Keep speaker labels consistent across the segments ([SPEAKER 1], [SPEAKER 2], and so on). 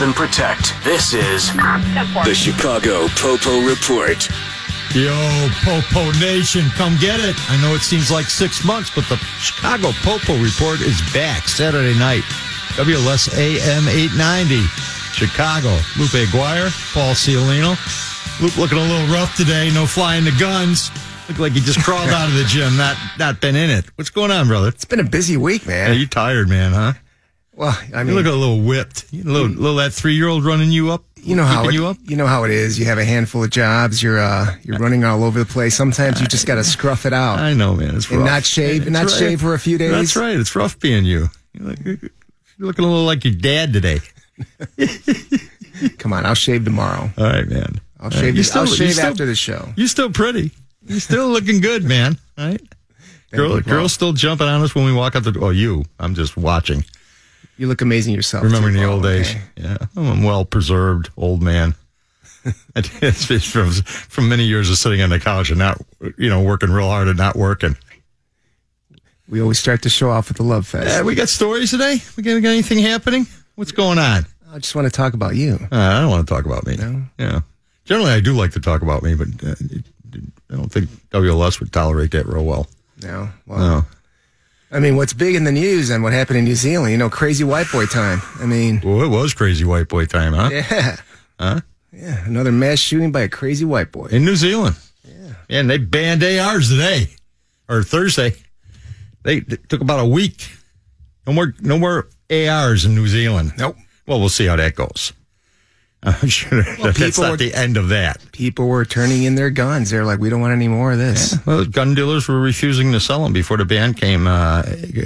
[SPEAKER 1] and protect. This is
[SPEAKER 2] The Chicago Popo Report.
[SPEAKER 3] Yo, Popo Nation, come get it. I know it seems like six months, but the Chicago Popo Report is back Saturday night. WLS AM 890, Chicago. Lupe Aguirre, Paul Ciolino. Luke looking a little rough today, no flying the guns. Look like he just crawled out of the gym, not not been in it. What's going on, brother?
[SPEAKER 4] It's been a busy week,
[SPEAKER 3] Yeah,
[SPEAKER 4] man.
[SPEAKER 3] you tired, man, huh?
[SPEAKER 4] well, I
[SPEAKER 3] You
[SPEAKER 4] mean,
[SPEAKER 3] look a little whipped. You a little, little that three year old running you up.
[SPEAKER 4] you know how
[SPEAKER 3] keeping
[SPEAKER 4] it,
[SPEAKER 3] you up.
[SPEAKER 4] you know how it is. You have a handful of jobs. You're uh, you're running all over the place. Sometimes you just got to scruff it out.
[SPEAKER 3] I know, man. It's rough.
[SPEAKER 4] And not shave-
[SPEAKER 3] It's
[SPEAKER 4] not shave for a few days.
[SPEAKER 3] That's right. It's rough being you. You're, like, you're looking a little like your dad today.
[SPEAKER 4] Come on, I'll shave tomorrow.
[SPEAKER 3] All right, man.
[SPEAKER 4] I'll
[SPEAKER 3] All right.
[SPEAKER 4] shave.
[SPEAKER 3] You
[SPEAKER 4] I'll
[SPEAKER 3] you
[SPEAKER 4] shave after the show.
[SPEAKER 3] You're still pretty. You're still looking good, man. All right. Girl,
[SPEAKER 4] you, Paul.
[SPEAKER 3] girls still jumping on us when we walk out the door. Oh, you. I'm just watching.
[SPEAKER 4] You look amazing yourself.
[SPEAKER 3] Remembering
[SPEAKER 4] too,
[SPEAKER 3] the
[SPEAKER 4] Paul,
[SPEAKER 3] old days.
[SPEAKER 4] okay?
[SPEAKER 3] Yeah. I'm well preserved old man. it's it's from, from many years of sitting on the couch and not, you know, working real hard and not working.
[SPEAKER 4] We always start the show off with the love fest.
[SPEAKER 3] Uh, we got stories today? We got, got anything happening? What's going on?
[SPEAKER 4] I just want to talk about you.
[SPEAKER 3] Uh, I don't want to talk about me. Yeah. Generally, I do like to talk about me, but uh, I don't think WLS would tolerate that real well.
[SPEAKER 4] No, well,
[SPEAKER 3] No.
[SPEAKER 4] I mean, what's big in the news and what happened in New Zealand? You know, crazy white boy time. I mean,
[SPEAKER 3] Well, it was crazy white boy time, huh?
[SPEAKER 4] yeah, huh? Yeah, another mass shooting by a crazy white boy.
[SPEAKER 3] In New Zealand. Yeah. And they banned ARs today or Thursday. They it took about a week. No more, no more ARs in New Zealand.
[SPEAKER 4] Nope.
[SPEAKER 3] Well, we'll see how that goes. I'm sure that's
[SPEAKER 4] people
[SPEAKER 3] not
[SPEAKER 4] were-
[SPEAKER 3] the end of that.
[SPEAKER 4] people were turning in their guns. They're like, we don't want any more of this.
[SPEAKER 3] Well, gun dealers were refusing to sell them before the ban came uh,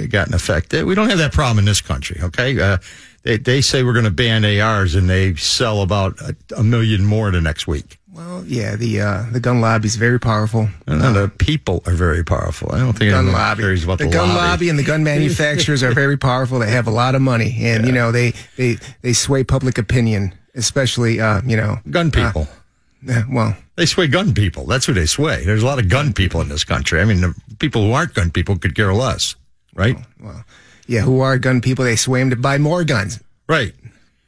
[SPEAKER 3] got in effect. We don't have that problem in this country. Okay, uh, they they say we're going to ban ARs, and they sell about a, a million more the next week.
[SPEAKER 4] Well, yeah, the uh, the gun lobby's very powerful.
[SPEAKER 3] And then the people are very powerful. I don't think
[SPEAKER 4] Gun
[SPEAKER 3] anyone
[SPEAKER 4] lobby,
[SPEAKER 3] cares about the,
[SPEAKER 4] gun lobby. and the gun manufacturers are very powerful. They have a lot of money, and you know they they they sway public opinion, especially uh, you know
[SPEAKER 3] Gun people.
[SPEAKER 4] eh, well.
[SPEAKER 3] they sway gun people. That's who they sway. There's a lot of gun people in this country. I mean, the people who aren't gun people could care less, right?
[SPEAKER 4] Oh. Yeah, who are gun people? They sway them to buy more guns.
[SPEAKER 3] Right.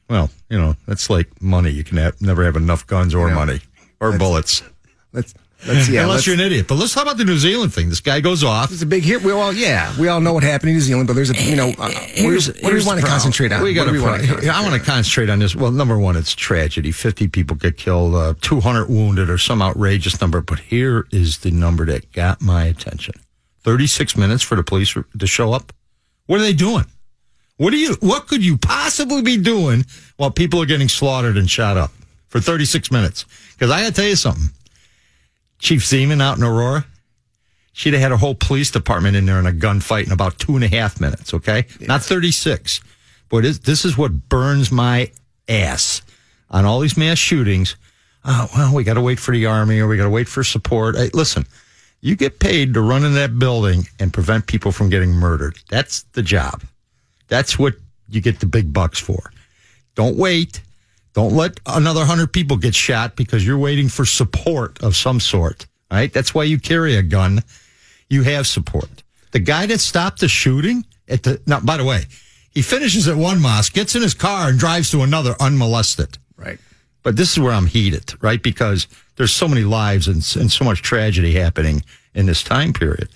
[SPEAKER 3] Well, you know, that's like money. You can have, never have enough guns or money or bullets.
[SPEAKER 4] Let's let's yeah.
[SPEAKER 3] Unless
[SPEAKER 4] let's,
[SPEAKER 3] you're an idiot. But let's talk about the New Zealand thing. This guy goes off.
[SPEAKER 4] it's a big hit. We all yeah, we all know what happened in New Zealand, but there's a you know uh,
[SPEAKER 3] Here's-
[SPEAKER 4] what do we
[SPEAKER 3] here's
[SPEAKER 4] want
[SPEAKER 3] the problem.
[SPEAKER 4] to concentrate on?
[SPEAKER 3] We
[SPEAKER 4] What
[SPEAKER 3] got
[SPEAKER 4] do we wanna concentrate
[SPEAKER 3] I want to concentrate on this. Well, number one, it's tragedy. 50 people get killed, uh, 200 wounded, or some outrageous number. But here is the number that got my attention 36 minutes for the police to show up. What are they doing? What do you? What could you possibly be doing while people are getting slaughtered and shot up for 36 minutes? Because I got to tell you something, Chief Zeman out in Aurora, she'd have had a whole police department in there in a gunfight in about two and a half minutes. Okay, not 36. But this, this is what burns my ass on all these mass shootings. Oh, well, we got to wait for the army or we got to wait for support. Hey, listen, you get paid to run in that building and prevent people from getting murdered. That's the job. That's what you get the big bucks for. Don't wait. Don't let another hundred people get shot because you're waiting for support of some sort. All right. That's why you carry a gun. You have support. The guy that stopped the shooting at the, now, by the way, he finishes at one mosque, gets in his car and drives to another unmolested.
[SPEAKER 4] Right.
[SPEAKER 3] But this is where I'm heated, right? Because there's so many lives and, and so much tragedy happening in this time period.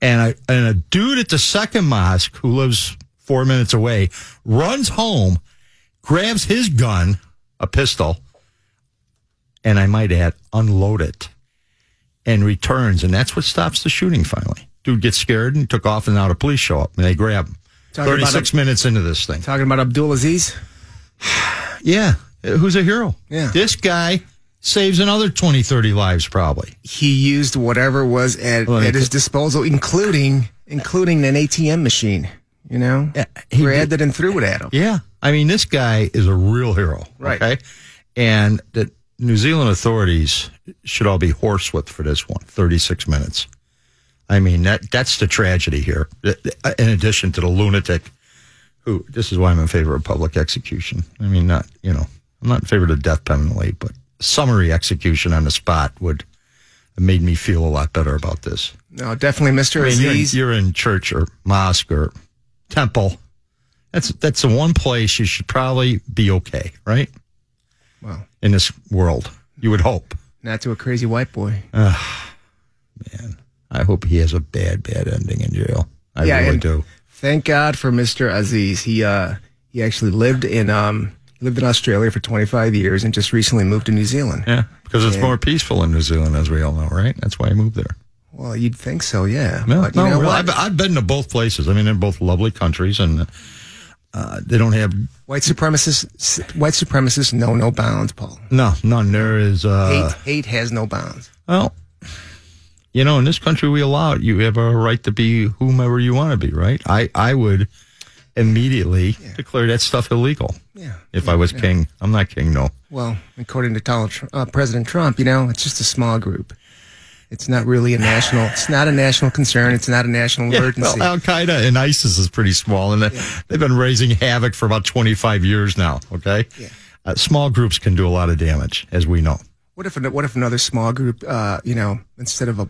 [SPEAKER 3] And a, and a dude at the second mosque who lives four minutes away runs home, grabs his gun, a pistol, and I might add, unload it and returns. And that's what stops the shooting finally. Dude gets scared and took off, and now the police show up and they grab him.
[SPEAKER 4] Talking about
[SPEAKER 3] 36 minutes into this thing.
[SPEAKER 4] Talking about Abdulaziz.
[SPEAKER 3] Yeah. Uh, Who's a hero?
[SPEAKER 4] Yeah.
[SPEAKER 3] This guy saves another 20, 30 lives probably.
[SPEAKER 4] he used whatever was at,
[SPEAKER 3] Well,
[SPEAKER 4] at his disposal, including including an ATM machine. You know,
[SPEAKER 3] he
[SPEAKER 4] grabbed it and threw it at him.
[SPEAKER 3] Yeah. I mean, this guy is a real hero.
[SPEAKER 4] Right.
[SPEAKER 3] Okay. And the New Zealand authorities should all be horsewhipped for this one 36 minutes. I mean, that that's the tragedy here. uh, In addition to the lunatic who, this is why I'm in favor of public execution. I mean, not, you know, I'm not in favor of the death penalty, but summary execution on the spot would it made me feel a lot better about this.
[SPEAKER 4] No, definitely, Mister
[SPEAKER 3] I mean, you're in,
[SPEAKER 4] Aziz.
[SPEAKER 3] you're in church or mosque or temple. That's that's the one place you should probably be okay, right?
[SPEAKER 4] Wow.
[SPEAKER 3] In this world, you would hope.
[SPEAKER 4] Not to a crazy white boy.
[SPEAKER 3] I hope he has a bad, bad ending in jail. I
[SPEAKER 4] Yeah,
[SPEAKER 3] really
[SPEAKER 4] and-
[SPEAKER 3] do.
[SPEAKER 4] Thank God for Mister Aziz. He uh he actually lived in um he lived in Australia for 25 years and just recently moved to New Zealand.
[SPEAKER 3] Yeah, because it's more peaceful in New Zealand, as we all know, right? That's why I moved there.
[SPEAKER 4] Well, you'd think so, yeah.
[SPEAKER 3] No,
[SPEAKER 4] but you
[SPEAKER 3] no,
[SPEAKER 4] know
[SPEAKER 3] really,
[SPEAKER 4] what?
[SPEAKER 3] I've, I've been to both places. I mean, they're both lovely countries, and uh, they don't have
[SPEAKER 4] White supremacists, white supremacists know no bounds, Paul.
[SPEAKER 3] no, none. There is uh,
[SPEAKER 4] Hate, hate has no bounds.
[SPEAKER 3] Well, you know, in this country, we allow it. You have a right to be whomever you want to be, right? I, I would immediately declare that stuff illegal.
[SPEAKER 4] Yeah.
[SPEAKER 3] If I was king, I'm not king, no.
[SPEAKER 4] Well, according to Donald Tr- uh, President Trump, you know, it's just a small group. It's not really a national. It's not a national concern. It's not a national emergency.
[SPEAKER 3] well, Al Qaeda and ISIS is pretty small, and uh, they've been raising havoc for about 25 years now, okay? Uh, small groups can do a lot of damage, as we know.
[SPEAKER 4] what if an- what if another small group, uh, you know, instead of a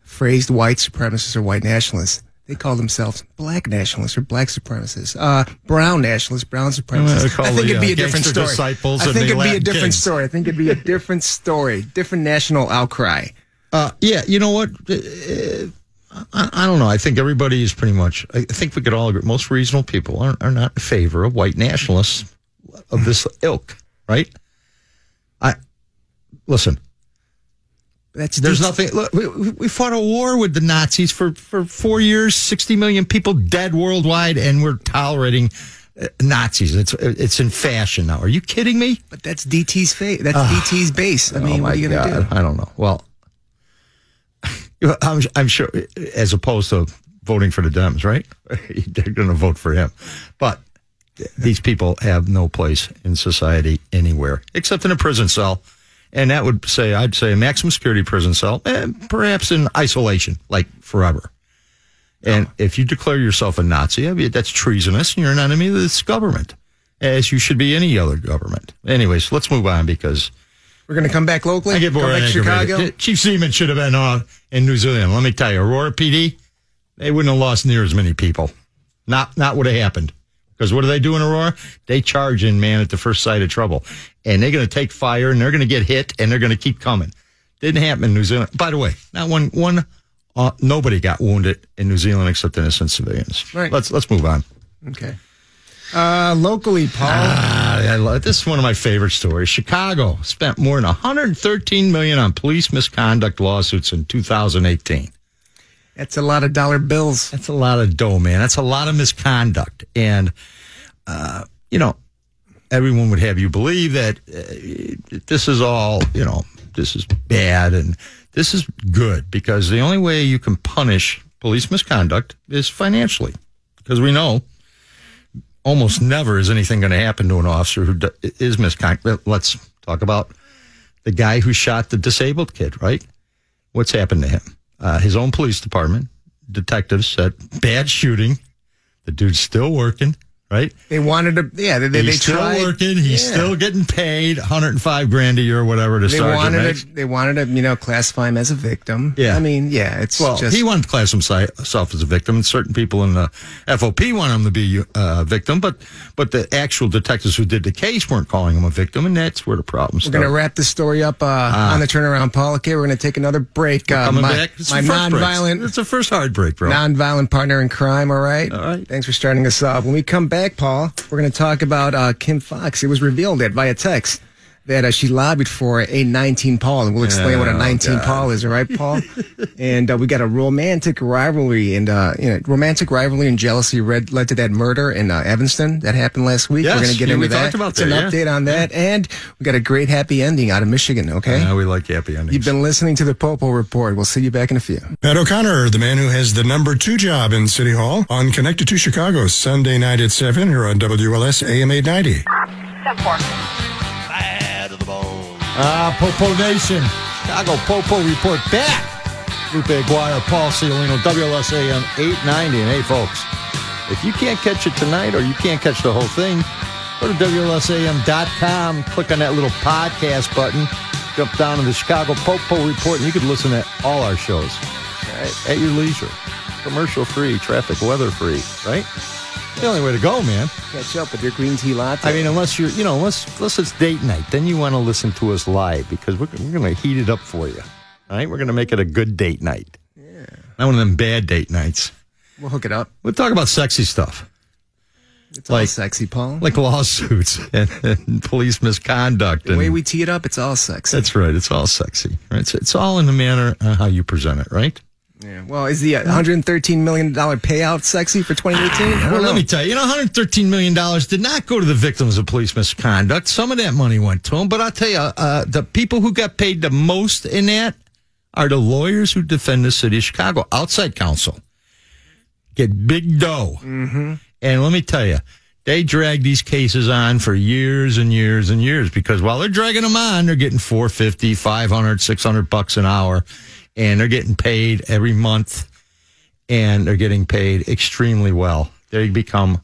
[SPEAKER 4] phrased white supremacists or white nationalists, they call themselves black nationalists or black supremacists, uh, brown nationalists, brown
[SPEAKER 3] Yeah, they
[SPEAKER 4] supremacists.
[SPEAKER 3] call
[SPEAKER 4] I think
[SPEAKER 3] the,
[SPEAKER 4] it'd be
[SPEAKER 3] uh,
[SPEAKER 4] a different
[SPEAKER 3] gangster
[SPEAKER 4] story.
[SPEAKER 3] disciples
[SPEAKER 4] I
[SPEAKER 3] and
[SPEAKER 4] think
[SPEAKER 3] the
[SPEAKER 4] it'd be a
[SPEAKER 3] Latin
[SPEAKER 4] different
[SPEAKER 3] kings.
[SPEAKER 4] story. I think it'd be a different story, different national outcry.
[SPEAKER 3] Uh, yeah, you know what? Uh, I, I don't know. I think everybody is pretty much. I think we could all agree. Most reasonable people are, are not in favor of white nationalists of this ilk, right? I listen.
[SPEAKER 4] That's
[SPEAKER 3] There's
[SPEAKER 4] that's-
[SPEAKER 3] nothing. Look, we, we we fought a war with the Nazis for for four years. Sixty million people dead worldwide, and we're tolerating uh, Nazis. It's it's in fashion now. Are you kidding me?
[SPEAKER 4] But that's DT's face. That's DT's base. I mean,
[SPEAKER 3] oh my
[SPEAKER 4] what are you going to
[SPEAKER 3] God.
[SPEAKER 4] do?
[SPEAKER 3] I don't know. Well, I'm, I'm sure, as opposed to voting for the Dems, right? They're going to vote for him. But these people have no place in society anywhere except in a prison cell. And that would say, I'd say a maximum security prison cell, and perhaps in isolation, like forever. And if you declare yourself a Nazi, I mean, that's treasonous and you're an enemy of this government, as you should be any other government. Anyways, let's move on because
[SPEAKER 4] We're going to come back locally.
[SPEAKER 3] I get bored.
[SPEAKER 4] Come back to
[SPEAKER 3] aggravated.
[SPEAKER 4] Chicago.
[SPEAKER 3] Chief Seaman should have been on in New Zealand. Let me tell you, Aurora PD, they wouldn't have lost near as many people. Not not would have happened. Because what do they do in Aurora? They charge in, man, at the first sight of trouble. And they're going to take fire and they're going to get hit and they're going to keep coming. Didn't happen in New Zealand. By the way, not one, one, uh, nobody got wounded in New Zealand except innocent civilians.
[SPEAKER 4] Right.
[SPEAKER 3] Let's, let's move on.
[SPEAKER 4] Okay. Uh, locally, Paul.
[SPEAKER 3] Ah, I love, this is one of my favorite stories. Chicago spent more than 113 million on police misconduct lawsuits in 2018.
[SPEAKER 4] that's a lot of dollar bills.
[SPEAKER 3] That's a lot of dough, man. That's a lot of misconduct, and uh, you know, everyone would have you believe that uh, this is all you know. This is bad, and this is good because the only way you can punish police misconduct is financially, because we know almost never is anything going to happen to an officer who d- is misconduct. Let's talk about the guy who shot the disabled kid, right? What's happened to him? Uh, his own police department detectives said bad shooting. The dude's still working, right?
[SPEAKER 4] They wanted to. Yeah, they, they, they
[SPEAKER 3] he's still
[SPEAKER 4] tried.
[SPEAKER 3] working. He's
[SPEAKER 4] yeah.
[SPEAKER 3] still getting paid 105 grand a year, whatever. To
[SPEAKER 4] They
[SPEAKER 3] sergeant
[SPEAKER 4] wanted
[SPEAKER 3] makes.
[SPEAKER 4] to. They wanted to. You know, classify him as a victim.
[SPEAKER 3] Yeah.
[SPEAKER 4] I mean, yeah. It's
[SPEAKER 3] Well,
[SPEAKER 4] just.
[SPEAKER 3] he wanted to class himself as a victim, and certain people in the FOP want him to be uh, a victim, but but the actual detectives who did the case weren't calling him a victim, and that's where the problem
[SPEAKER 4] we're going to
[SPEAKER 3] started.
[SPEAKER 4] wrap this story up uh, on the turnaround, Paul. Okay, we're going to take another break. Uh,
[SPEAKER 3] Ah. Coming
[SPEAKER 4] my
[SPEAKER 3] back, it's
[SPEAKER 4] my
[SPEAKER 3] the first break.
[SPEAKER 4] nonviolent,
[SPEAKER 3] It's the first hard break, bro.
[SPEAKER 4] nonviolent partner in crime. All right.
[SPEAKER 3] All right.
[SPEAKER 4] Thanks for starting us off. When we come back, Paul, we're going to talk about uh, Kim Fox. It was revealed that via text that uh, she lobbied for a 19 Paul, and we'll explain what a
[SPEAKER 3] Oh,
[SPEAKER 4] 19 Paul is, all right, Paul? and uh, we got a romantic rivalry, and uh, you know, romantic rivalry and jealousy read, led to that murder in uh, Evanston that happened last week.
[SPEAKER 3] Yes,
[SPEAKER 4] We're going to get
[SPEAKER 3] yeah,
[SPEAKER 4] into
[SPEAKER 3] we
[SPEAKER 4] that.
[SPEAKER 3] talked about
[SPEAKER 4] it's
[SPEAKER 3] that,
[SPEAKER 4] an
[SPEAKER 3] yeah.
[SPEAKER 4] update on that, and we got a great happy ending out of Michigan. Okay,
[SPEAKER 3] Yeah, we like happy endings.
[SPEAKER 4] you've been listening to the Popo Report. We'll see you back in a few.
[SPEAKER 5] Pat O'Connor, the man who has the number two job in City Hall, on Connected to Chicago, Sunday night at 7 here on WLS AM 890.
[SPEAKER 6] Step four.
[SPEAKER 3] Ah, Popo Nation. Chicago Popo Report back. Lupe Aguirre, Paul Ciolino, WLSAM 890. And hey, folks, if you can't catch it tonight or you can't catch the whole thing, go to WLSAM.com, click on that little podcast button, jump down to the Chicago Popo Report, and you can listen to all our shows at, at your leisure. Commercial free, traffic, weather free, right? The only way to go, man.
[SPEAKER 4] Catch up with your green tea latte.
[SPEAKER 3] I mean, unless you're, you know, unless, unless it's date night, then you want to listen to us live because we're, we're going to heat it up for you. All right? We're going to make it a good date night. Yeah. Not one of them bad date nights.
[SPEAKER 4] we'll hook it up.
[SPEAKER 3] We'll talk about sexy stuff
[SPEAKER 4] It's all
[SPEAKER 3] Like-
[SPEAKER 4] sexy, Paul.
[SPEAKER 3] like lawsuits and, and police misconduct.
[SPEAKER 4] the
[SPEAKER 3] and
[SPEAKER 4] way we tee it up, it's all sexy.
[SPEAKER 3] That's right. It's all sexy. Right? It's, it's all in the manner on how you present it, right?
[SPEAKER 4] Yeah. Well, is the uh, 113 million dollar payout sexy for 2018? I
[SPEAKER 3] Well,
[SPEAKER 4] don't know.
[SPEAKER 3] let me tell you, you know, $113 million did not go to the victims of police misconduct. Some of that money went to them, but I'll tell you, uh, the people who got paid the most in that are the lawyers who defend the city of Chicago, outside counsel. Get big dough. Mm-hmm. And let me tell you, they drag these cases on for years and years and years because while they're dragging them on, they're getting 450, 500, 600 bucks an hour and they're getting paid every month and they're getting paid extremely well. They become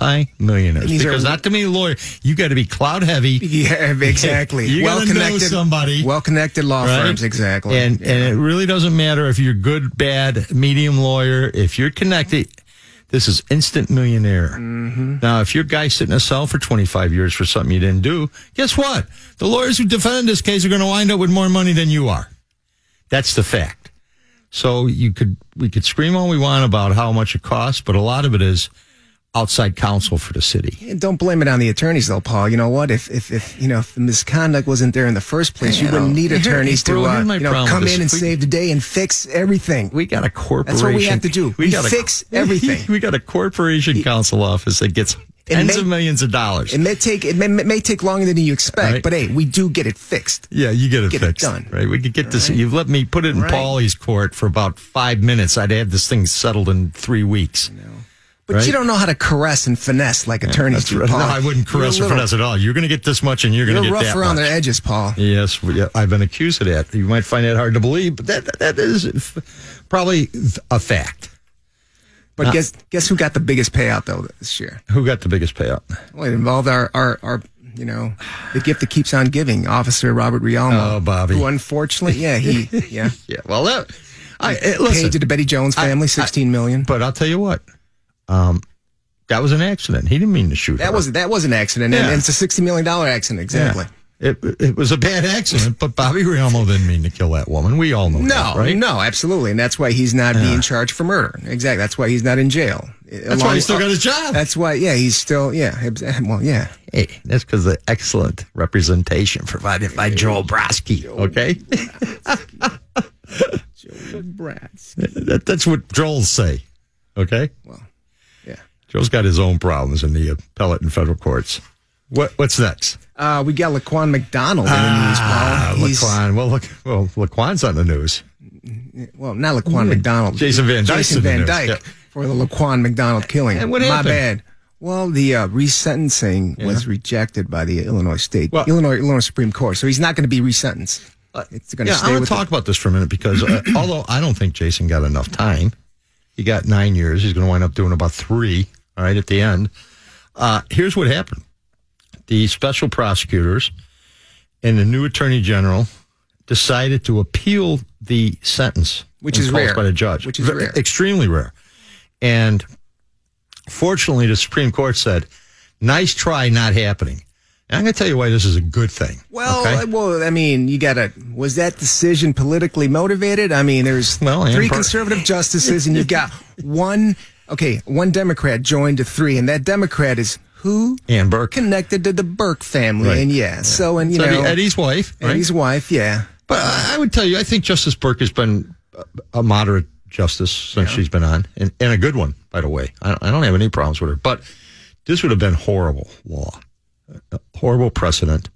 [SPEAKER 3] multi-millionaires
[SPEAKER 4] these are-
[SPEAKER 3] because not too many lawyers. You got to be cloud heavy,
[SPEAKER 4] Yeah, exactly.
[SPEAKER 3] You gotta know somebody.
[SPEAKER 4] Well connected law
[SPEAKER 3] right?
[SPEAKER 4] firms, exactly.
[SPEAKER 3] And and it really doesn't matter if you're good, bad, medium lawyer. If you're connected, this is instant millionaire.
[SPEAKER 4] Mm-hmm.
[SPEAKER 3] Now, if your guy sitting in a cell for 25 years for something you didn't do, guess what? The lawyers who defended this case are going to wind up with more money than you are. That's the fact. So you could we could scream all we want about how much it costs, but a lot of it is outside counsel for the city.
[SPEAKER 4] And don't blame it on the attorneys, though, Paul. You know what? If if, if you know if the misconduct wasn't there in the first place, you wouldn't need
[SPEAKER 3] Here-
[SPEAKER 4] attorneys
[SPEAKER 3] bro,
[SPEAKER 4] to uh,
[SPEAKER 3] here's my
[SPEAKER 4] you know,
[SPEAKER 3] problem
[SPEAKER 4] come
[SPEAKER 3] with
[SPEAKER 4] in and
[SPEAKER 3] this. We-
[SPEAKER 4] save the day and fix everything.
[SPEAKER 3] We got a corporation.
[SPEAKER 4] That's what we have to do. We
[SPEAKER 3] got a-
[SPEAKER 4] fix everything.
[SPEAKER 3] we got a corporation counsel office that gets
[SPEAKER 4] It
[SPEAKER 3] tens
[SPEAKER 4] may-
[SPEAKER 3] of millions of dollars.
[SPEAKER 4] It may take it may, may take longer than you expect,
[SPEAKER 3] Right.
[SPEAKER 4] but hey, we do get it fixed.
[SPEAKER 3] Yeah, you get it
[SPEAKER 4] Get it
[SPEAKER 3] fixed.
[SPEAKER 4] done.
[SPEAKER 3] Right. We could get this. You've let me put it in
[SPEAKER 4] Right.
[SPEAKER 3] Paulie's court for about five minutes. I'd have this thing settled in three weeks.
[SPEAKER 4] But
[SPEAKER 3] Right.
[SPEAKER 4] you don't know how to caress and finesse like attorneys
[SPEAKER 3] That's
[SPEAKER 4] do,
[SPEAKER 3] right.
[SPEAKER 4] Paul.
[SPEAKER 3] No, I wouldn't
[SPEAKER 4] You're a
[SPEAKER 3] caress or
[SPEAKER 4] little-
[SPEAKER 3] finesse at all. You're going to get this much, and you're going to
[SPEAKER 4] You're
[SPEAKER 3] get
[SPEAKER 4] rough
[SPEAKER 3] that
[SPEAKER 4] around
[SPEAKER 3] much.
[SPEAKER 4] the edges, Paul.
[SPEAKER 3] Yes, we- yeah, I've been accused of that. You might find that hard to believe, but that that is f- probably a fact.
[SPEAKER 4] But guess guess who got the biggest payout though this year?
[SPEAKER 3] Who got the biggest payout?
[SPEAKER 4] Well, it involved our our, our you know the gift that keeps on giving, Officer Robert Rialmo.
[SPEAKER 3] Oh, Bobby.
[SPEAKER 4] Who unfortunately, yeah, he yeah
[SPEAKER 3] Yeah. Well, that I eh,
[SPEAKER 4] paid
[SPEAKER 3] listen.
[SPEAKER 4] to the Betty Jones family
[SPEAKER 3] I-
[SPEAKER 4] sixteen million.
[SPEAKER 3] but I'll tell you what. Um, that was an accident. He didn't mean to shoot.
[SPEAKER 4] That
[SPEAKER 3] her.
[SPEAKER 4] was that was an accident, and,
[SPEAKER 3] Yeah.
[SPEAKER 4] and it's a sixty million dollar accident exactly.
[SPEAKER 3] Yeah. It, it was a bad accident, but Bobby Realmo didn't mean to kill that woman. We all know
[SPEAKER 4] No,
[SPEAKER 3] that, right?
[SPEAKER 4] no, absolutely, and that's why he's not being charged for murder. Exactly, that's why he's not in jail.
[SPEAKER 3] That's why he still got his job.
[SPEAKER 4] That's why, yeah, he's still, yeah, ex- well, yeah.
[SPEAKER 3] Hey, that's because of the excellent representation provided by Joel Brodsky, okay?
[SPEAKER 4] Brats.
[SPEAKER 3] that, that's what Joel's say, okay?
[SPEAKER 4] Well, yeah.
[SPEAKER 3] Joel's got his own problems in the appellate and federal courts. What What's next?
[SPEAKER 4] Uh, we got Laquan McDonald in
[SPEAKER 3] Ah,
[SPEAKER 4] the news, Paul.
[SPEAKER 3] Laquan. Well, look, well, Laquan's on the news.
[SPEAKER 4] He's, well, not Laquan McDonald.
[SPEAKER 3] Jason Van Dyke's
[SPEAKER 4] Jason
[SPEAKER 3] in the
[SPEAKER 4] Van
[SPEAKER 3] news,
[SPEAKER 4] Dyke
[SPEAKER 3] yeah.
[SPEAKER 4] for the Laquan McDonald killing.
[SPEAKER 3] And what happened?
[SPEAKER 4] My bad. Well, the uh, resentencing was rejected by the Illinois State,
[SPEAKER 3] Well- Uh,
[SPEAKER 4] Illinois Illinois Supreme Court, so he's not going to be resentenced. It's going to
[SPEAKER 3] yeah,
[SPEAKER 4] stay
[SPEAKER 3] I want
[SPEAKER 4] with
[SPEAKER 3] to talk about this for a minute because uh, although I don't think Jason got enough time, he got nine years. He's going to wind up doing about three. All right, at the end. Uh, here's what happened: the special prosecutors and the new attorney general decided to appeal the sentence,
[SPEAKER 4] Which is
[SPEAKER 3] imposed
[SPEAKER 4] rare.
[SPEAKER 3] by the judge,
[SPEAKER 4] Which is
[SPEAKER 3] Ve-
[SPEAKER 4] rare.
[SPEAKER 3] extremely rare. And fortunately, the Supreme Court said, "Nice try, not happening." And I'm going to tell you why this is a good thing.
[SPEAKER 4] Well,
[SPEAKER 3] okay?
[SPEAKER 4] uh, well, I mean, you got to. Was that decision politically motivated? I mean, there's
[SPEAKER 3] Well, and
[SPEAKER 4] three
[SPEAKER 3] part-
[SPEAKER 4] conservative justices, and you got one. Okay, one Democrat joined to three, and that Democrat is who
[SPEAKER 3] Ann Burke.
[SPEAKER 4] connected to the Burke family,
[SPEAKER 3] Right.
[SPEAKER 4] and yeah, so and you
[SPEAKER 3] Eddie-
[SPEAKER 4] know
[SPEAKER 3] Eddie's wife. right?
[SPEAKER 4] Eddie's wife, yeah,
[SPEAKER 3] But I I would tell you, I think Justice Burke has been a- a moderate justice since she's been on, and, and a good one, by the way. I, I don't have any problems with her. But this would have been horrible law, a horrible precedent.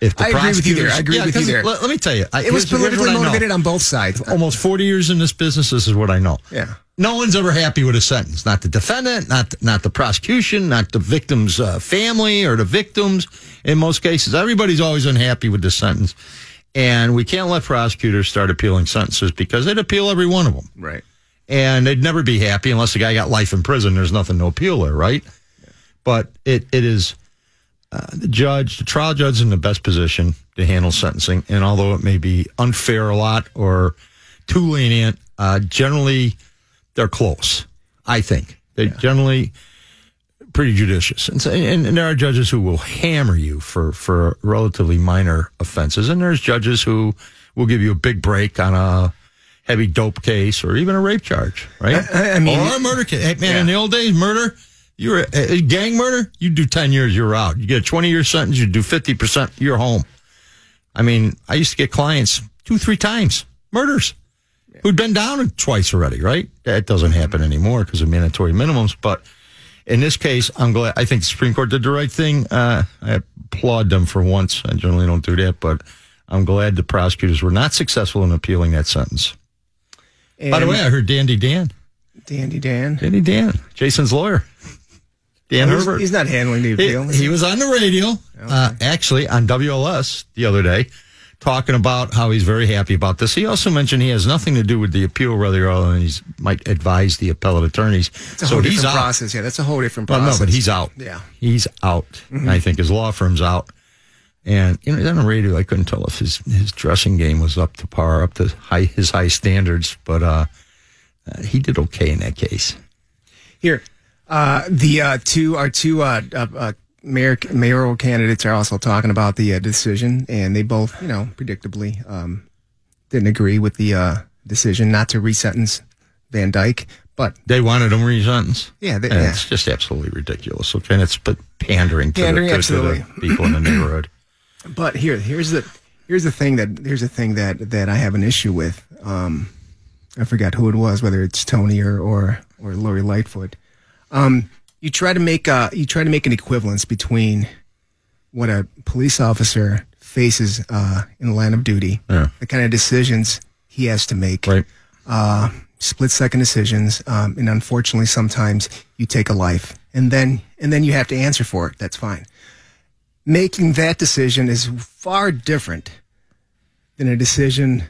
[SPEAKER 3] If the
[SPEAKER 4] I agree with you there.
[SPEAKER 3] prosecutors-
[SPEAKER 4] I agree
[SPEAKER 3] Yeah,
[SPEAKER 4] with you
[SPEAKER 3] 'cause
[SPEAKER 4] there.
[SPEAKER 3] Let, let me tell you, I,
[SPEAKER 4] it was
[SPEAKER 3] here's- here's what
[SPEAKER 4] politically
[SPEAKER 3] I know. Oh,
[SPEAKER 4] motivated on both sides.
[SPEAKER 3] Almost 40 years in this business, this is what I know.
[SPEAKER 4] Yeah.
[SPEAKER 3] No one's ever happy with a sentence. Not the defendant, not the, not the prosecution, not the victim's uh, family or the victims. In most cases, everybody's always unhappy with the sentence, and we can't let prosecutors start appealing sentences because they'd appeal every one of them,
[SPEAKER 4] Right.
[SPEAKER 3] and they'd never be happy unless the guy got life in prison. There's nothing to appeal there, right? But it it is uh, the judge, the trial judge, is in the best position to handle sentencing, and although it may be unfair a lot or too lenient, uh, generally they're close. I think they're generally pretty judicious, and, so, and and there are judges who will hammer you for for relatively minor offenses, and there's judges who will give you a big break on a heavy dope case or even a rape charge, right?
[SPEAKER 4] I- I mean-
[SPEAKER 3] or a murder case. Hey, man, in the old days, murder. You were a gang murder. You do ten years, you're out. You get a twenty year sentence. You do fifty percent, you're home. I mean, I used to get clients two, three times, murders, who'd been down twice already, right? That doesn't happen anymore because of mandatory minimums. But in this case, I'm glad. I think the Supreme Court did the right thing. Uh, I applaud them for once. I generally don't do that, but I'm glad the prosecutors were not successful in appealing that sentence.
[SPEAKER 4] And
[SPEAKER 3] By the way, I heard Dandy Dan,
[SPEAKER 4] Dandy Dan,
[SPEAKER 3] Dandy Dan, Jason's lawyer, Dan
[SPEAKER 4] He's-
[SPEAKER 3] Herbert.
[SPEAKER 4] he's not handling the
[SPEAKER 3] He,
[SPEAKER 4] appeal.
[SPEAKER 3] he was on the radio, uh, actually on WLS the other day, talking about how he's very happy about this. He also mentioned he has nothing to do with the appeal, rather than he might advise the appellate attorneys.
[SPEAKER 4] it's a whole
[SPEAKER 3] he's
[SPEAKER 4] different
[SPEAKER 3] out.
[SPEAKER 4] process. Yeah, that's a whole different
[SPEAKER 3] Well,
[SPEAKER 4] process.
[SPEAKER 3] no, but he's out.
[SPEAKER 4] Yeah. Mm-hmm.
[SPEAKER 3] he's out. And I think his law firm's out. And you know, he's on the radio. I couldn't tell if his his dressing game was up to par, up to high his high standards. But uh, uh, he did okay in that case.
[SPEAKER 4] Here, uh, the uh, two our two uh, uh, uh, mayor, mayoral candidates are also talking about the uh, decision, and they both, you know, predictably um, didn't agree with the uh, decision not to resentence Van Dyke. But
[SPEAKER 3] They wanted him re-sentenced.
[SPEAKER 4] Yeah, they-
[SPEAKER 3] And
[SPEAKER 4] yeah.
[SPEAKER 3] it's just absolutely ridiculous. Okay, and it's but pandering to,
[SPEAKER 4] Pandering,
[SPEAKER 3] the, to, to the
[SPEAKER 4] absolutely.
[SPEAKER 3] people in the neighborhood.
[SPEAKER 4] but here here's the here's the thing that here's the thing that that I have an issue with. Um, I forgot who it was, whether it's Tony or or or Lori Lightfoot. Um, you try to make a you try to make an equivalence between what a police officer faces uh, in the line of duty,
[SPEAKER 3] Yeah.
[SPEAKER 4] the kind of decisions he has to make,
[SPEAKER 3] Right.
[SPEAKER 4] uh, split second decisions, um, and unfortunately, sometimes you take a life, and then and then you have to answer for it. That's fine. Making that decision is far different than a decision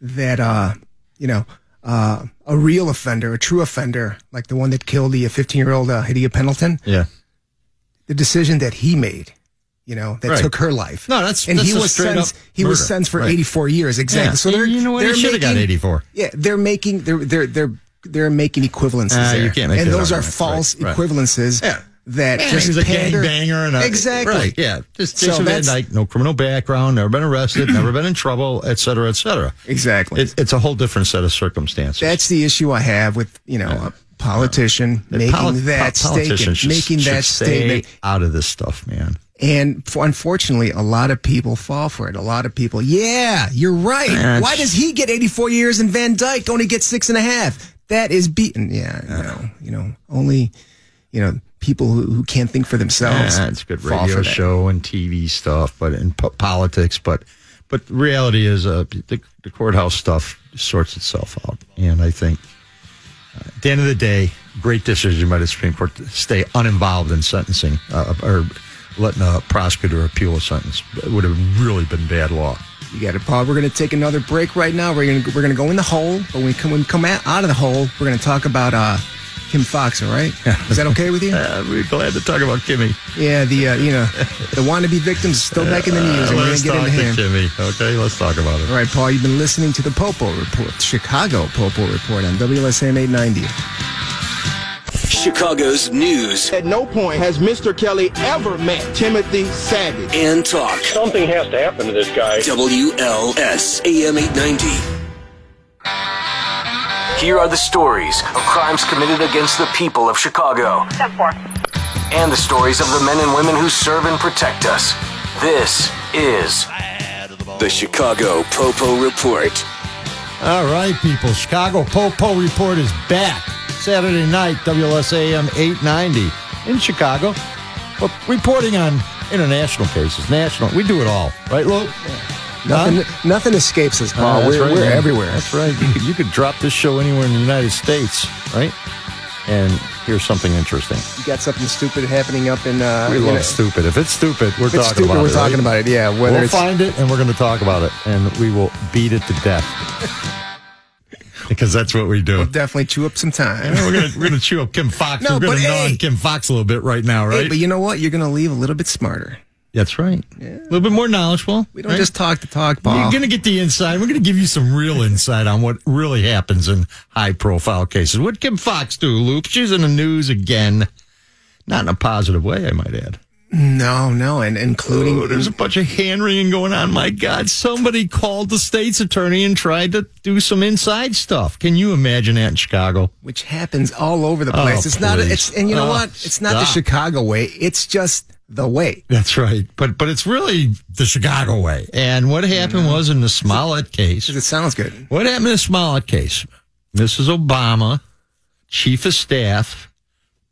[SPEAKER 4] that uh, you know uh, a real offender, a true offender, like the one that killed the 15 year old uh, Hidea Pendleton,
[SPEAKER 3] Yeah.
[SPEAKER 4] the decision that he made. You know that
[SPEAKER 3] Right.
[SPEAKER 4] took her life.
[SPEAKER 3] No, that's-
[SPEAKER 4] and
[SPEAKER 3] that's
[SPEAKER 4] he
[SPEAKER 3] a
[SPEAKER 4] was
[SPEAKER 3] straight
[SPEAKER 4] sentenced.
[SPEAKER 3] up
[SPEAKER 4] He was
[SPEAKER 3] murder.
[SPEAKER 4] sentenced for
[SPEAKER 3] Right.
[SPEAKER 4] 84 years exactly.
[SPEAKER 3] Yeah.
[SPEAKER 4] So they're
[SPEAKER 3] You know what? He
[SPEAKER 4] they're
[SPEAKER 3] should've got
[SPEAKER 4] making-
[SPEAKER 3] 84.
[SPEAKER 4] Yeah, they're making they're they're they're they're making equivalences.
[SPEAKER 3] Ah, you
[SPEAKER 4] there.
[SPEAKER 3] can't make
[SPEAKER 4] and
[SPEAKER 3] that
[SPEAKER 4] those are
[SPEAKER 3] argument.
[SPEAKER 4] false
[SPEAKER 3] Right, right.
[SPEAKER 4] equivalences.
[SPEAKER 3] Yeah.
[SPEAKER 4] That
[SPEAKER 3] Yeah,
[SPEAKER 4] just
[SPEAKER 3] he's a
[SPEAKER 4] pander-
[SPEAKER 3] gangbanger and a,
[SPEAKER 4] exactly.
[SPEAKER 3] right, yeah. Just Jason Van
[SPEAKER 4] that's-
[SPEAKER 3] Dyke, no criminal background, never been arrested, never been in trouble, et cetera, et cetera.
[SPEAKER 4] Exactly.
[SPEAKER 3] It, it's a whole different set of circumstances.
[SPEAKER 4] That's the issue I have with you know a politician making
[SPEAKER 3] Poli-
[SPEAKER 4] that
[SPEAKER 3] po- politicians
[SPEAKER 4] statement,
[SPEAKER 3] should-
[SPEAKER 4] making
[SPEAKER 3] should
[SPEAKER 4] that
[SPEAKER 3] stay
[SPEAKER 4] statement,
[SPEAKER 3] out of this stuff, man.
[SPEAKER 4] and f- unfortunately, a lot of people fall for it. A lot of people, yeah, you're right.
[SPEAKER 3] Yeah,
[SPEAKER 4] Why
[SPEAKER 3] it's-
[SPEAKER 4] does he get 84 years and Van Dyke only gets six and a half? That is beaten. Yeah, you know, you know, only you know people who, who can't think for themselves.
[SPEAKER 3] Yeah, it's good
[SPEAKER 4] fall
[SPEAKER 3] radio
[SPEAKER 4] for that.
[SPEAKER 3] show and TV stuff, but in po- politics, but but the reality is uh, the, the courthouse stuff sorts itself out, and I think uh, at the end of the day, great decision by the Supreme Court to stay uninvolved in sentencing uh, or letting a prosecutor appeal a sentence it would have really been bad law.
[SPEAKER 4] You got it, Paul. We're going to take another break right now. We're going to we're going to go in the hole, but when we come when we come out, out of the hole, we're going to talk about uh, Kim Fox. All right, is that okay with you?
[SPEAKER 3] Uh, we're glad to talk about Kimmy.
[SPEAKER 4] Yeah, the uh, you know the wannabe victims still back in the news.
[SPEAKER 3] Uh,
[SPEAKER 4] and we're
[SPEAKER 3] let's
[SPEAKER 4] gonna
[SPEAKER 3] talk
[SPEAKER 4] get into
[SPEAKER 3] to
[SPEAKER 4] him.
[SPEAKER 3] Kimmy. Okay, let's talk about it.
[SPEAKER 4] All right, Paul, you've been listening to the Popo Report, Chicago Popo Report on WSM 890.
[SPEAKER 2] Chicago's news
[SPEAKER 6] At no point has Mr. Kelly ever met Timothy Savage.
[SPEAKER 2] and talk.
[SPEAKER 7] Something has to happen to this guy.
[SPEAKER 2] WLS AM 890.
[SPEAKER 1] Here are the stories of crimes committed against the people of Chicago. and the stories of the men and women who serve and protect us. This is
[SPEAKER 2] The Chicago Popo Report.
[SPEAKER 3] All right, people. Chicago Popo Report is back Saturday night, WLSAM 890 in Chicago. But reporting on international cases, national, we do it all, right, Lou?
[SPEAKER 4] Nothing,
[SPEAKER 3] Huh?
[SPEAKER 4] nothing escapes us,
[SPEAKER 3] Uh,
[SPEAKER 4] Paul.
[SPEAKER 3] that's
[SPEAKER 4] we're
[SPEAKER 3] right,
[SPEAKER 4] we're
[SPEAKER 3] man.
[SPEAKER 4] everywhere.
[SPEAKER 3] That's right. You could- you could drop this show anywhere in the United States, right? And here's something interesting.
[SPEAKER 4] You got something stupid happening up in. Uh,
[SPEAKER 3] We
[SPEAKER 4] you
[SPEAKER 3] love
[SPEAKER 4] know,
[SPEAKER 3] stupid. If it's stupid, we're
[SPEAKER 4] If
[SPEAKER 3] talking
[SPEAKER 4] it's stupid,
[SPEAKER 3] about
[SPEAKER 4] we're
[SPEAKER 3] it.
[SPEAKER 4] talking
[SPEAKER 3] right?
[SPEAKER 4] about it. Yeah, whether
[SPEAKER 3] we'll
[SPEAKER 4] it's
[SPEAKER 3] find it and we're going to talk about it, and we will beat it to death because that's what we do.
[SPEAKER 4] we'll definitely chew up some time.
[SPEAKER 3] we're gonna we're gonna chew up Kim Fox.
[SPEAKER 4] No,
[SPEAKER 3] we're gonna
[SPEAKER 4] but
[SPEAKER 3] gnaw
[SPEAKER 4] hey.
[SPEAKER 3] on Kim Fox a little bit right now,
[SPEAKER 4] Hey,
[SPEAKER 3] right?
[SPEAKER 4] but you know what? You're going to leave a little bit smarter.
[SPEAKER 3] That's right. A little bit more knowledgeable.
[SPEAKER 4] We don't
[SPEAKER 3] right?
[SPEAKER 4] just talk to talk, Paul.
[SPEAKER 3] You're going to get the inside. We're going to give you some real insight on what really happens in high profile cases. What Kim Fox do, Luke? She's in the news again. Not in a positive way, I might add.
[SPEAKER 4] no, no, and including
[SPEAKER 3] Oh, there's a bunch of hand wringing going on. My God, somebody called the state's attorney and tried to do some inside stuff. Can you imagine that in Chicago?
[SPEAKER 4] which happens all over the place. it's not.
[SPEAKER 3] Oh, please.
[SPEAKER 4] It's and you know
[SPEAKER 3] Oh,
[SPEAKER 4] what? It's not the
[SPEAKER 3] stop.
[SPEAKER 4] Chicago way. It's just the way.
[SPEAKER 3] That's right. But but it's really the Chicago way. And what happened was in the Smollett case.
[SPEAKER 4] 'Cause It sounds good.
[SPEAKER 3] What happened in the Smollett case? Mrs. Obama, chief of staff,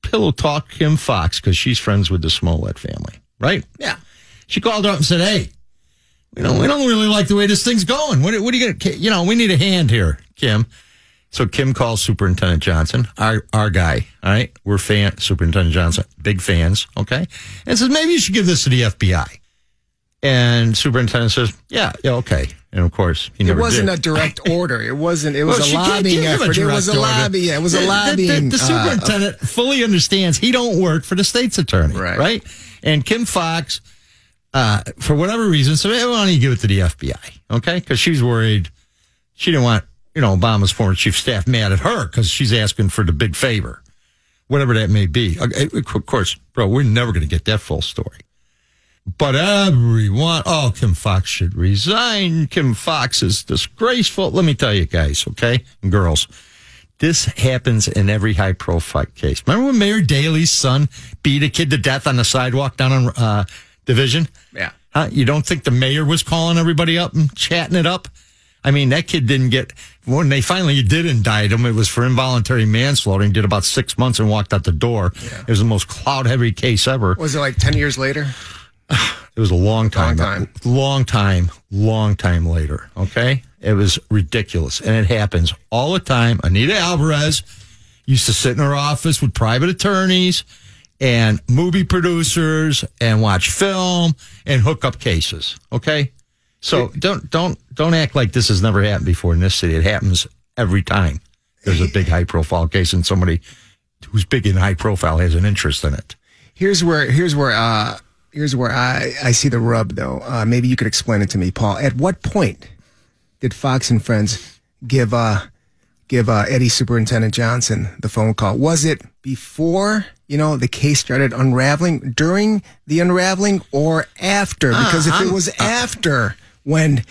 [SPEAKER 3] pillow talked Kim Fox because she's friends with the Smollett family, right?
[SPEAKER 4] Yeah.
[SPEAKER 3] She called her up and said, "Hey, we don't we don't really like the way this thing's going. What, are- what are you gonna? You know, we need a hand here, Kim." So Kim calls Superintendent Johnson, our our guy. All right, we're fan Superintendent Johnson, big fans. Okay, and says maybe you should give this to the FBI. And Superintendent says, "Yeah, yeah, okay." And of course, he
[SPEAKER 4] It
[SPEAKER 3] never
[SPEAKER 4] wasn't
[SPEAKER 3] did.
[SPEAKER 4] a direct order. It wasn't. It was
[SPEAKER 3] Well, Oh, she
[SPEAKER 4] a
[SPEAKER 3] can't
[SPEAKER 4] lobbying
[SPEAKER 3] give him
[SPEAKER 4] effort. it
[SPEAKER 3] direct
[SPEAKER 4] was a
[SPEAKER 3] order.
[SPEAKER 4] lobby. Yeah, it was
[SPEAKER 3] The-
[SPEAKER 4] a
[SPEAKER 3] the-
[SPEAKER 4] lobbying.
[SPEAKER 3] The, the
[SPEAKER 4] uh,
[SPEAKER 3] superintendent fully understands he don't work for the state's attorney, right?
[SPEAKER 4] Right.
[SPEAKER 3] And Kim Fox, uh, for whatever reason, said, hey, "Why don't you give it to the FBI?" Okay, because she's worried. She didn't want you know Obama's former chief of staff mad at her because she's asking for the big favor, whatever that may be. Okay, Of course, bro, we're never going to get that full story. But everyone, oh, Kim Fox should resign. Kim Fox is disgraceful. Let me tell you guys, okay, and girls, this happens in every high profile case. Remember when Mayor Daley's son beat a kid to death on the sidewalk down on uh, Division?
[SPEAKER 4] Yeah.
[SPEAKER 3] Huh? You don't think the mayor was calling everybody up and chatting it up? I mean, that kid didn't get, when they finally did indict him, it was for involuntary manslaughter. He did about six months and walked out the door. It was the most cloud heavy case ever.
[SPEAKER 4] was it like ten years later?
[SPEAKER 3] It was a long time.
[SPEAKER 4] time.
[SPEAKER 3] Long time, long time later. Okay. It was ridiculous. And it happens all the time. Anita Alvarez used to sit in her office with private attorneys and movie producers and watch film and hook up cases. Okay. So don't, don't, don't act like this has never happened before in this city. It happens every time there's a big high profile case and somebody who's big and high profile has an interest in it.
[SPEAKER 4] Here's where here's where uh here's where I I see the rub though. Uh, maybe you could explain it to me, Paul. At what point did Fox and Friends give uh give uh, Eddie Superintendent Johnson the phone call? Was it before you know the case started unraveling, during the unraveling, or after? Because
[SPEAKER 3] Uh-huh.
[SPEAKER 4] if it was after when.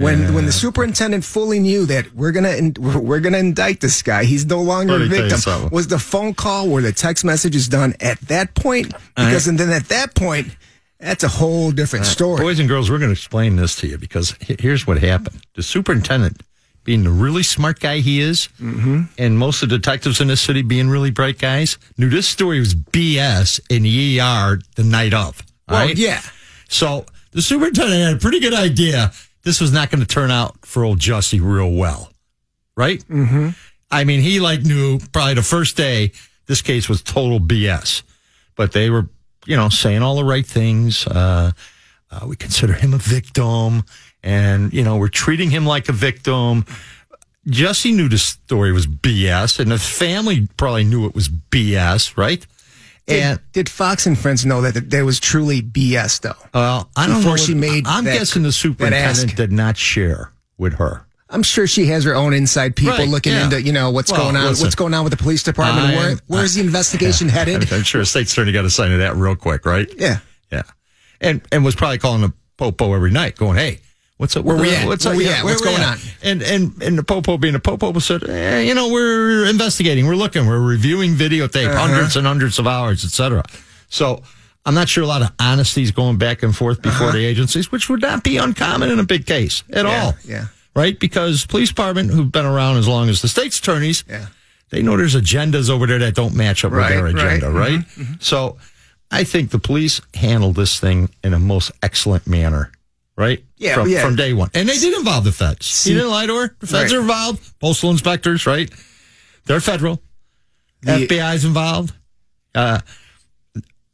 [SPEAKER 4] When when the superintendent fully knew that we're gonna in, we're, we're gonna indict this guy, he's no longer
[SPEAKER 3] Let
[SPEAKER 4] a
[SPEAKER 3] me tell you
[SPEAKER 4] victim.
[SPEAKER 3] something.
[SPEAKER 4] Was the phone call or the text message is done at that point? Because and then at that point, that's a whole different story.
[SPEAKER 3] Boys and girls, we're going to explain this to you because he- here's what happened. The superintendent, being the really smart guy he is,
[SPEAKER 4] Mm-hmm.
[SPEAKER 3] and most of the detectives in this city being really bright guys, knew this story was BS in the ER the night of. All
[SPEAKER 4] Well,
[SPEAKER 3] right?
[SPEAKER 4] yeah.
[SPEAKER 3] So the superintendent had a pretty good idea this was not going to turn out for old Jussie real well, right? Mm-hmm. I mean, he like knew probably the first day this case was total BS, but they were, you know, saying all the right things. Uh, uh, we consider him a victim, and you know, we're treating him like a victim. Jesse knew the story was BS, and the family probably knew it was BS, right?
[SPEAKER 4] Did,
[SPEAKER 3] And
[SPEAKER 4] did Fox and Friends know that that there was truly BS though?
[SPEAKER 3] Well, I don't
[SPEAKER 4] Before
[SPEAKER 3] know. what-
[SPEAKER 4] she made
[SPEAKER 3] I'm
[SPEAKER 4] that-
[SPEAKER 3] guessing the
[SPEAKER 4] that
[SPEAKER 3] superintendent
[SPEAKER 4] ask.
[SPEAKER 3] did not share with her.
[SPEAKER 4] I'm sure she has her own inside people
[SPEAKER 3] Right,
[SPEAKER 4] looking
[SPEAKER 3] yeah.
[SPEAKER 4] into you know what's
[SPEAKER 3] Well,
[SPEAKER 4] going on,
[SPEAKER 3] listen.
[SPEAKER 4] what's going on with the police department,
[SPEAKER 3] I
[SPEAKER 4] where,
[SPEAKER 3] am-
[SPEAKER 4] where's the investigation headed?
[SPEAKER 3] I'm sure the state's attorney got to sign to that real quick, right?
[SPEAKER 4] Yeah.
[SPEAKER 3] Yeah. And and was probably calling the popo every night, going, "Hey, What's up?
[SPEAKER 4] Where
[SPEAKER 3] what
[SPEAKER 4] we
[SPEAKER 3] the-
[SPEAKER 4] at?
[SPEAKER 3] What's
[SPEAKER 4] Where
[SPEAKER 3] up?
[SPEAKER 4] we at?
[SPEAKER 3] where
[SPEAKER 4] What's
[SPEAKER 3] we
[SPEAKER 4] going
[SPEAKER 3] at?
[SPEAKER 4] on?
[SPEAKER 3] And and and the popo being a popo said, eh, you know, we're investigating, we're looking, we're reviewing videotape,
[SPEAKER 4] Uh-huh.
[SPEAKER 3] hundreds and hundreds of hours, etc. So I'm not sure a lot of honesties going back and forth before the agencies, which would not be uncommon in a big case at
[SPEAKER 4] Uh-huh. Yeah,
[SPEAKER 3] all.
[SPEAKER 4] yeah.
[SPEAKER 3] Right? Because police department who've been around as long as the state's attorneys,
[SPEAKER 4] Yeah.
[SPEAKER 3] they know there's agendas over there that don't match up
[SPEAKER 4] Right,
[SPEAKER 3] with their
[SPEAKER 4] right. Mm-hmm,
[SPEAKER 3] agenda, right? So I think the police handled this thing in a most excellent manner, right?
[SPEAKER 4] Yeah,
[SPEAKER 3] from,
[SPEAKER 4] yeah.
[SPEAKER 3] from day one. And they did involve the feds. you didn't lie to her. The feds
[SPEAKER 4] Right.
[SPEAKER 3] are involved, postal inspectors, right? They're federal.
[SPEAKER 4] The-
[SPEAKER 3] FBI's involved. Uh,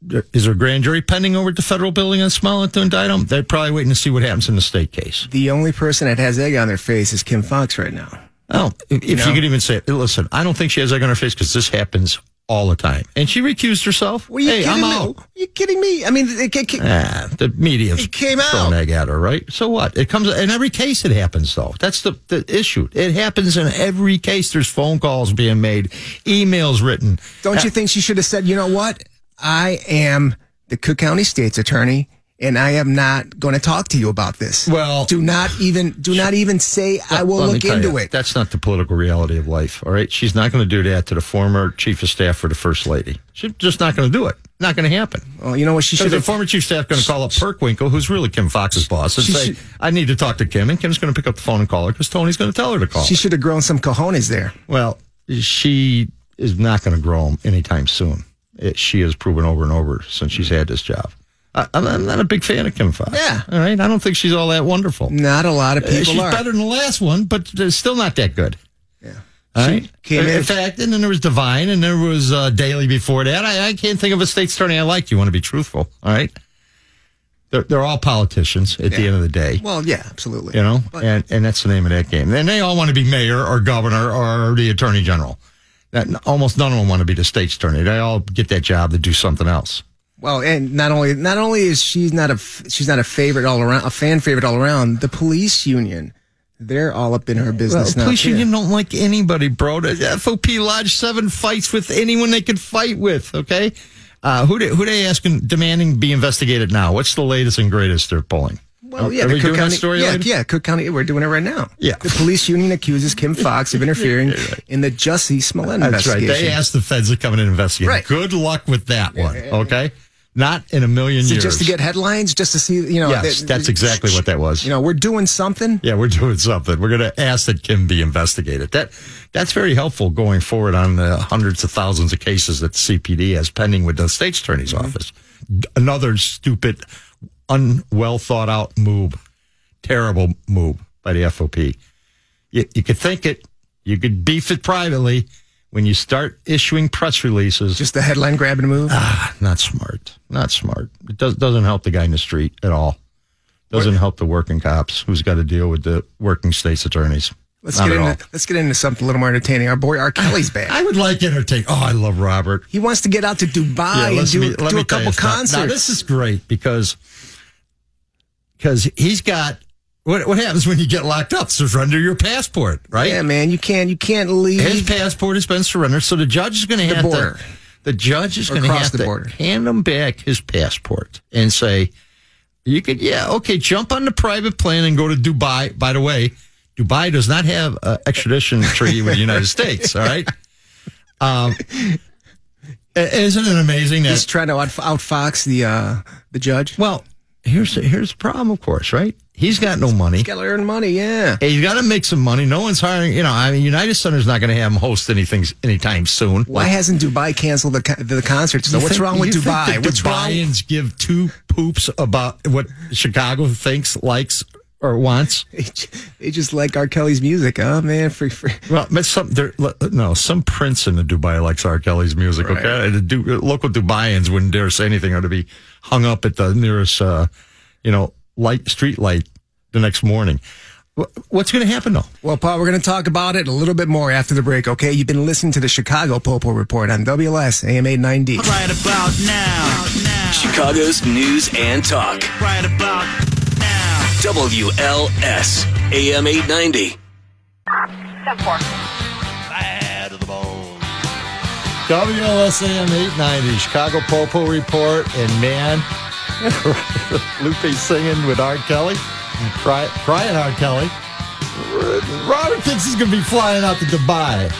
[SPEAKER 3] there- is there a grand jury pending over at the federal building on Smollett to indict them? They're probably waiting to see what happens in the state case.
[SPEAKER 4] The only person that has egg on their face is Kim Fox right now.
[SPEAKER 3] Oh, if if
[SPEAKER 4] know?
[SPEAKER 3] you could even say it. Listen, I don't think she has egg on her face because this happens all the time. And she recused herself.
[SPEAKER 4] Were you
[SPEAKER 3] hey,
[SPEAKER 4] kidding
[SPEAKER 3] I'm
[SPEAKER 4] me?
[SPEAKER 3] out.
[SPEAKER 4] Are you kidding me? I mean, it, it, it,
[SPEAKER 3] Ah, the media
[SPEAKER 4] It came out.
[SPEAKER 3] thrown egg at her, right? So what? It comes in every case. It happens though. That's the, the issue. It happens in every case. There's phone calls being made, emails written.
[SPEAKER 4] Don't you think she should have said, you know what? I am the Cook County State's attorney, and I am not going to talk to you about this.
[SPEAKER 3] Well-
[SPEAKER 4] do not even do not even say I will
[SPEAKER 3] Let me
[SPEAKER 4] look
[SPEAKER 3] tell
[SPEAKER 4] into
[SPEAKER 3] you,
[SPEAKER 4] it.
[SPEAKER 3] That's not the political reality of life. All right, she's not going to do that to the former chief of staff for the first lady. She's just not going to do it. Not going to happen.
[SPEAKER 4] well, you know what she
[SPEAKER 3] So
[SPEAKER 4] should
[SPEAKER 3] the
[SPEAKER 4] have.
[SPEAKER 3] former chief of staff going to call up Perkwinkle, who's really Kim Fox's boss, and
[SPEAKER 4] She
[SPEAKER 3] say,
[SPEAKER 4] should-
[SPEAKER 3] "I need to talk to Kim," and Kim's going to pick up the phone and call her because Tony's going to tell her to call.
[SPEAKER 4] She
[SPEAKER 3] her.
[SPEAKER 4] should have grown some cojones there.
[SPEAKER 3] Well, she is not going to grow 'em anytime soon. It, she has proven over and over since she's had this job. I, I'm, I'm not a big fan of Kim Fox.
[SPEAKER 4] Yeah.
[SPEAKER 3] All right. I don't think she's all that wonderful.
[SPEAKER 4] Not a lot of
[SPEAKER 3] Uh,
[SPEAKER 4] people
[SPEAKER 3] she's
[SPEAKER 4] are.
[SPEAKER 3] better than the last one, but they're still not that good. Yeah. All right. Uh,
[SPEAKER 4] came
[SPEAKER 3] in,
[SPEAKER 4] in-
[SPEAKER 3] fact, and then there was Divine, and there was uh, Daly before that. I, I can't think of a state's attorney I like. You want to be truthful, all right? They're, they're all politicians at the
[SPEAKER 4] Yeah.
[SPEAKER 3] end of the day.
[SPEAKER 4] Well, yeah, absolutely.
[SPEAKER 3] You know,
[SPEAKER 4] But-
[SPEAKER 3] and and that's the name of that game. And they all want to be mayor or governor or the attorney general. That almost none of them want to be the state's attorney. They all get that job to do something else.
[SPEAKER 4] well, and not only not only is she not a f- she's not a favorite all around, a fan favorite all around. The police union, they're all up in her
[SPEAKER 3] Well,
[SPEAKER 4] business now.
[SPEAKER 3] police
[SPEAKER 4] too.
[SPEAKER 3] union don't like anybody, bro. The FOP lodge seven fights with anyone they could fight with. Okay, uh, who they, who they asking demanding be investigated now? What's the latest and greatest they're pulling?
[SPEAKER 4] Well, yeah,
[SPEAKER 3] Oh, are
[SPEAKER 4] the
[SPEAKER 3] we
[SPEAKER 4] Cook
[SPEAKER 3] doing
[SPEAKER 4] County,
[SPEAKER 3] that story?
[SPEAKER 4] yeah,
[SPEAKER 3] later?
[SPEAKER 4] yeah, Cook County. We're doing it right now.
[SPEAKER 3] Yeah.
[SPEAKER 4] the police union accuses Kim Fox of interfering in the Jussie Smollett
[SPEAKER 3] That's right.
[SPEAKER 4] investigation.
[SPEAKER 3] They asked the feds to come in and investigate.
[SPEAKER 4] Right.
[SPEAKER 3] Good luck with that one. Okay, not in a million
[SPEAKER 4] Is it
[SPEAKER 3] years.
[SPEAKER 4] just to get headlines, just to see, you know.
[SPEAKER 3] Yes,
[SPEAKER 4] that-
[SPEAKER 3] that's exactly what that was.
[SPEAKER 4] You know, we're doing something.
[SPEAKER 3] Yeah, we're doing something. We're going to ask that Kim be investigated. That that's very helpful going forward on the hundreds of thousands of cases that CPD has pending with the state's attorney's office. D- Another stupid, unwell thought out move, terrible move by the FOP. You, you could think it, you could beef it privately. When you start issuing press releases,
[SPEAKER 4] Just the headline grabbing move.
[SPEAKER 3] Ah, not smart. Not smart. It does, doesn't help the guy in the street at all. Doesn't help the working cops who's got to deal with the working state's attorneys.
[SPEAKER 4] let's
[SPEAKER 3] Not
[SPEAKER 4] get
[SPEAKER 3] at
[SPEAKER 4] into
[SPEAKER 3] all.
[SPEAKER 4] let's get into something a little more entertaining. Our boy R. Kelly's back.
[SPEAKER 3] I would like entertain. Oh, I love Robert.
[SPEAKER 4] He wants to get out to Dubai and
[SPEAKER 3] let's
[SPEAKER 4] do,
[SPEAKER 3] me- let
[SPEAKER 4] do
[SPEAKER 3] me
[SPEAKER 4] a
[SPEAKER 3] tell you
[SPEAKER 4] couple
[SPEAKER 3] something.
[SPEAKER 4] concerts.
[SPEAKER 3] Now, this is great because because he's got what what happens when you get locked up? Surrender your passport, right?
[SPEAKER 4] yeah, man, you can't you can't leave.
[SPEAKER 3] His passport has been surrendered, so the judge is going to have
[SPEAKER 4] border.
[SPEAKER 3] to. The judge is
[SPEAKER 4] Or
[SPEAKER 3] going to
[SPEAKER 4] cross
[SPEAKER 3] have
[SPEAKER 4] the
[SPEAKER 3] to
[SPEAKER 4] border.
[SPEAKER 3] hand him back his passport and say, "You could, yeah, okay, jump on the private plane and go to Dubai." By the way, Dubai does not have an extradition treaty with the United States. All right. Um, i- isn't it amazing that
[SPEAKER 4] He's trying to out, outfox the uh, the judge.
[SPEAKER 3] well, here's the, here's the problem, of course, right? He's got no money.
[SPEAKER 4] He's got to earn money. Yeah.
[SPEAKER 3] Hey, he's got to make some money. No one's hiring. You know, I mean, United Center's not going to have him host anything anytime soon.
[SPEAKER 4] Why hasn't Dubai canceled the co- the concerts? So
[SPEAKER 3] You
[SPEAKER 4] what's
[SPEAKER 3] think-
[SPEAKER 4] wrong with
[SPEAKER 3] you think
[SPEAKER 4] Dubai?
[SPEAKER 3] that
[SPEAKER 4] what's wrong?
[SPEAKER 3] Dubaians give two poops about what Chicago thinks, likes, or wants.
[SPEAKER 4] They ju- They just like R. Kelly's music. Oh man, free free.
[SPEAKER 3] Well, but some there, le- no, some prince in the Dubai likes R. Kelly's music. Okay, the du- local Dubaians wouldn't dare say anything or to be hung up at the nearest, uh, you know, light street light the next morning. Wh- What's going to happen though?
[SPEAKER 4] Well, Paul, we're going to talk about it a little bit more after the break. Okay, you've been listening to the Chicago Popo Report on WLS AMA 9D.
[SPEAKER 8] Right about now. Now.
[SPEAKER 2] Chicago's news and talk.
[SPEAKER 8] Right about now.
[SPEAKER 2] WLS AM 890.
[SPEAKER 1] Bad to the bone.
[SPEAKER 3] WLSAM 890, Chicago Popo Report, and man, Lupe singing with R. Kelly.
[SPEAKER 9] Try, try it hard, Kelly. Robert thinks he's going to be flying out to Dubai.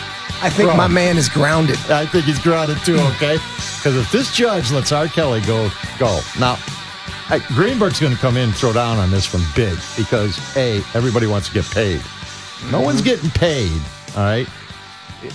[SPEAKER 4] I think my man is grounded.
[SPEAKER 9] I think he's grounded too, okay? Because if this judge lets R. Kelly go, go. Now, I, Greenberg's going to come in and throw down on this one big because, A, everybody wants to get paid. No one's getting paid, all right?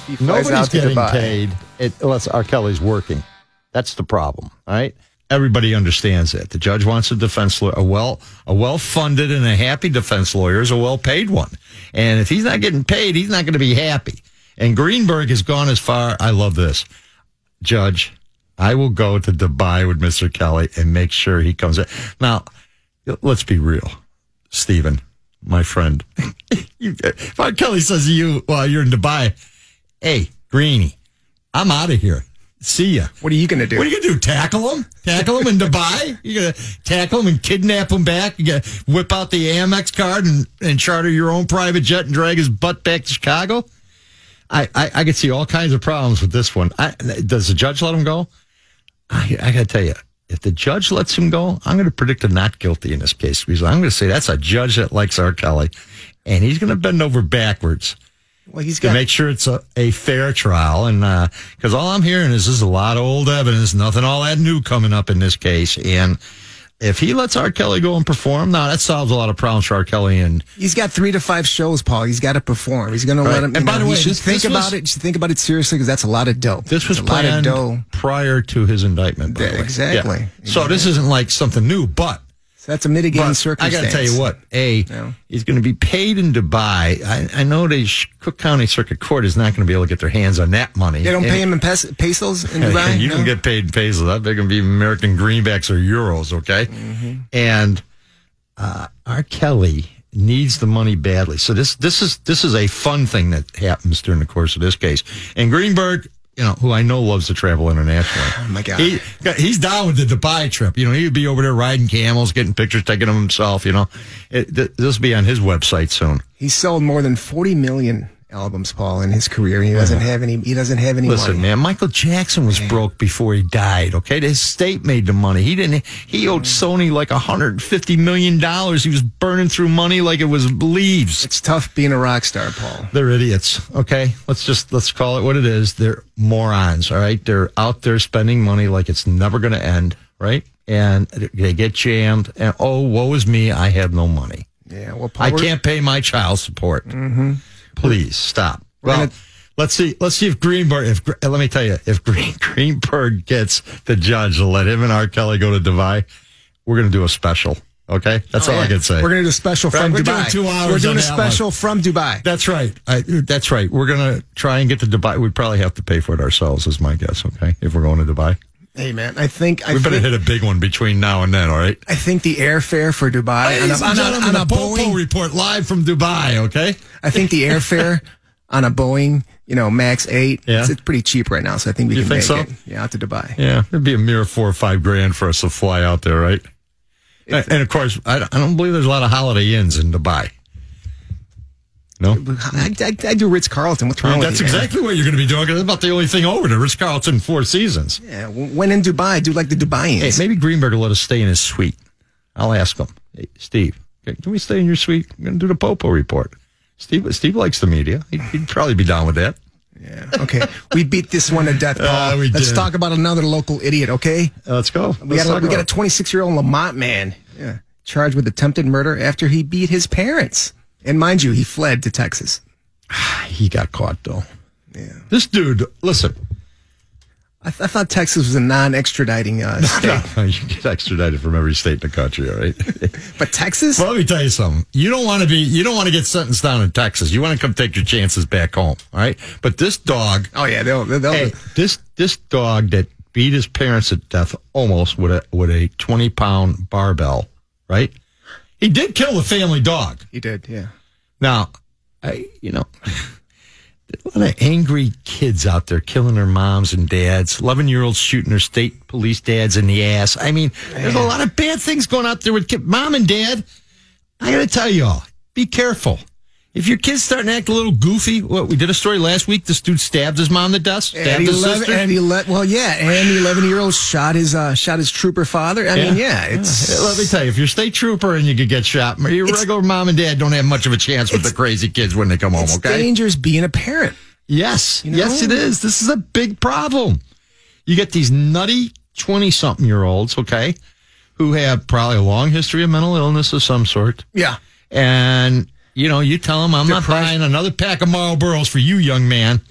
[SPEAKER 4] He flies
[SPEAKER 9] Nobody's
[SPEAKER 4] out to
[SPEAKER 9] getting
[SPEAKER 4] Dubai.
[SPEAKER 9] paid it, unless R. Kelly's working. That's the problem, all right?
[SPEAKER 3] Everybody understands that. The judge wants a defense lawyer, a well, a well-funded and a happy defense lawyer is a well-paid one. And if he's not getting paid, he's not going to be happy. And Greenberg has gone as far. I love this. Judge, I will go to Dubai with Mr. Kelly and make sure he comes in. Now, let's be real. Stephen, my friend, you, if R. Kelly says to you while you're in Dubai, hey, Greenie, I'm out of here. See ya.
[SPEAKER 4] What are you going to do?
[SPEAKER 3] What are you gonna do? Tackle him? Tackle him in Dubai? You're gonna tackle him and kidnap him back? You gonna whip out the Amex card and, and charter your own private jet and drag his butt back to Chicago? I, I, I could see all kinds of problems with this one. I, does the judge let him go? I, I gotta tell you, if the judge lets him go, I'm gonna predict a not guilty in this case because I'm gonna say that's a judge that likes R. Kelly, and he's gonna bend over backwards
[SPEAKER 4] well, he's
[SPEAKER 3] to
[SPEAKER 4] got.
[SPEAKER 3] make sure it's a, a fair trial. And because all I'm hearing is there's a lot of old evidence, nothing all that new coming up in this case. And if he lets R. Kelly go and perform, now that solves a lot of problems for R. Kelly. And
[SPEAKER 4] He's got three to five shows, Paul. He's got to perform. He's going to
[SPEAKER 3] Right.
[SPEAKER 4] let him.
[SPEAKER 3] And
[SPEAKER 4] you
[SPEAKER 3] by the
[SPEAKER 4] he
[SPEAKER 3] way,
[SPEAKER 4] should
[SPEAKER 3] this-
[SPEAKER 4] think
[SPEAKER 3] this
[SPEAKER 4] about
[SPEAKER 3] was-
[SPEAKER 4] it. You should think about it seriously because that's a lot of dough.
[SPEAKER 3] this was
[SPEAKER 4] It's a lot of
[SPEAKER 3] planned
[SPEAKER 4] dough.
[SPEAKER 3] prior to his indictment. By the way.
[SPEAKER 4] Exactly.
[SPEAKER 3] So this isn't like something new, but
[SPEAKER 4] So that's a mitigating
[SPEAKER 3] But I
[SPEAKER 4] circumstance.
[SPEAKER 3] got to tell you what, A,
[SPEAKER 4] Yeah.
[SPEAKER 3] he's going to be paid in Dubai. I, I know the Sh- Cook County Circuit Court is not going to be able to get their hands on that money.
[SPEAKER 4] They don't
[SPEAKER 3] And-
[SPEAKER 4] pay him in pes- pesos in
[SPEAKER 3] Hey,
[SPEAKER 4] Dubai.
[SPEAKER 3] you
[SPEAKER 4] No?
[SPEAKER 3] can get paid in pesos. That they can be American greenbacks or euros, okay?
[SPEAKER 4] Mm-hmm.
[SPEAKER 3] And uh, R. Kelly needs the money badly. So this this is this is a fun thing that happens during the course of this case. And Greenberg, you know, who I know loves to travel internationally. Oh
[SPEAKER 4] my God.
[SPEAKER 3] He he's down with the Dubai trip. You know, he'd be over there riding camels, getting pictures, taking them himself. You know, it, th- this will be on his website soon.
[SPEAKER 4] He's sold more than 40 million albums, Paul, in his career. He doesn't have any. He doesn't have any
[SPEAKER 3] Listen,
[SPEAKER 4] money.
[SPEAKER 3] man, Michael Jackson was broke before he died. Okay, his state made the money. He didn't. He owed Sony like 150 million dollars. He was burning through money like it was leaves.
[SPEAKER 4] It's tough being a rock star, Paul.
[SPEAKER 3] They're idiots. Okay, let's just let's call it what it is. They're morons. All right, they're out there spending money like it's never going to end. Right, and they get jammed. And oh, woe is me, I have no money.
[SPEAKER 4] Yeah. Well, Paul,
[SPEAKER 3] I
[SPEAKER 4] we're-
[SPEAKER 3] can't pay my child support. Mm-hmm. Please stop. Well,
[SPEAKER 4] gonna-
[SPEAKER 3] let's see. Let's see if Greenberg. If Gre- let me tell you, if Green, Greenberg gets the judge to let him and R. Kelly go to Dubai, we're going to do a special. Okay, that's all I can say.
[SPEAKER 4] We're gonna do a special
[SPEAKER 3] Right,
[SPEAKER 4] from
[SPEAKER 3] we're doing
[SPEAKER 4] Dubai.
[SPEAKER 3] two hours
[SPEAKER 4] We're doing
[SPEAKER 3] on
[SPEAKER 4] a
[SPEAKER 3] that one.
[SPEAKER 4] special from Dubai.
[SPEAKER 3] that's right. I, that's right. We're going to try and get to Dubai. We'd probably have to pay for it ourselves, is my guess. Okay, if we're going to Dubai,
[SPEAKER 4] Hey, man, I think I
[SPEAKER 3] we better
[SPEAKER 4] think,
[SPEAKER 3] hit a big one between now and then. All right.
[SPEAKER 4] I think the airfare for Dubai on
[SPEAKER 3] Ladies and
[SPEAKER 4] a, on a,
[SPEAKER 3] gentlemen,
[SPEAKER 4] on a
[SPEAKER 3] the Popo
[SPEAKER 4] Boeing.
[SPEAKER 3] report live from Dubai. Okay.
[SPEAKER 4] I think the airfare on a Boeing, you know, Max Eight.
[SPEAKER 3] Yeah.
[SPEAKER 4] It's, it's pretty cheap right now, so I think we
[SPEAKER 3] You
[SPEAKER 4] can
[SPEAKER 3] think
[SPEAKER 4] make
[SPEAKER 3] so?
[SPEAKER 4] it. Yeah, out to Dubai.
[SPEAKER 3] Yeah, it'd be a mere four or five grand for us to fly out there, right? And, and of course, I, don't- I don't believe there's a lot of Holiday Inns in Dubai. No,
[SPEAKER 4] I, I, I do Ritz Carlton. What's wrong
[SPEAKER 3] that's
[SPEAKER 4] with you? man?
[SPEAKER 3] exactly what you're going to be doing. 'cause That's about the only thing over there. Ritz Carlton Four Seasons.
[SPEAKER 4] Yeah, w- when in Dubai, do like the
[SPEAKER 3] Hey,
[SPEAKER 4] Dubaians.
[SPEAKER 3] maybe Greenberg will let us stay in his suite. I'll ask him. Hey, Steve, okay, can we stay in your suite? I'm going to do the Popo report. Steve, Steve likes the media. He'd, he'd probably be down with that.
[SPEAKER 4] okay, we beat this one to death, Paul.
[SPEAKER 3] Ah, we
[SPEAKER 4] Let's
[SPEAKER 3] did.
[SPEAKER 4] talk about another local idiot, okay?
[SPEAKER 3] Uh, let's go.
[SPEAKER 4] We
[SPEAKER 3] Let's
[SPEAKER 4] got,
[SPEAKER 3] talk
[SPEAKER 4] a, we got
[SPEAKER 3] about
[SPEAKER 4] a 26 year old Lamont man yeah, charged with attempted murder after he beat his parents. And mind you, he fled to Texas.
[SPEAKER 3] it. He got caught though. Yeah. This dude, listen.
[SPEAKER 4] I, th- I thought Texas was a non extraditing uh, state.
[SPEAKER 3] you get extradited from every state in the country, all right?
[SPEAKER 4] But Texas?
[SPEAKER 3] Well, let me tell you something. You don't want to be. You don't want to get sentenced down in Texas. You want to come take your chances back home. All right. But this dog,
[SPEAKER 4] Oh, yeah, they'll. they'll, they'll
[SPEAKER 3] hey, this this dog that beat his parents to death almost with a with a twenty pound barbell. Right. He did kill the family dog.
[SPEAKER 4] He did, yeah.
[SPEAKER 3] Now, I you know. A lot of angry kids out there killing their moms and dads. Eleven-year-olds shooting their state police dads in the ass. I mean, there's a lot of bad things going out there with kid. mom and dad. I got to tell y'all, be careful. If your kid's starting to act a little goofy, what we did a story last week. This dude stabbed his mom to death. Stabbed
[SPEAKER 4] And
[SPEAKER 3] his
[SPEAKER 4] 11,
[SPEAKER 3] sister.
[SPEAKER 4] and 11, well, yeah, and the 11 year old shot his uh, shot his trooper father. I mean, yeah, it's
[SPEAKER 3] Yeah, Uh, Let me tell you, if you're a state trooper and you could get shot, your
[SPEAKER 4] It's-
[SPEAKER 3] regular mom and dad don't have much of a chance with the
[SPEAKER 4] It's-
[SPEAKER 3] crazy kids when they come home.
[SPEAKER 4] it's
[SPEAKER 3] Okay.
[SPEAKER 4] dangerous being a parent.
[SPEAKER 3] Yes,
[SPEAKER 4] You know?
[SPEAKER 3] yes, it is. This is a big problem. You get these nutty 20 something year olds, okay, who have probably a long history of mental illness of some sort.
[SPEAKER 4] Yeah,
[SPEAKER 3] And, you know, you tell him, I'm not buying another pack of Marlboros for you, young man.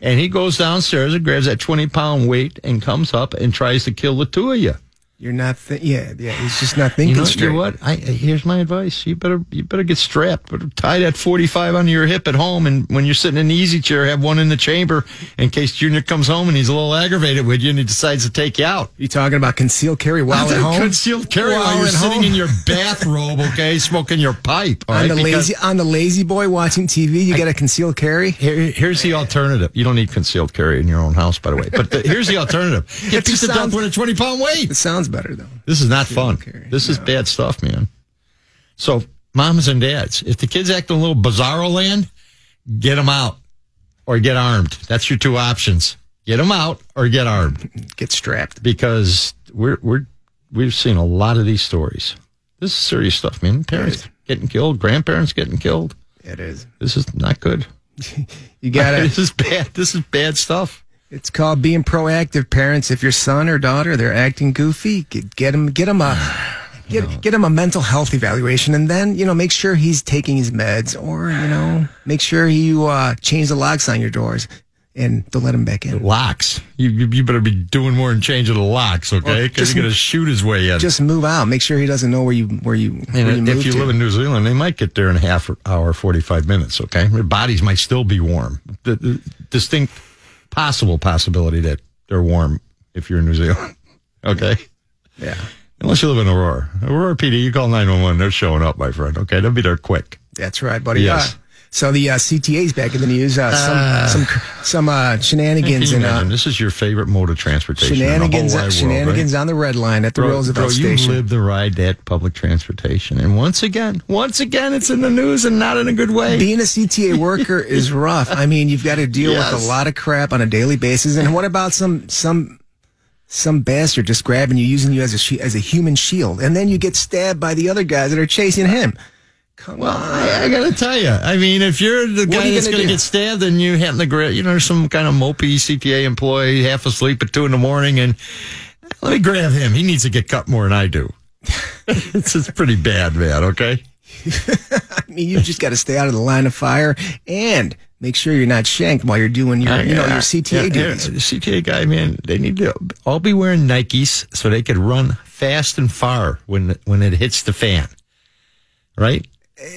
[SPEAKER 3] And he goes downstairs and grabs that 20 pound weight and comes up and tries to kill the two of you.
[SPEAKER 4] you're not. Th- yeah, yeah, he's just not thinking
[SPEAKER 3] You know, you
[SPEAKER 4] straight.
[SPEAKER 3] know what? I, I- here's my advice. You better you better get strapped. Better tie that 45 under your hip at home, and when you're sitting in the easy chair, have one in the chamber in case Junior comes home and he's a little aggravated with you, and he decides to take you out.
[SPEAKER 4] You talking about concealed carry while at
[SPEAKER 3] Dude,
[SPEAKER 4] home?
[SPEAKER 3] Concealed carry while,
[SPEAKER 4] While
[SPEAKER 3] you're
[SPEAKER 4] at
[SPEAKER 3] sitting
[SPEAKER 4] home.
[SPEAKER 3] in your bathrobe, okay, smoking your pipe. all
[SPEAKER 4] on
[SPEAKER 3] right?
[SPEAKER 4] the
[SPEAKER 3] Because
[SPEAKER 4] lazy on the lazy boy watching TV. You got a concealed carry.
[SPEAKER 3] here- here's the alternative. You don't need concealed carry in your own house, by the way. But the, here's the alternative: get
[SPEAKER 4] It
[SPEAKER 3] beat to death
[SPEAKER 4] sounds-
[SPEAKER 3] with a 20 pound weight.
[SPEAKER 4] It sounds better though.
[SPEAKER 3] This is not fun.
[SPEAKER 4] carry.
[SPEAKER 3] This is bad stuff, man. So, moms and dads, if the kid's acting a little bizarro land, get them out or get armed. That's your two options. Get them out or get armed
[SPEAKER 4] Get strapped.
[SPEAKER 3] because we're, we're, we've seen a lot of these stories. This is serious stuff, man. Parents getting killed, grandparents getting killed.
[SPEAKER 4] It is.
[SPEAKER 3] This is not good.
[SPEAKER 4] You gotta.
[SPEAKER 3] this is bad. This is bad stuff.
[SPEAKER 4] It's called being proactive parents. If your son or daughter they're acting goofy, get get him get him a get get him a mental health evaluation, and then you know make sure he's taking his meds, or you know make sure you uh, change the locks on your doors and don't let him back in.
[SPEAKER 3] Locks. You, you, you better be doing more than changing the locks, okay? Because he's
[SPEAKER 4] just-
[SPEAKER 3] going to shoot his way in.
[SPEAKER 4] Just move out. Make sure he doesn't know where you where you where
[SPEAKER 3] And
[SPEAKER 4] you
[SPEAKER 3] if
[SPEAKER 4] moved
[SPEAKER 3] you
[SPEAKER 4] to.
[SPEAKER 3] live in New Zealand, they might get there in a half hour, 45 minutes, okay? Their bodies might still be warm. The, the distinct possible possibility that they're warm if you're in New Zealand, okay?
[SPEAKER 4] yeah,
[SPEAKER 3] Unless you live in Aurora. Aurora PD, you call 911, they're showing up, my friend, okay? They'll be there quick.
[SPEAKER 4] that's right, buddy.
[SPEAKER 3] Yes.
[SPEAKER 4] Uh, so the uh, CTA's back in the news. Uh, some some cr- some uh,
[SPEAKER 3] Can
[SPEAKER 4] shenanigans
[SPEAKER 3] you
[SPEAKER 4] and
[SPEAKER 3] imagine?
[SPEAKER 4] uh,
[SPEAKER 3] this is your favorite mode of transportation. in the whole
[SPEAKER 4] shenanigans
[SPEAKER 3] wide world, right?
[SPEAKER 4] shenanigans on the red line at the Roosevelt
[SPEAKER 3] bro,
[SPEAKER 4] station.
[SPEAKER 3] You live the ride at public transportation. And once again, once again, it's in the news and not in a good way.
[SPEAKER 4] being a CTA worker is rough. I mean, you've got to deal with
[SPEAKER 3] Yes.
[SPEAKER 4] a lot of crap on a daily basis. And what about some some some bastard just grabbing you, using you as a she- as a human shield, and then you get stabbed by the other guys that are chasing him? Come on,
[SPEAKER 3] I, I gotta tell you, I mean, if you're the
[SPEAKER 4] are
[SPEAKER 3] guy
[SPEAKER 4] you
[SPEAKER 3] that's
[SPEAKER 4] gonna
[SPEAKER 3] gonna
[SPEAKER 4] do?
[SPEAKER 3] get stabbed and you happen to grab, you know, there's some kind of mopey CTA employee half asleep at two in the morning, and let me grab him. He needs to get cut more than I do. it's it's pretty bad, man. Okay,
[SPEAKER 4] I mean, you just got to stay out of the line of fire and make sure you're not shanked while you're doing your you know your CTA
[SPEAKER 3] Uh, Yeah, yeah,
[SPEAKER 4] duties.
[SPEAKER 3] the CTA guy, man, they need to all be wearing Nikes so they could run fast and far when when it hits the fan, right?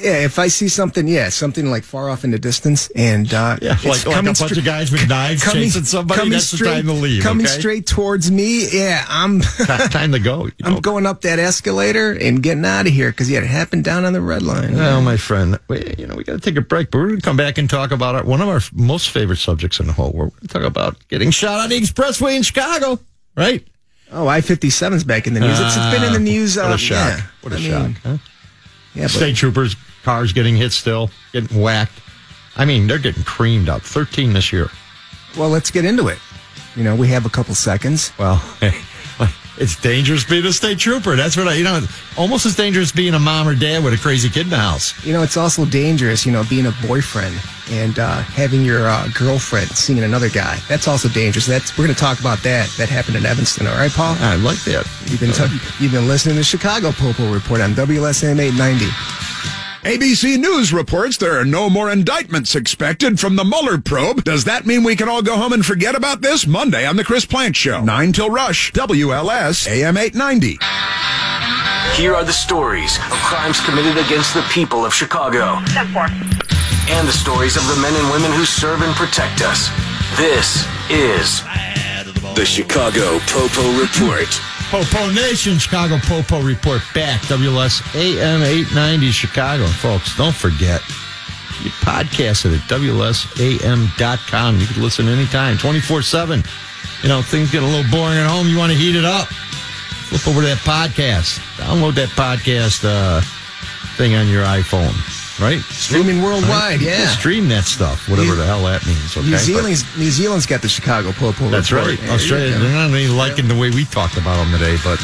[SPEAKER 4] Yeah, if I see something, yeah, something like far off in the distance, and uh,
[SPEAKER 3] Yeah,
[SPEAKER 4] it's
[SPEAKER 3] like, like a
[SPEAKER 4] coming
[SPEAKER 3] bunch
[SPEAKER 4] stra-
[SPEAKER 3] of guys with knives
[SPEAKER 4] coming-
[SPEAKER 3] chasing somebody.
[SPEAKER 4] coming
[SPEAKER 3] that's the time to leave.
[SPEAKER 4] Coming
[SPEAKER 3] okay?
[SPEAKER 4] straight towards me, yeah, I'm.
[SPEAKER 3] Ti- time to go. you know?
[SPEAKER 4] I'm going up that escalator and getting out of here because yeah, it happened down on the red line.
[SPEAKER 3] Well, my friend, we, you know, we got to take a break, but we're going to come back and talk about our, one of our f- most favorite subjects in the whole world. We're going to talk about getting shot on the expressway in Chicago, right?
[SPEAKER 4] oh, I 57's back in the news. it's, it's been in the news. Uh,
[SPEAKER 3] Ah, What a shock.
[SPEAKER 4] Yeah.
[SPEAKER 3] What a
[SPEAKER 4] I mean,
[SPEAKER 3] shock. huh?
[SPEAKER 4] Yeah, but
[SPEAKER 3] State troopers, cars getting hit still, getting whacked. I mean, they're getting creamed up. 13 this year.
[SPEAKER 4] well, let's get into it. You know, we have a couple seconds.
[SPEAKER 3] Well, it's dangerous being a state trooper. That's what I, you know, almost as dangerous being a mom or dad with a crazy kid in the house.
[SPEAKER 4] You know, it's also dangerous. You know, being a boyfriend and uh, having your uh, girlfriend seeing another guy. That's also dangerous. That's we're going to talk about that. That happened in Evanston. All right, Paul.
[SPEAKER 3] I like that.
[SPEAKER 4] You've been t- you've been listening to Chicago Popo Report on WSM 890.
[SPEAKER 10] ABC News reports there are no more indictments expected from the Mueller probe. Does that mean we can all go home and forget about this? Monday on The Chris Plant Show. 9 till Rush. WLS AM 890.
[SPEAKER 1] Here are the stories of crimes committed against the people of Chicago and the stories of the men and women who serve and protect us. This is
[SPEAKER 2] The Chicago Popo Report.
[SPEAKER 3] Popo Nation, Chicago Popo Report back, WLS AM 890 Chicago. And folks, don't forget, you podcast it at WLSAM.com. You can listen anytime, 24 7. You know, things get a little boring at home. You want to heat it up. Flip over to that podcast. Download that podcast uh, thing on your iPhone. Right.
[SPEAKER 4] Streaming worldwide, yeah.
[SPEAKER 3] Stream that stuff, whatever
[SPEAKER 4] New-
[SPEAKER 3] the hell that means. Okay?
[SPEAKER 4] New
[SPEAKER 3] But-
[SPEAKER 4] Zealand's New Zealand's got the Chicago Popo.
[SPEAKER 3] That's
[SPEAKER 4] Report.
[SPEAKER 3] right.
[SPEAKER 4] Yeah,
[SPEAKER 3] Australia,
[SPEAKER 4] yeah.
[SPEAKER 3] they're not even liking the way we talked about them today, but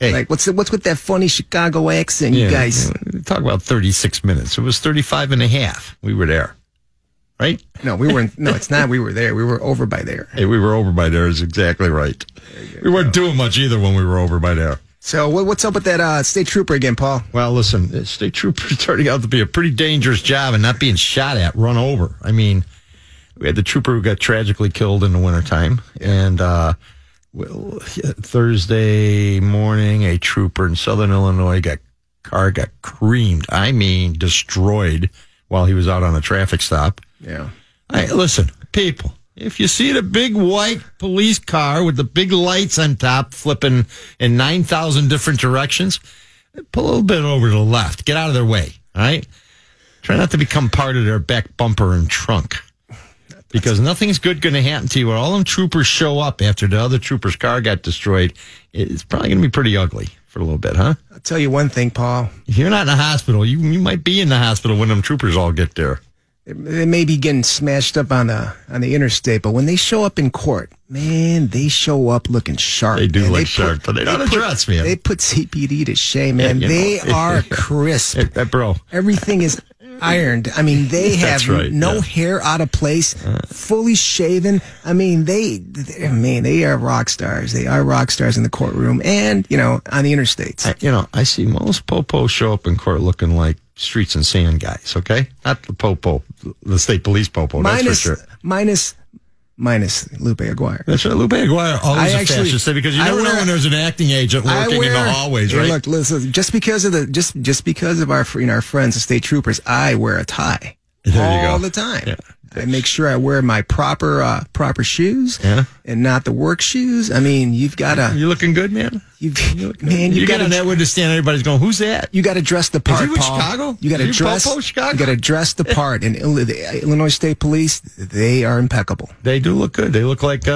[SPEAKER 3] hey,
[SPEAKER 4] Like what's the, what's with that funny Chicago accent, you
[SPEAKER 3] yeah,
[SPEAKER 4] guys?
[SPEAKER 3] talk about 36 minutes. It was 35 and a half. We were there, right?
[SPEAKER 4] No, we weren't. No, it's not. We were there. We were over by there.
[SPEAKER 3] Hey, we were over by there is exactly right. We weren't doing much either when we were over by there.
[SPEAKER 4] So what, what's up with that uh, state trooper again, Paul?
[SPEAKER 3] Well, listen, uh, state trooper turning out to be a pretty dangerous job and not being shot at, run over. I mean, we had the trooper who got tragically killed in the wintertime. And uh, well, yeah, Thursday morning, a trooper in southern Illinois got car got creamed. I mean, destroyed while he was out on a traffic stop.
[SPEAKER 4] Yeah.
[SPEAKER 3] I, listen, people, if you see the big white police car with the big lights on top flipping in 9,000 different directions, pull a little bit over to the left. Get out of their way, all right? Try not to become part of their back bumper and trunk. Because nothing's good going to happen to you. When all them troopers show up after the other trooper's car got destroyed, it's probably going to be pretty ugly for a little bit, huh?
[SPEAKER 4] I'll tell you one thing, Paul.
[SPEAKER 3] If you're not in the hospital, you, you might be in the hospital when them troopers all get there.
[SPEAKER 4] They may be getting smashed up on the on the interstate, but when they show up in court, man, they show up looking sharp.
[SPEAKER 3] They do
[SPEAKER 4] man.
[SPEAKER 3] look sharp, but they don't address me.
[SPEAKER 4] They put CPD to shame, man.
[SPEAKER 3] you
[SPEAKER 4] they
[SPEAKER 3] know.
[SPEAKER 4] are crisp.
[SPEAKER 3] Hey, hey, bro,
[SPEAKER 4] Everything is ironed. I mean, they
[SPEAKER 3] That's
[SPEAKER 4] have
[SPEAKER 3] right,
[SPEAKER 4] no
[SPEAKER 3] yeah. Uh.
[SPEAKER 4] hair out of place, fully shaven. I mean, they, they, man, they are rock stars. They are rock stars in the courtroom and you know on the interstates.
[SPEAKER 3] I, you know, I see most popo show up in court looking like streets and sand guys. Okay, not the popo, the state police popo.
[SPEAKER 4] minus,
[SPEAKER 3] that's for sure.
[SPEAKER 4] minus, minus Lupe Aguirre.
[SPEAKER 3] That's right. Lupe Aguirre always
[SPEAKER 4] I
[SPEAKER 3] a
[SPEAKER 4] actually-
[SPEAKER 3] fascist because you
[SPEAKER 4] I
[SPEAKER 3] never
[SPEAKER 4] wear-
[SPEAKER 3] know when there's an acting agent
[SPEAKER 4] I
[SPEAKER 3] working in the
[SPEAKER 4] wear-
[SPEAKER 3] hallways,
[SPEAKER 4] Hey,
[SPEAKER 3] right?
[SPEAKER 4] Look, listen, just because of the just just because of our you know, our friends, the state troopers, I wear a tie
[SPEAKER 3] There you
[SPEAKER 4] all
[SPEAKER 3] go.
[SPEAKER 4] the time. I make sure I wear my proper uh, proper shoes
[SPEAKER 3] Yeah.
[SPEAKER 4] and not the work shoes. I mean, you've got to
[SPEAKER 3] you looking good, man.
[SPEAKER 4] you man,
[SPEAKER 3] you
[SPEAKER 4] you
[SPEAKER 3] got
[SPEAKER 4] got
[SPEAKER 3] in that
[SPEAKER 4] to
[SPEAKER 3] witness stand. Everybody's going, "Who's that?"
[SPEAKER 4] you got to dress the part.
[SPEAKER 3] he with
[SPEAKER 4] Paul.
[SPEAKER 3] Chicago?
[SPEAKER 4] You got
[SPEAKER 3] Is
[SPEAKER 4] to
[SPEAKER 3] he
[SPEAKER 4] dress.
[SPEAKER 3] Popo Chicago?
[SPEAKER 4] You got to dress the part. And Ill- the Illinois State Police, they are impeccable.
[SPEAKER 3] They do look good. They look like, uh,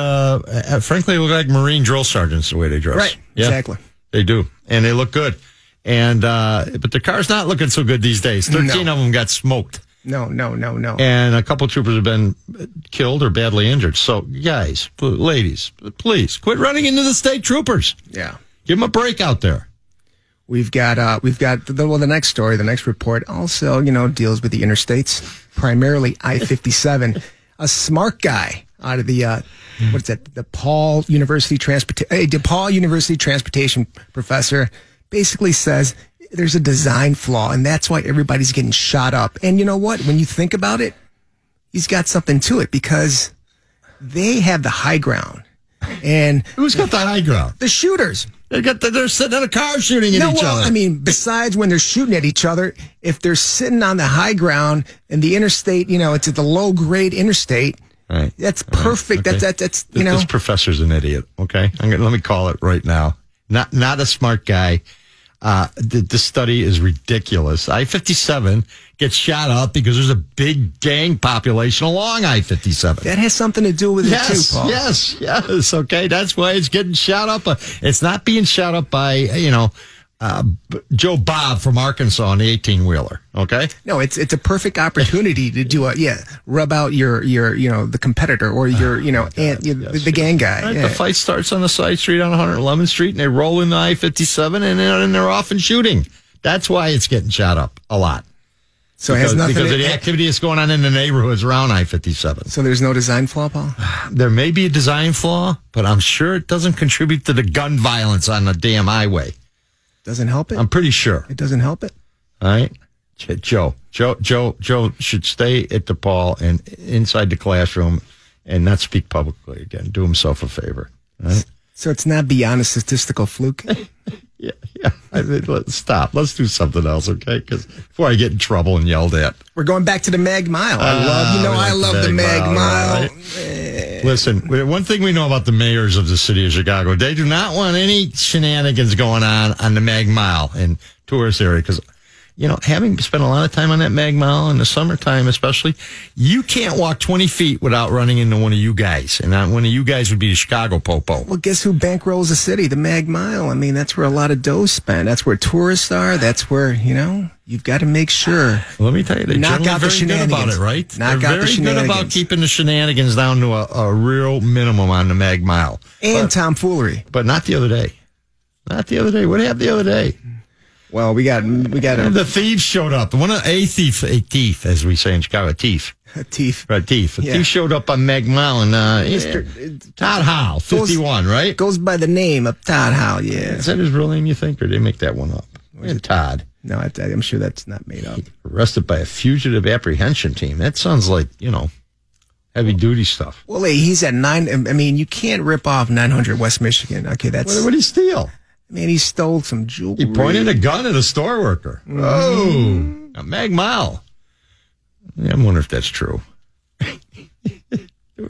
[SPEAKER 3] uh, frankly, they look like Marine drill sergeants the way they dress.
[SPEAKER 4] Right, exactly.
[SPEAKER 3] They do, and they look good. And uh, but the car's not looking so good these days. Thirteen of them got smoked.
[SPEAKER 4] No, no, no, no.
[SPEAKER 3] and a couple troopers have been killed or badly injured. So, guys, pl- ladies, please quit running into the state troopers.
[SPEAKER 4] yeah.
[SPEAKER 3] Give them a break out there.
[SPEAKER 4] We've got uh, we've got the, well the next story, the next report also you know deals with the interstates, primarily I fifty seven. A smart guy out of the uh, what is that? The Paul University transport a DePaul University transportation professor basically says there's a design flaw, and that's why everybody's getting shot up. And you know what? When you think about it, he's got something to it because they have the high ground, and
[SPEAKER 3] Who's got the high ground?
[SPEAKER 4] the shooters
[SPEAKER 3] They got the, they're sitting in a car shooting at
[SPEAKER 4] no,
[SPEAKER 3] each
[SPEAKER 4] well,
[SPEAKER 3] other.
[SPEAKER 4] I mean, besides when they're shooting at each other, if they're sitting on the high ground and the interstate, you know, it's at the low grade interstate.
[SPEAKER 3] All right.
[SPEAKER 4] That's
[SPEAKER 3] All right.
[SPEAKER 4] perfect.
[SPEAKER 3] Uh-huh. Okay.
[SPEAKER 4] That's that, that's
[SPEAKER 3] This-
[SPEAKER 4] you know.
[SPEAKER 3] this professor's an idiot. Okay, I'm gonna let me call it right now. Not not a smart guy. Uh, the, the study is ridiculous. I-57 gets shot up because there's a big gang population along I-57.
[SPEAKER 4] that has something to do with
[SPEAKER 3] Yes,
[SPEAKER 4] it too, Paul.
[SPEAKER 3] yes, yes. Okay, that's why it's getting shot up. Uh, It's not being shot up by you know uh, B- Joe Bob from Arkansas on the eighteen wheeler. Okay,
[SPEAKER 4] No, it's it's a perfect opportunity to do a yeah, rub out your your you know the competitor
[SPEAKER 3] Oh
[SPEAKER 4] or your you know and you the, the gang guy.
[SPEAKER 3] All right,
[SPEAKER 4] Yeah.
[SPEAKER 3] the fight starts on the side street on 111th Street, and they roll in the I fifty seven, and then they're off and shooting. That's why it's getting shot up a lot
[SPEAKER 4] So it
[SPEAKER 3] because,
[SPEAKER 4] has nothing.
[SPEAKER 3] because of
[SPEAKER 4] to-
[SPEAKER 3] the activity that's going on in the neighborhoods around I fifty seven.
[SPEAKER 4] so there's no design flaw, Paul.
[SPEAKER 3] There may be a design flaw, but I'm sure it doesn't contribute to the gun violence on the damn highway.
[SPEAKER 4] Doesn't help it.
[SPEAKER 3] I'm pretty sure.
[SPEAKER 4] it doesn't help it.
[SPEAKER 3] All right. J- Joe, Joe, Joe, Joe should stay at DePaul and inside the classroom and not speak publicly again. Do himself a favor. All right.
[SPEAKER 4] So it's not beyond a statistical fluke.
[SPEAKER 3] Yeah. Yeah. I mean, let's stop. Let's do something else. Okay. Cause before I get in trouble and yelled at.
[SPEAKER 4] We're going back to the Mag Mile. I love you know
[SPEAKER 3] we
[SPEAKER 4] I
[SPEAKER 3] like
[SPEAKER 4] love the Mag Mile.
[SPEAKER 3] right? Listen, we- one thing we know about the mayors of the city of Chicago, they do not want any shenanigans going on on the Mag Mile and tourist area because you know, having spent a lot of time on that mag mile in the summertime, especially, you can't walk 20 feet without running into one of you guys. And that one of you guys would be the Chicago Popo.
[SPEAKER 4] Well, guess who bankrolls the city? The Mag Mile. I mean, that's where a lot of dough's spent. That's where tourists are. That's where you know you've got to make sure.
[SPEAKER 3] Let me tell you, they're
[SPEAKER 4] knock
[SPEAKER 3] generally
[SPEAKER 4] out the
[SPEAKER 3] very good about
[SPEAKER 4] shenanigans.
[SPEAKER 3] it, right?
[SPEAKER 4] Knock
[SPEAKER 3] they're
[SPEAKER 4] out the
[SPEAKER 3] very good
[SPEAKER 4] shenanigans.
[SPEAKER 3] about keeping the shenanigans down to a, a real minimum on the mag mile.
[SPEAKER 4] and tomfoolery.
[SPEAKER 3] But not the other day. Not the other day. What happened the other day?
[SPEAKER 4] Well, we got we got
[SPEAKER 3] And
[SPEAKER 4] a,
[SPEAKER 3] the thieves showed up. One of a thief, a thief, as we say in Chicago, a thief,
[SPEAKER 4] a thief.
[SPEAKER 3] right? Thief. A
[SPEAKER 4] Yeah.
[SPEAKER 3] thief showed up on Meg Mile and uh, yeah,
[SPEAKER 4] Mr.
[SPEAKER 3] Todd Howe,
[SPEAKER 4] Goes-
[SPEAKER 3] fifty-one, right?
[SPEAKER 4] Goes by the name of Todd Howe. Yeah.
[SPEAKER 3] Is that his real name? You think, or did they make that one up? Yeah, Todd
[SPEAKER 4] No, I, I'm sure that's not made up.
[SPEAKER 3] arrested by a fugitive apprehension team. That sounds like you know heavy duty stuff.
[SPEAKER 4] Well, hey, he's at nine. I mean, you can't rip off 900 West Michigan. Okay, that's
[SPEAKER 3] What did he steal?
[SPEAKER 4] man. He stole some jewelry.
[SPEAKER 3] He pointed a gun at a store worker. Oh,
[SPEAKER 4] Mm-hmm.
[SPEAKER 3] a mag mile. Yeah, I wonder if that's true.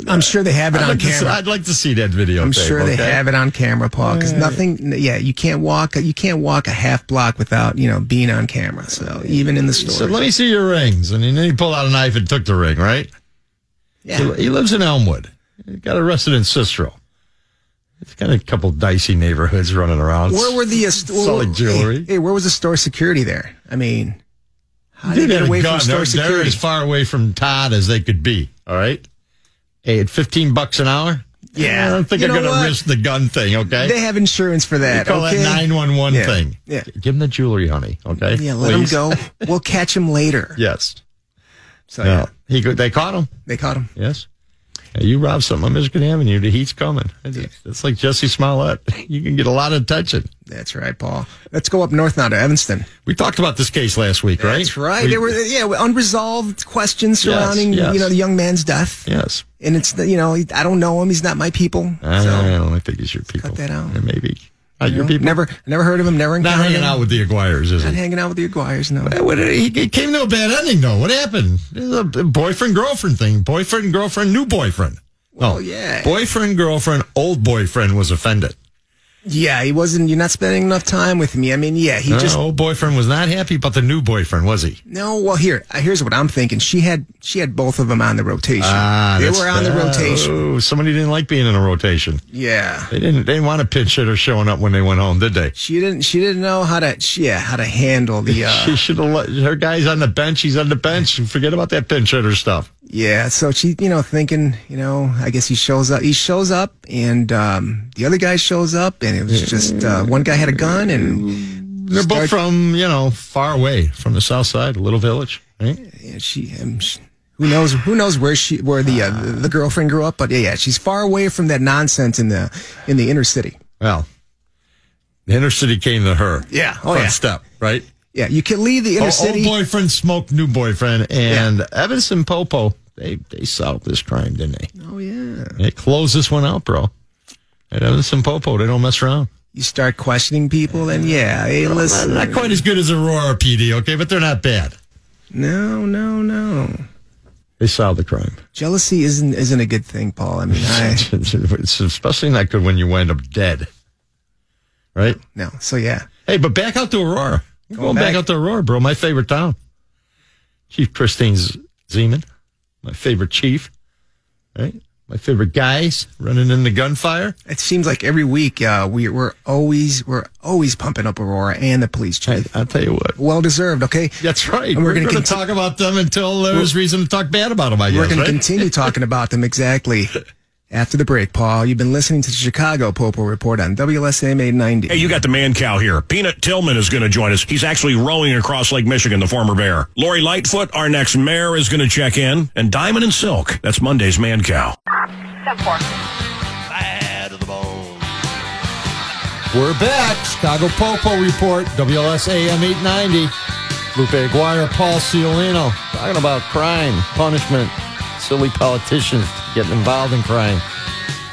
[SPEAKER 4] I'm sure they have it
[SPEAKER 3] I'd
[SPEAKER 4] on
[SPEAKER 3] like, to see,
[SPEAKER 4] camera.
[SPEAKER 3] I'd like to see that video.
[SPEAKER 4] I'm sure they have it on camera, Paul. Because nothing. Yeah, you can't walk. You can't walk a half block without you know being on camera. So even in the store,
[SPEAKER 3] So let me see your rings, and then he pulled out a knife and took the ring. Right?
[SPEAKER 4] yeah.
[SPEAKER 3] He, he lives in Elmwood. He got arrested in Cicero. It's got a couple dicey neighborhoods running around.
[SPEAKER 4] Where were the uh, st-
[SPEAKER 3] Solid
[SPEAKER 4] hey,
[SPEAKER 3] jewelry.
[SPEAKER 4] Hey, where was the store security there? I mean, how did
[SPEAKER 3] Dude
[SPEAKER 4] they
[SPEAKER 3] had
[SPEAKER 4] get
[SPEAKER 3] a
[SPEAKER 4] away
[SPEAKER 3] gun.
[SPEAKER 4] from store
[SPEAKER 3] they're, they're
[SPEAKER 4] security?
[SPEAKER 3] as far away from Todd as they could be. All right. Hey, at fifteen bucks an hour.
[SPEAKER 4] Yeah.
[SPEAKER 3] I don't think
[SPEAKER 4] You
[SPEAKER 3] I'm
[SPEAKER 4] know
[SPEAKER 3] going to
[SPEAKER 4] what?
[SPEAKER 3] risk the gun thing. Okay.
[SPEAKER 4] They have insurance for
[SPEAKER 3] You
[SPEAKER 4] that.
[SPEAKER 3] call
[SPEAKER 4] okay?
[SPEAKER 3] that 911
[SPEAKER 4] Yeah.
[SPEAKER 3] thing.
[SPEAKER 4] Yeah.
[SPEAKER 3] Give him the jewelry, honey. Okay.
[SPEAKER 4] Yeah, let
[SPEAKER 3] Please?
[SPEAKER 4] him go. We'll catch him later.
[SPEAKER 3] Yes.
[SPEAKER 4] So
[SPEAKER 3] No.
[SPEAKER 4] yeah,
[SPEAKER 3] He go- they caught him.
[SPEAKER 4] they caught him.
[SPEAKER 3] Yes. Hey, you robbed something on Michigan Avenue. The heat's coming. It's, it's like Jesse Smollett. You can get a lot of attention.
[SPEAKER 4] That's right, Paul. Let's go up north now to Evanston.
[SPEAKER 3] We talked about this case last week, right?
[SPEAKER 4] That's right.
[SPEAKER 3] We-
[SPEAKER 4] there were yeah unresolved questions
[SPEAKER 3] Yes,
[SPEAKER 4] surrounding
[SPEAKER 3] yes.
[SPEAKER 4] you know the young man's death,
[SPEAKER 3] Yes.
[SPEAKER 4] and it's the- you know he- I don't know him. He's not my people.
[SPEAKER 3] I
[SPEAKER 4] so
[SPEAKER 3] don't, I don't think he's your people.
[SPEAKER 4] that out.
[SPEAKER 3] Yeah, Maybe. Not
[SPEAKER 4] you
[SPEAKER 3] your
[SPEAKER 4] know,
[SPEAKER 3] people.
[SPEAKER 4] never never heard of him. Never
[SPEAKER 3] Not
[SPEAKER 4] encountered
[SPEAKER 3] hanging
[SPEAKER 4] him.
[SPEAKER 3] out with the Aguirres, is
[SPEAKER 4] Not
[SPEAKER 3] he?
[SPEAKER 4] hanging out with the Aguirres. No.
[SPEAKER 3] Uh, What, he he came to a bad ending, though. What happened? This is a boyfriend girlfriend thing. Boyfriend girlfriend, new boyfriend. Oh.
[SPEAKER 4] Well, yeah.
[SPEAKER 3] Boyfriend girlfriend, old boyfriend was offended.
[SPEAKER 4] Yeah, he wasn't. You're not spending enough time with me. I mean, yeah, he
[SPEAKER 3] Uh,
[SPEAKER 4] just
[SPEAKER 3] old boyfriend was not happy about the new boyfriend, was he?
[SPEAKER 4] no. Well, here uh, here's what I'm thinking. She had she had both of them on the rotation. they
[SPEAKER 3] Ah, that's
[SPEAKER 4] were on the
[SPEAKER 3] bad.
[SPEAKER 4] rotation.
[SPEAKER 3] Oh, somebody didn't like being in a rotation.
[SPEAKER 4] Yeah.
[SPEAKER 3] They didn't. They didn't want a pinch hitter showing up when they went home, did they?
[SPEAKER 4] She didn't. She didn't know how to. she- Yeah, how to handle the. Uh,
[SPEAKER 3] She should have let her guys on the bench. He's on the bench. Forget about that pinch hitter stuff.
[SPEAKER 4] yeah, so she, you know, thinking, you know, I guess he shows up. He shows up, and um, the other guy shows up, and it was just uh, one guy had a gun, and
[SPEAKER 3] They're both
[SPEAKER 4] start-
[SPEAKER 3] from you know far away from the south side, a little village. Right?
[SPEAKER 4] and she, um, she. Who knows? Who knows where she, where the uh, the the girlfriend grew up? But yeah, yeah, she's far away from that nonsense in the in the inner city.
[SPEAKER 3] Well, the inner city came to her.
[SPEAKER 4] Yeah. Oh,
[SPEAKER 3] Front
[SPEAKER 4] yeah.
[SPEAKER 3] step. Right.
[SPEAKER 4] Yeah, you can leave the inner
[SPEAKER 3] Oh,
[SPEAKER 4] city.
[SPEAKER 3] Old boyfriend smoked new boyfriend, and Evanston Popo. They they solved this crime, didn't they?
[SPEAKER 4] Oh yeah.
[SPEAKER 3] They closed this one out, bro. At Evanston Popo, they don't mess around.
[SPEAKER 4] You start questioning people, and yeah, hey,
[SPEAKER 3] Not-
[SPEAKER 4] listen.
[SPEAKER 3] Not quite as good as Aurora PD, okay, but they're not bad.
[SPEAKER 4] No, no, no.
[SPEAKER 3] They solved the crime.
[SPEAKER 4] Jealousy isn't isn't a good thing, Paul. I mean, I
[SPEAKER 3] it's especially not good when you wind up dead, right?
[SPEAKER 4] no. So yeah,
[SPEAKER 3] Hey, but back out to Aurora. We're going,
[SPEAKER 4] Going
[SPEAKER 3] back.
[SPEAKER 4] back.
[SPEAKER 3] out to Aurora, bro. My favorite town. Chief Christine Z- Zeman, my favorite chief, right? My favorite guys running into gunfire.
[SPEAKER 4] it seems like every week uh, we we're always we're always pumping up Aurora and the police
[SPEAKER 3] I,
[SPEAKER 4] chief.
[SPEAKER 3] I'll tell you what.
[SPEAKER 4] Well deserved. Okay,
[SPEAKER 3] That's right.
[SPEAKER 4] And
[SPEAKER 3] we're
[SPEAKER 4] we're gonna
[SPEAKER 3] going to
[SPEAKER 4] conti-
[SPEAKER 3] talk about them until there's reason to talk bad about them. I guess.
[SPEAKER 4] we're going
[SPEAKER 3] right?
[SPEAKER 4] to continue talking about them exactly. After the break, Paul, you've been listening to the Chicago Popo Report on WLSMA 90.
[SPEAKER 11] Hey, you got the man cow here. Peanut Tillman is going to join us. He's actually rowing across Lake Michigan, the former bear. Lori Lightfoot, our next mayor, is going to check in. And Diamond and Silk, that's Monday's man cow.
[SPEAKER 2] Bad to the bone.
[SPEAKER 3] We're back. Chicago Popo Report, WLS AM 890. Lupe Aguirre, Paul Ciolino, talking about crime, punishment, silly politicians getting involved in crime,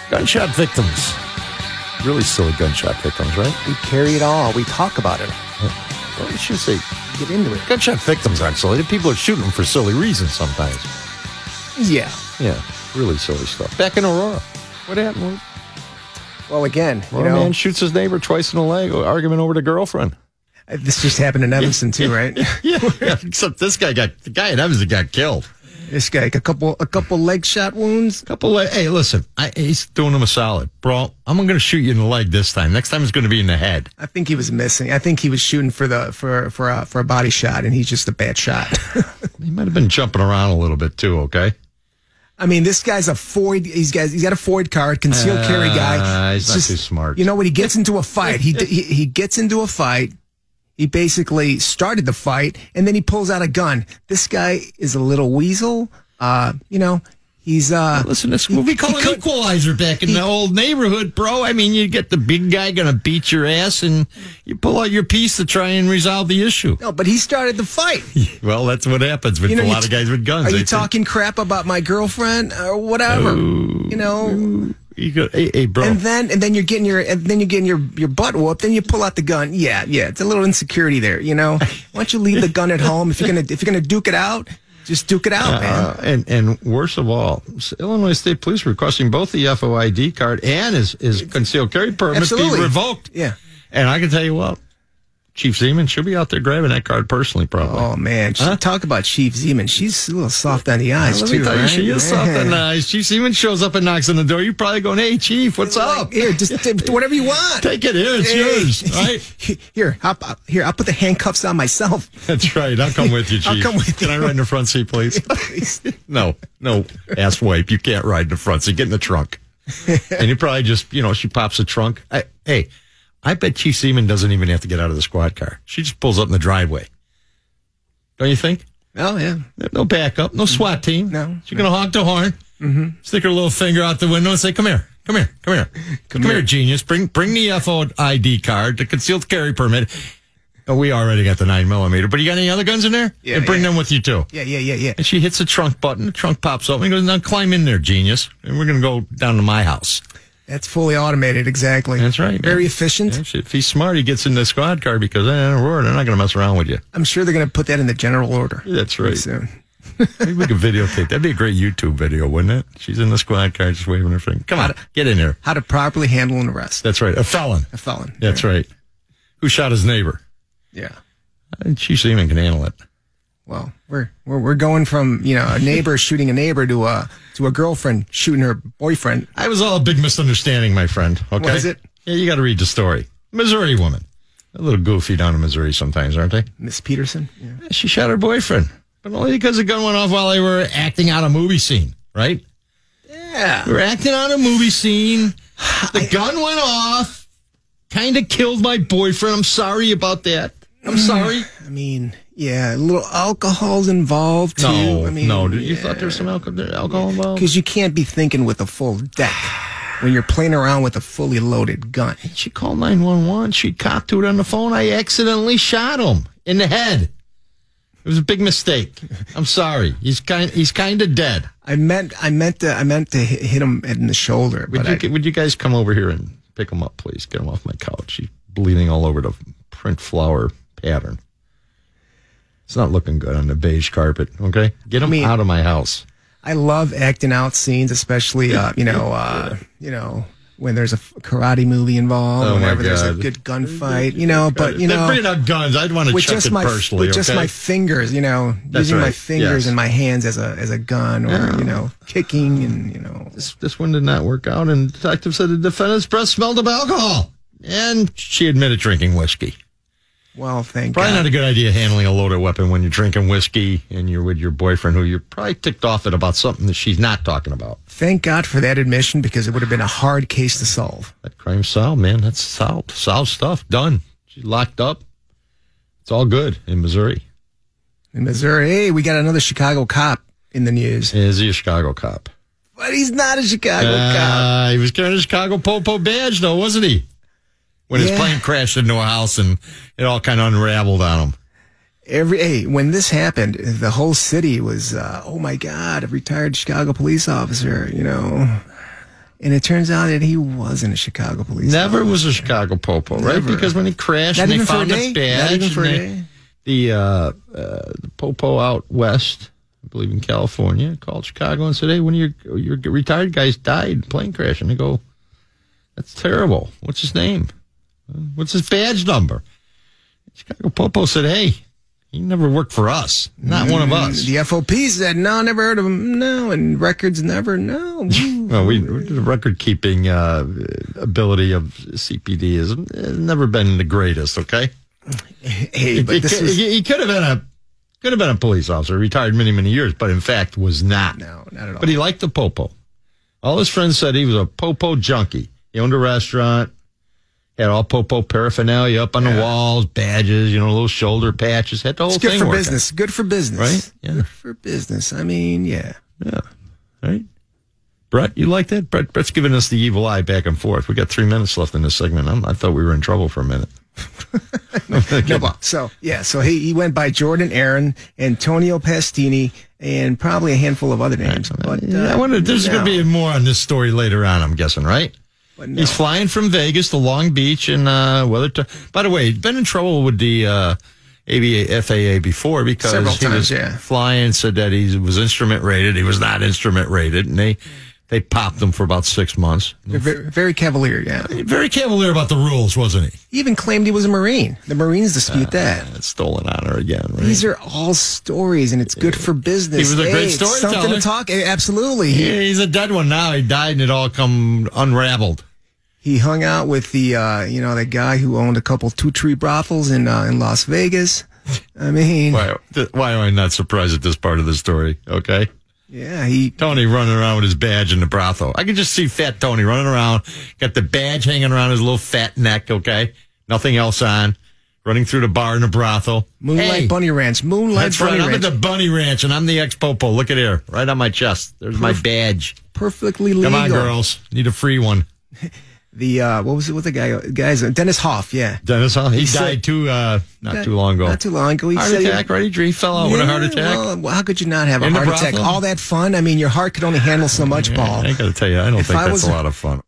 [SPEAKER 3] gunshot victims. Really silly gunshot victims, right?
[SPEAKER 4] we carry it all. We talk about it.
[SPEAKER 3] What would you say?
[SPEAKER 4] Get into it.
[SPEAKER 3] Gunshot victims aren't silly. People are shooting them for silly reasons sometimes.
[SPEAKER 4] Yeah.
[SPEAKER 3] Yeah, really silly stuff. Back in Aurora. What happened?
[SPEAKER 4] Well, again, you
[SPEAKER 3] Aurora
[SPEAKER 4] know,
[SPEAKER 3] man shoots his neighbor twice in the leg, argument over the girlfriend.
[SPEAKER 4] Uh, This just happened in Evanston too, right?
[SPEAKER 3] yeah. Except this guy got the guy in Evanston got killed.
[SPEAKER 4] This guy, a couple, a couple leg shot wounds.
[SPEAKER 3] Couple. Leg, hey, listen, I, he's doing him a solid, bro. I'm going to shoot you in the leg this time. Next time it's going to be in the head.
[SPEAKER 4] I think he was missing. I think he was shooting for the for for a, for a body shot, and he's just a bad shot.
[SPEAKER 3] He might have been jumping around a little bit too. Okay.
[SPEAKER 4] I mean, this guy's a Ford. He's got he's got a Ford card, concealed carry guy.
[SPEAKER 3] Uh, he's not too smart.
[SPEAKER 4] You know, when he gets into a fight, he, he he gets into a fight. He basically started the fight, and then he pulls out a gun. This guy is a little weasel. Uh, you know, he's uh.
[SPEAKER 3] Listen, this movie called an Equalizer back in the old neighborhood, bro. I mean, you get the big guy going to beat your ass, and you pull out your piece to try and resolve the issue.
[SPEAKER 4] No, but he started the fight.
[SPEAKER 3] Well, that's what happens with
[SPEAKER 4] You know,
[SPEAKER 3] a
[SPEAKER 4] you
[SPEAKER 3] lot
[SPEAKER 4] t-
[SPEAKER 3] of guys with guns.
[SPEAKER 4] Are
[SPEAKER 3] They
[SPEAKER 4] you
[SPEAKER 3] think-
[SPEAKER 4] talking crap about my girlfriend or whatever?
[SPEAKER 3] Oh.
[SPEAKER 4] you know,
[SPEAKER 3] You go, hey, hey, bro.
[SPEAKER 4] And then and then you're getting your and then you're getting your your butt whooped. Then you pull out the gun. Yeah, yeah. It's a little insecurity there. You know, why don't you leave the gun at home if you're gonna if you're gonna duke it out, just duke it out, man.
[SPEAKER 3] Uh, and and worst of all, Illinois State Police requesting both the FOID card and his, his concealed carry permit
[SPEAKER 4] Absolutely.
[SPEAKER 3] be revoked.
[SPEAKER 4] Yeah.
[SPEAKER 3] And I can tell you what, Chief Zeman, she'll be out there grabbing that card personally, probably.
[SPEAKER 4] Oh man, she, talk about Chief Zeman. She's a little soft on the eyes
[SPEAKER 3] Let
[SPEAKER 4] too,
[SPEAKER 3] me tell you,
[SPEAKER 4] right?
[SPEAKER 3] she is
[SPEAKER 4] Yeah.
[SPEAKER 3] something nice. Chief Zeman shows up and knocks on the door. You're probably going, hey, Chief, what's up?
[SPEAKER 4] Here, just t- whatever you want.
[SPEAKER 3] Take it. Here, it's
[SPEAKER 4] Hey.
[SPEAKER 3] yours. Right?
[SPEAKER 4] Here, hop up. Here, I'll put the handcuffs on myself.
[SPEAKER 3] That's right. I'll come with you, Chief.
[SPEAKER 4] I'll come with
[SPEAKER 3] Can I
[SPEAKER 4] you.
[SPEAKER 3] ride in the front seat, please? no, no, ass wipe. You can't ride in the front seat. Get in the trunk. and you probably just, you know, she pops the trunk. I, hey, I bet Chief Seaman doesn't even have to get out of the squad car. She just pulls up in the driveway. Don't you think?
[SPEAKER 4] Oh yeah.
[SPEAKER 3] No backup, no SWAT team.
[SPEAKER 4] Mm-hmm. No. Mm-hmm.
[SPEAKER 3] She's going to honk the horn, stick her little finger out the window and say, come here. Come here, come here, come, here. genius! Bring bring the FO ID card, the concealed carry permit. Oh, we already got the nine millimeter, but you got any other guns in there?
[SPEAKER 4] Yeah,
[SPEAKER 3] and bring
[SPEAKER 4] yeah.
[SPEAKER 3] them with you too.
[SPEAKER 4] Yeah, yeah, yeah, yeah.
[SPEAKER 3] And she hits the trunk button. The trunk pops open. He goes, now climb in there, genius. And we're going to go down to my house.
[SPEAKER 4] That's fully automated, exactly.
[SPEAKER 3] That's right. man.
[SPEAKER 4] Very efficient.
[SPEAKER 3] Yeah, if- if he's smart, he gets in the squad car because, eh, we're, they're not going to mess around with you.
[SPEAKER 4] I'm sure they're gonna put that in the general order
[SPEAKER 3] That's right.
[SPEAKER 4] pretty soon.
[SPEAKER 3] Maybe we could videotape. That'd be a great YouTube video, wouldn't it? She's in the squad car just waving her finger. Come on, get in here.
[SPEAKER 4] How to properly handle an arrest.
[SPEAKER 3] That's right. A felon.
[SPEAKER 4] A felon.
[SPEAKER 3] That's right. Who shot his neighbor?
[SPEAKER 4] Yeah.
[SPEAKER 3] Uh, Chief Seaman can handle it.
[SPEAKER 4] Well, we're we're we're going from you know a neighbor shooting a neighbor to a to a girlfriend shooting her boyfriend.
[SPEAKER 3] I was all a big misunderstanding, my friend. Okay.
[SPEAKER 4] Was it?
[SPEAKER 3] Yeah, you got to read the story. Missouri woman. A little goofy down in Missouri sometimes, aren't they?
[SPEAKER 4] Miss Peterson. Yeah.
[SPEAKER 3] She shot her boyfriend, but only because the gun went off while they were acting out a movie scene, right?
[SPEAKER 4] Yeah.
[SPEAKER 3] They were acting out a movie scene. The gun went off. Kind of killed my boyfriend. I'm sorry about that.
[SPEAKER 4] Mm.
[SPEAKER 3] I'm sorry.
[SPEAKER 4] I mean, yeah, a little alcohol's involved too.
[SPEAKER 3] No,
[SPEAKER 4] I mean,
[SPEAKER 3] no. Did you thought there was some alcohol, alcohol involved?
[SPEAKER 4] Because you can't be thinking with a full deck when you're playing around with a fully loaded gun.
[SPEAKER 3] She called 911. She copped to it on the phone. I accidentally shot him in the head. It was a big mistake. I'm sorry. He's kind. He's kind of dead.
[SPEAKER 4] I meant I meant to I meant to hit, hit him in the shoulder,
[SPEAKER 3] Would
[SPEAKER 4] but
[SPEAKER 3] you
[SPEAKER 4] I,
[SPEAKER 3] Would you guys come over here and pick him up, please? Get him off my couch. He's bleeding all over the print flower pattern. It's not looking good on the beige carpet. Okay, get him
[SPEAKER 4] mean-
[SPEAKER 3] out of my house.
[SPEAKER 4] I love acting out scenes, especially uh, you know, uh, you know, when there's a f- karate movie involved,
[SPEAKER 3] Oh, my
[SPEAKER 4] whenever there's a
[SPEAKER 3] God.
[SPEAKER 4] good gunfight, you know. But you know,
[SPEAKER 3] bringing out guns. I'd want to
[SPEAKER 4] with
[SPEAKER 3] check
[SPEAKER 4] just
[SPEAKER 3] it
[SPEAKER 4] my
[SPEAKER 3] personally.
[SPEAKER 4] with just
[SPEAKER 3] okay?
[SPEAKER 4] my fingers, you know,
[SPEAKER 3] That's
[SPEAKER 4] using my
[SPEAKER 3] right,
[SPEAKER 4] fingers
[SPEAKER 3] yes.
[SPEAKER 4] and my hands as a as a gun, or you know, kicking and you know,
[SPEAKER 3] this, this one did not work out, and the detective said the defendant's breath smelled of alcohol, and she admitted drinking whiskey.
[SPEAKER 4] well, thank
[SPEAKER 3] Probably
[SPEAKER 4] God.
[SPEAKER 3] not a good idea handling a loaded weapon when you're drinking whiskey and you're with your boyfriend, who you're probably ticked off at about something that she's not talking about.
[SPEAKER 4] thank God for that admission because it would have been a hard case to solve.
[SPEAKER 3] That crime solved, man. That's solved. Solved stuff. Done. She's locked up. It's all good in Missouri.
[SPEAKER 4] In Missouri, hey, we got another Chicago cop in the news,
[SPEAKER 3] Is he a Chicago cop?
[SPEAKER 4] but he's not a Chicago cop.
[SPEAKER 3] Uh, he was carrying a Chicago Popo badge, though, wasn't he? When his
[SPEAKER 4] Yeah.
[SPEAKER 3] plane crashed into a house and it all kind of unraveled on him.
[SPEAKER 4] Every hey, when this happened, the whole city was, uh, oh my God, a retired Chicago police officer, you know. And it turns out that he wasn't a Chicago police.
[SPEAKER 3] Never
[SPEAKER 4] officer.
[SPEAKER 3] was a Chicago Popo, right?
[SPEAKER 4] Never.
[SPEAKER 3] Because when he crashed
[SPEAKER 4] Not
[SPEAKER 3] and they
[SPEAKER 4] even for a
[SPEAKER 3] found
[SPEAKER 4] day?
[SPEAKER 3] his
[SPEAKER 4] Not
[SPEAKER 3] badge,
[SPEAKER 4] even
[SPEAKER 3] and
[SPEAKER 4] for a
[SPEAKER 3] they-
[SPEAKER 4] day?
[SPEAKER 3] the uh, uh, the Popo out west, I believe in California, called Chicago and said, "Hey, one of your your retired guys died in a plane crash," and they go, "That's terrible. What's his name? What's his badge number?" Chicago Popo said, hey, he never worked for us. Not one of us.
[SPEAKER 4] Mm-hmm. The FOP said, no, never heard of him. No. And records never, no.
[SPEAKER 3] Well, we the record keeping uh, ability of CPD has has never been the greatest. Okay,
[SPEAKER 4] hey,
[SPEAKER 3] he,
[SPEAKER 4] but this
[SPEAKER 3] he-
[SPEAKER 4] was-
[SPEAKER 3] he could have been a could have been a police officer, retired many many years, but in fact was not.
[SPEAKER 4] No, not at all.
[SPEAKER 3] But he liked the popo. All his friends said he was a popo junkie. He owned a restaurant, had all popo paraphernalia up on the walls, badges, you know, little shoulder patches, had the whole
[SPEAKER 4] It's good
[SPEAKER 3] thing
[SPEAKER 4] for
[SPEAKER 3] working.
[SPEAKER 4] business. Good for business.
[SPEAKER 3] Right?
[SPEAKER 4] Good for business. I mean, yeah.
[SPEAKER 3] Yeah. Right? Brett, you like that? Brett, Brett's giving us the evil eye back and forth. We got three minutes left in this segment. I'm, I thought we were in trouble for a minute.
[SPEAKER 4] No, but- so yeah, so he, he went by Jordan Aaron, Antonio Pastini, and probably a handful of other names. But uh,
[SPEAKER 3] I wonder, there's
[SPEAKER 4] no.
[SPEAKER 3] going to be more on this story later on, I'm guessing, right? He's flying from Vegas to Long Beach and uh, weather. To, by the way, he's been in trouble with the uh, ABA, FAA before because
[SPEAKER 4] Several
[SPEAKER 3] he
[SPEAKER 4] times,
[SPEAKER 3] was
[SPEAKER 4] yeah.
[SPEAKER 3] flying, said that he was instrument rated. He was not instrument rated, and they, they popped him for about six months.
[SPEAKER 4] They're very, very cavalier. Yeah,
[SPEAKER 3] Very cavalier about the rules, wasn't he?
[SPEAKER 4] he even claimed he was a Marine. The Marines
[SPEAKER 3] Uh,
[SPEAKER 4] dispute that.
[SPEAKER 3] That's stolen honor again, right?
[SPEAKER 4] These are all stories, and it's good for business.
[SPEAKER 3] He was a
[SPEAKER 4] Hey,
[SPEAKER 3] great
[SPEAKER 4] it's
[SPEAKER 3] storyteller.
[SPEAKER 4] Something to talk. eh, Absolutely. He,
[SPEAKER 3] Yeah, he's a dead one now. He died and it all come unraveled.
[SPEAKER 4] he hung out with the uh, you know the guy who owned a couple two tree brothels in uh, in Las Vegas. I mean,
[SPEAKER 3] Why, th- why am I not surprised at this part of the story? Okay.
[SPEAKER 4] yeah, he
[SPEAKER 3] Tony running around with his badge in the brothel. I could just see fat Tony running around, got the badge hanging around his little fat neck. Okay. Nothing else on. Running through the bar in the brothel.
[SPEAKER 4] Moonlight
[SPEAKER 3] Hey,
[SPEAKER 4] Bunny Ranch. Moonlight
[SPEAKER 3] That's
[SPEAKER 4] Bunny
[SPEAKER 3] right. I'm at
[SPEAKER 4] Ranch.
[SPEAKER 3] the Bunny Ranch and I'm the ex popo. Look at here. Right on my chest. There's my badge.
[SPEAKER 4] Perfectly legal.
[SPEAKER 3] Come on, girls. Need a free one.
[SPEAKER 4] the uh, what was it with the guy? Guys, uh, Dennis Hoff, yeah,
[SPEAKER 3] Dennis, huh? He,
[SPEAKER 4] said-
[SPEAKER 3] died too, uh, not
[SPEAKER 4] That-
[SPEAKER 3] too long ago.
[SPEAKER 4] Not too long ago, he
[SPEAKER 3] heart
[SPEAKER 4] said he-
[SPEAKER 3] attack, right? He fell out with a
[SPEAKER 4] Yeah,
[SPEAKER 3] heart attack.
[SPEAKER 4] Well, well, how could you not have a
[SPEAKER 3] In the
[SPEAKER 4] heart attack?
[SPEAKER 3] brothel?
[SPEAKER 4] All that fun. I mean, your heart could only handle so much, Paul.
[SPEAKER 3] I got to tell you, I don't
[SPEAKER 4] If
[SPEAKER 3] think
[SPEAKER 4] I
[SPEAKER 3] that's
[SPEAKER 4] was
[SPEAKER 3] a
[SPEAKER 4] a-
[SPEAKER 3] lot of fun.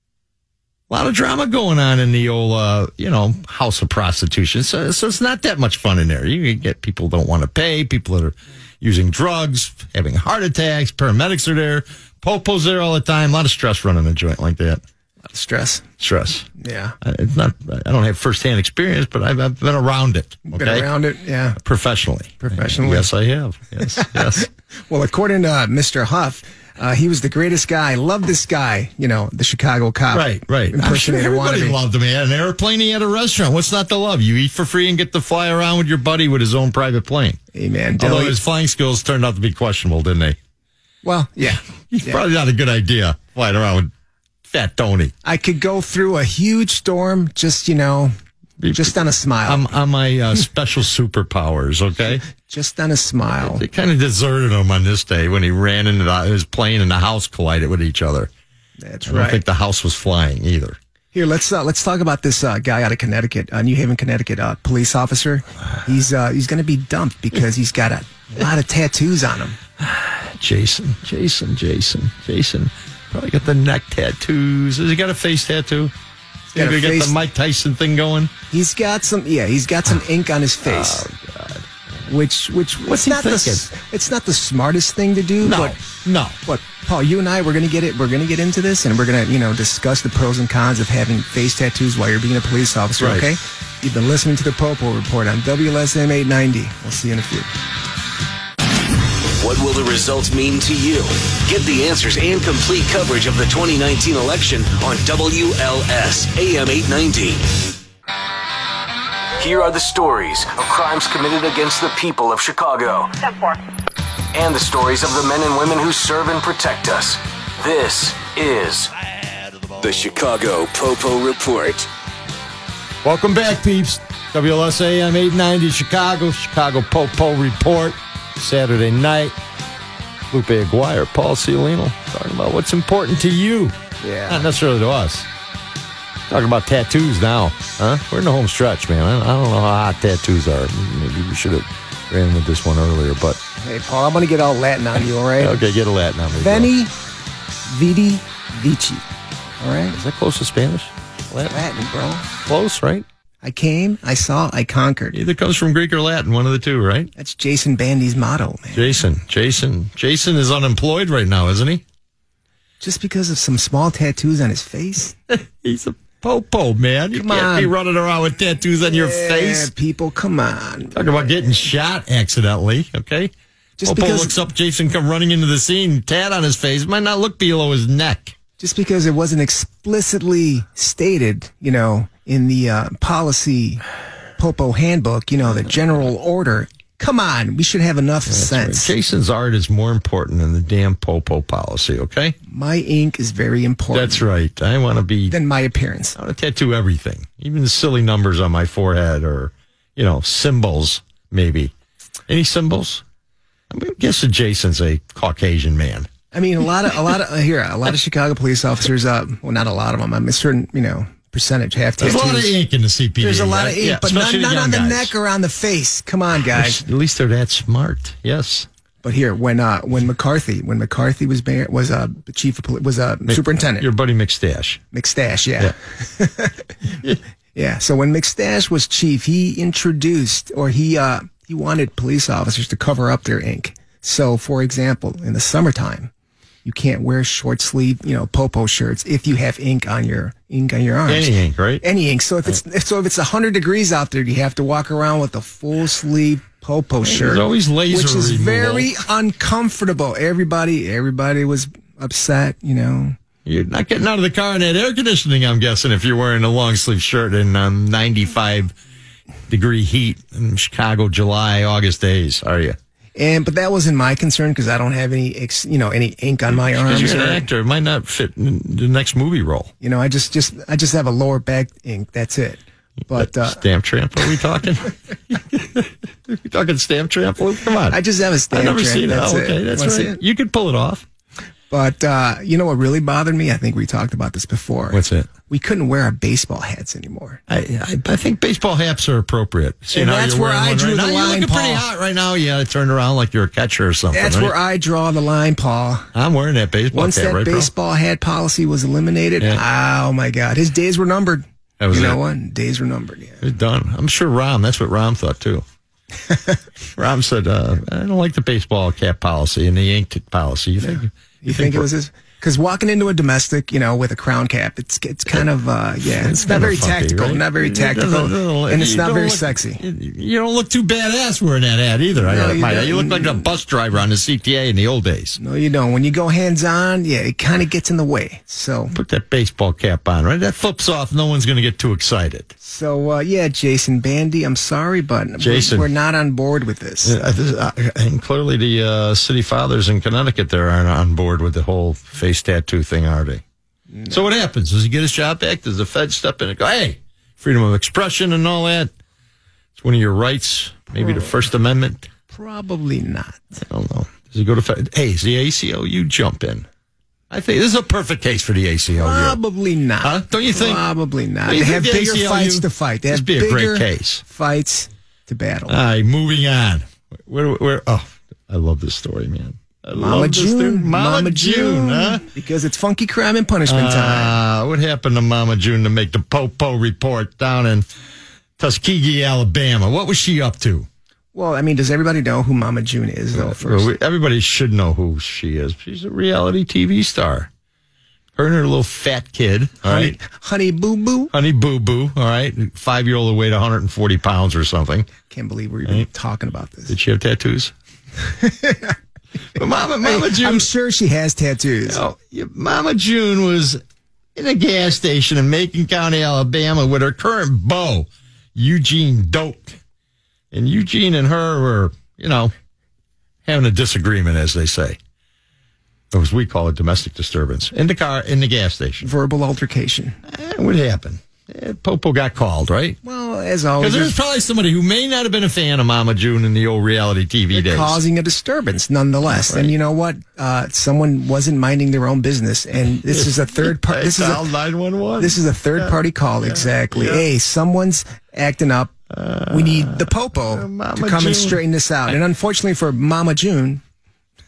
[SPEAKER 3] A lot of drama going on in the old, uh, you know, house of prostitution. So, so it's not that much fun in there. You can get people don't want to pay, people that are using drugs, having heart attacks. Paramedics are there, popos there all the time. A lot of stress running a joint like that.
[SPEAKER 4] Stress.
[SPEAKER 3] Stress.
[SPEAKER 4] Yeah,
[SPEAKER 3] I- It's not. I don't have firsthand experience, but I've, I've been around it. Okay?
[SPEAKER 4] been around it. Yeah.
[SPEAKER 3] professionally.
[SPEAKER 4] Professionally.
[SPEAKER 3] Yes, I have. Yes, yes.
[SPEAKER 4] Well, according to uh, Mr. Huff, uh, he was the greatest guy. Love this guy. You know, the Chicago cop.
[SPEAKER 3] Right, right. I'm sure
[SPEAKER 4] Impersonator
[SPEAKER 3] everybody
[SPEAKER 4] wannabe.
[SPEAKER 3] loved him. He had an airplane. He had a restaurant. What's not to love? You eat for free and get to fly around with your buddy with his own private plane.
[SPEAKER 4] Hey, man.
[SPEAKER 3] Although
[SPEAKER 4] Deli-
[SPEAKER 3] his flying skills turned out to be questionable, didn't they?
[SPEAKER 4] well, yeah.
[SPEAKER 3] He's Probably not a good idea flying around with Fat Tony.
[SPEAKER 4] I could go through a huge storm just, you know, just on a smile.
[SPEAKER 3] I'm on my uh, special superpowers. Okay,
[SPEAKER 4] just on a smile.
[SPEAKER 3] they kind of deserted him on this day when he ran into the, his plane and the house collided with each other.
[SPEAKER 4] That's
[SPEAKER 3] I don't
[SPEAKER 4] right.
[SPEAKER 3] think the house was flying either.
[SPEAKER 4] Here, let's uh, let's talk about this uh, guy out of Connecticut, uh, New Haven, Connecticut, uh, police officer. He's uh, he's going to be dumped because he's got a lot of tattoos on him.
[SPEAKER 3] Jason, Jason, Jason, Jason. Probably got the neck tattoos. Has he got a face tattoo? He's
[SPEAKER 4] got a
[SPEAKER 3] got
[SPEAKER 4] face-
[SPEAKER 3] the Mike Tyson thing going.
[SPEAKER 4] He's got some yeah, he's got some ink on
[SPEAKER 3] Uh,
[SPEAKER 4] his face. Which which it's
[SPEAKER 3] he
[SPEAKER 4] not the s- it's not the smartest thing to do,
[SPEAKER 3] No,
[SPEAKER 4] but
[SPEAKER 3] no.
[SPEAKER 4] But Paul, you and I we're gonna get it we're gonna get into this and we're gonna, you know, discuss the pros and cons of having face tattoos while you're being a police officer,
[SPEAKER 3] Right.
[SPEAKER 4] okay? You've been listening to the Popo report on WLSM eight ninety. We'll see you in a few.
[SPEAKER 1] What will the results mean to you? Get the answers and complete coverage of the 2019 election on WLS AM 890. Here are the stories of crimes committed against the people of Chicago and the stories of the men and women who serve and protect us. This is
[SPEAKER 12] The Chicago Popo Report.
[SPEAKER 3] Welcome back, peeps. WLSAM 890 Chicago, Chicago Popo Report, Saturday night. Lupe Aguirre, Paul Ciolino, talking about what's important to you.
[SPEAKER 4] Yeah.
[SPEAKER 3] Not necessarily to us. Talking about tattoos now, huh? We're in the home stretch, man. I, I don't know how hot tattoos are. Maybe we should have ran with this one earlier, but
[SPEAKER 4] Hey Paul, I'm gonna get all Latin on you, all right?
[SPEAKER 3] okay, get a Latin on me.
[SPEAKER 4] Veni Vidi Vici. All right?
[SPEAKER 3] Is that close to Spanish? Latin?
[SPEAKER 4] Latin, bro.
[SPEAKER 3] Close, right?
[SPEAKER 4] I came, I saw, I conquered.
[SPEAKER 3] Either comes from Greek or Latin, one of the two, right?
[SPEAKER 4] That's Jason Bandy's motto, man.
[SPEAKER 3] Jason, Jason, Jason is unemployed right now, isn't he?
[SPEAKER 4] Just because of some small tattoos on his face?
[SPEAKER 3] He's a Popo, man. You
[SPEAKER 4] Come
[SPEAKER 3] can't
[SPEAKER 4] on.
[SPEAKER 3] be running around with tattoos on your face.
[SPEAKER 4] people, come on.
[SPEAKER 3] Talking about getting shot accidentally, okay?
[SPEAKER 4] Just
[SPEAKER 3] Popo
[SPEAKER 4] because-
[SPEAKER 3] looks up, Jason come running into the scene, tat on his face, might not look below his neck.
[SPEAKER 4] Just because it wasn't explicitly stated, you know, in the uh, policy Popo handbook, you know, the general order. Come on, we should have enough sense.
[SPEAKER 3] Jason's art is more important than the damn Popo policy, okay?
[SPEAKER 4] My ink is very important.
[SPEAKER 3] That's right. I want to be.
[SPEAKER 4] Than my appearance.
[SPEAKER 3] I want to tattoo everything, even the silly numbers on my forehead or, you know, symbols, maybe. Any symbols? I mean, I guess that Jason's a Caucasian man.
[SPEAKER 4] I mean, a lot of a lot of uh, here, a lot of Chicago police officers. Uh, well, not a lot of them. I'm a certain, you know, percentage have
[SPEAKER 3] There's
[SPEAKER 4] tattoos.
[SPEAKER 3] a lot of ink in the CPD.
[SPEAKER 4] There's a lot of
[SPEAKER 3] right?
[SPEAKER 4] ink,
[SPEAKER 3] Yeah,
[SPEAKER 4] but none,
[SPEAKER 3] especially
[SPEAKER 4] none on the
[SPEAKER 3] young guys.
[SPEAKER 4] neck or on the face. Come on, guys.
[SPEAKER 3] At least they're that smart. Yes.
[SPEAKER 4] But here, when uh, when McCarthy, when McCarthy was mayor, was a uh, chief of police, was a uh, superintendent,
[SPEAKER 3] Your buddy McStash.
[SPEAKER 4] McStash, yeah. yeah. So when McStash was chief, he introduced or he uh, he wanted police officers to cover up their ink. So, for example, in the summertime, you can't wear short sleeve, you know, popo shirts if you have ink on your ink on your arms.
[SPEAKER 3] Any ink, right?
[SPEAKER 4] Any ink. So if it's if, so if it's hundred degrees out there, you have to walk around with a full sleeve popo shirt.
[SPEAKER 3] always laser
[SPEAKER 4] which is
[SPEAKER 3] removal.
[SPEAKER 4] very uncomfortable. Everybody, everybody was upset. You know,
[SPEAKER 3] You're not getting out of the car in that air conditioning, I'm guessing, if you're wearing a long sleeve shirt in um, 95 degree heat in Chicago, July, August days, are you?
[SPEAKER 4] and but that wasn't my concern because I don't have any, ex, you know, any ink on my
[SPEAKER 3] Because
[SPEAKER 4] arms.
[SPEAKER 3] you're an
[SPEAKER 4] or-
[SPEAKER 3] actor. It might not fit in the next movie role.
[SPEAKER 4] you know, I just, just, I just have a lower back ink. That's it. But uh,
[SPEAKER 3] Stamp tramp, are we talking? we talking stamp tramp? Lou? Come on.
[SPEAKER 4] I just have a stamp
[SPEAKER 3] I've never
[SPEAKER 4] tramp,
[SPEAKER 3] seen it.
[SPEAKER 4] that's
[SPEAKER 3] oh,
[SPEAKER 4] it.
[SPEAKER 3] okay. That's
[SPEAKER 4] Wanna see
[SPEAKER 3] right.
[SPEAKER 4] it?
[SPEAKER 3] You could pull it off.
[SPEAKER 4] but uh, you know what really bothered me? I think we talked about this before.
[SPEAKER 3] What's it?
[SPEAKER 4] We couldn't wear our baseball hats anymore.
[SPEAKER 3] I, I, I think baseball hats are appropriate. Seeing
[SPEAKER 4] And
[SPEAKER 3] how
[SPEAKER 4] that's
[SPEAKER 3] you're
[SPEAKER 4] where
[SPEAKER 3] wearing
[SPEAKER 4] I
[SPEAKER 3] one
[SPEAKER 4] drew
[SPEAKER 3] right
[SPEAKER 4] the
[SPEAKER 3] now. You're
[SPEAKER 4] line,
[SPEAKER 3] looking pretty
[SPEAKER 4] Paul.
[SPEAKER 3] hot right now. Yeah, I turned around like you're a catcher or something.
[SPEAKER 4] That's
[SPEAKER 3] right?
[SPEAKER 4] where I draw the line, Paul.
[SPEAKER 3] I'm wearing that baseball
[SPEAKER 4] Once
[SPEAKER 3] cap,
[SPEAKER 4] that
[SPEAKER 3] right, bro?
[SPEAKER 4] baseball hat policy was eliminated, oh my God, his days were numbered.
[SPEAKER 3] That was
[SPEAKER 4] you know
[SPEAKER 3] it.
[SPEAKER 4] what? Days were numbered. Yeah.
[SPEAKER 3] It's done. I'm sure Rom. That's what Rom thought too. Rom said, uh, "I don't like the baseball cap policy and the ink t- policy." You think?
[SPEAKER 4] You, think, it was his? Because walking into a domestic, you know, with a crown cap, it's it's kind of uh, yeah, it's, not
[SPEAKER 3] kinda
[SPEAKER 4] very
[SPEAKER 3] funky,
[SPEAKER 4] tactical,
[SPEAKER 3] right?
[SPEAKER 4] not very
[SPEAKER 3] It doesn't- doesn't
[SPEAKER 4] tactical,
[SPEAKER 3] look-
[SPEAKER 4] and it's
[SPEAKER 3] you
[SPEAKER 4] not
[SPEAKER 3] don't
[SPEAKER 4] very
[SPEAKER 3] look-
[SPEAKER 4] sexy.
[SPEAKER 3] you- You don't look too badass wearing that hat either. I
[SPEAKER 4] No,
[SPEAKER 3] gotta
[SPEAKER 4] you
[SPEAKER 3] admit.
[SPEAKER 4] don't.
[SPEAKER 3] you look like a bus driver on the CTA in the old days.
[SPEAKER 4] No, you don't. When you go hands on, yeah, it kind of gets in the way. So
[SPEAKER 3] Put that baseball cap on, right? That flips off. No one's going to get too excited.
[SPEAKER 4] so uh, yeah, Jason Bandy, I'm sorry, but we're-
[SPEAKER 3] Jason.
[SPEAKER 4] we're not on board with this.
[SPEAKER 3] Uh, this- uh, and clearly, the uh, city fathers in Connecticut there aren't on board with the whole face tattoo thing, are they? So what happens? Does he get his job back? Does the Fed step in and go, "Hey, freedom of expression and all that"? It's one of your rights, maybe the First Amendment.
[SPEAKER 4] Probably not.
[SPEAKER 3] I don't know. Does he go to Fed? Hey, is the ACO? You jump in. I think this is a perfect case for the ACO.
[SPEAKER 4] Probably not.
[SPEAKER 3] Oh, Huh? Don't you think?
[SPEAKER 4] Probably not.
[SPEAKER 3] Do you
[SPEAKER 4] They have
[SPEAKER 3] think the
[SPEAKER 4] bigger
[SPEAKER 3] ACLU
[SPEAKER 4] fights to fight. They
[SPEAKER 3] This
[SPEAKER 4] have
[SPEAKER 3] be a great
[SPEAKER 4] bigger
[SPEAKER 3] case.
[SPEAKER 4] fights to battle.
[SPEAKER 3] All right, moving on. Where, where, where? Oh, I love this story, man. I
[SPEAKER 4] Mama
[SPEAKER 3] love this story.
[SPEAKER 4] June,
[SPEAKER 3] Mama, June, huh?
[SPEAKER 4] Because it's funky crime and punishment time.
[SPEAKER 3] Uh, what happened to Mama June to make the Popo report down in Tuskegee, Alabama? What was she up to?
[SPEAKER 4] Well, I mean, does everybody know who Mama June is though? First,
[SPEAKER 3] Well, we- everybody should know who she is. She's a reality TV star. Her and her little fat kid, all
[SPEAKER 4] honey,
[SPEAKER 3] right?
[SPEAKER 4] honey boo boo.
[SPEAKER 3] Honey Boo Boo, all right? Five year old weighed 140 pounds or something.
[SPEAKER 4] Can't believe we're even talking about this.
[SPEAKER 3] Did she have tattoos? but Mama, Mama June.
[SPEAKER 4] I'm sure she has tattoos.
[SPEAKER 3] Oh, your Mama June was in a gas station in Macon County, Alabama, with her current beau, Eugene Doak. And Eugene and her were, you know, having a disagreement, as they say, or as we call it, domestic disturbance, in the car, in the gas station.
[SPEAKER 4] Verbal altercation.
[SPEAKER 3] Eh, what happened? Eh, Popo got called, right?
[SPEAKER 4] Well, as
[SPEAKER 3] Because
[SPEAKER 4] always,
[SPEAKER 3] there's probably somebody who may not have been a fan of Mama June in the old reality TV
[SPEAKER 4] they're
[SPEAKER 3] days.
[SPEAKER 4] causing a disturbance nonetheless. And you know what? Uh, someone wasn't minding their own business, and this is a third part. This is a
[SPEAKER 3] Dial 911.
[SPEAKER 4] This is a third party call, exactly. Hey, someone's acting up. we need the Popo to
[SPEAKER 3] Uh, Mama
[SPEAKER 4] come
[SPEAKER 3] June.
[SPEAKER 4] and straighten this out. And unfortunately for Mama June,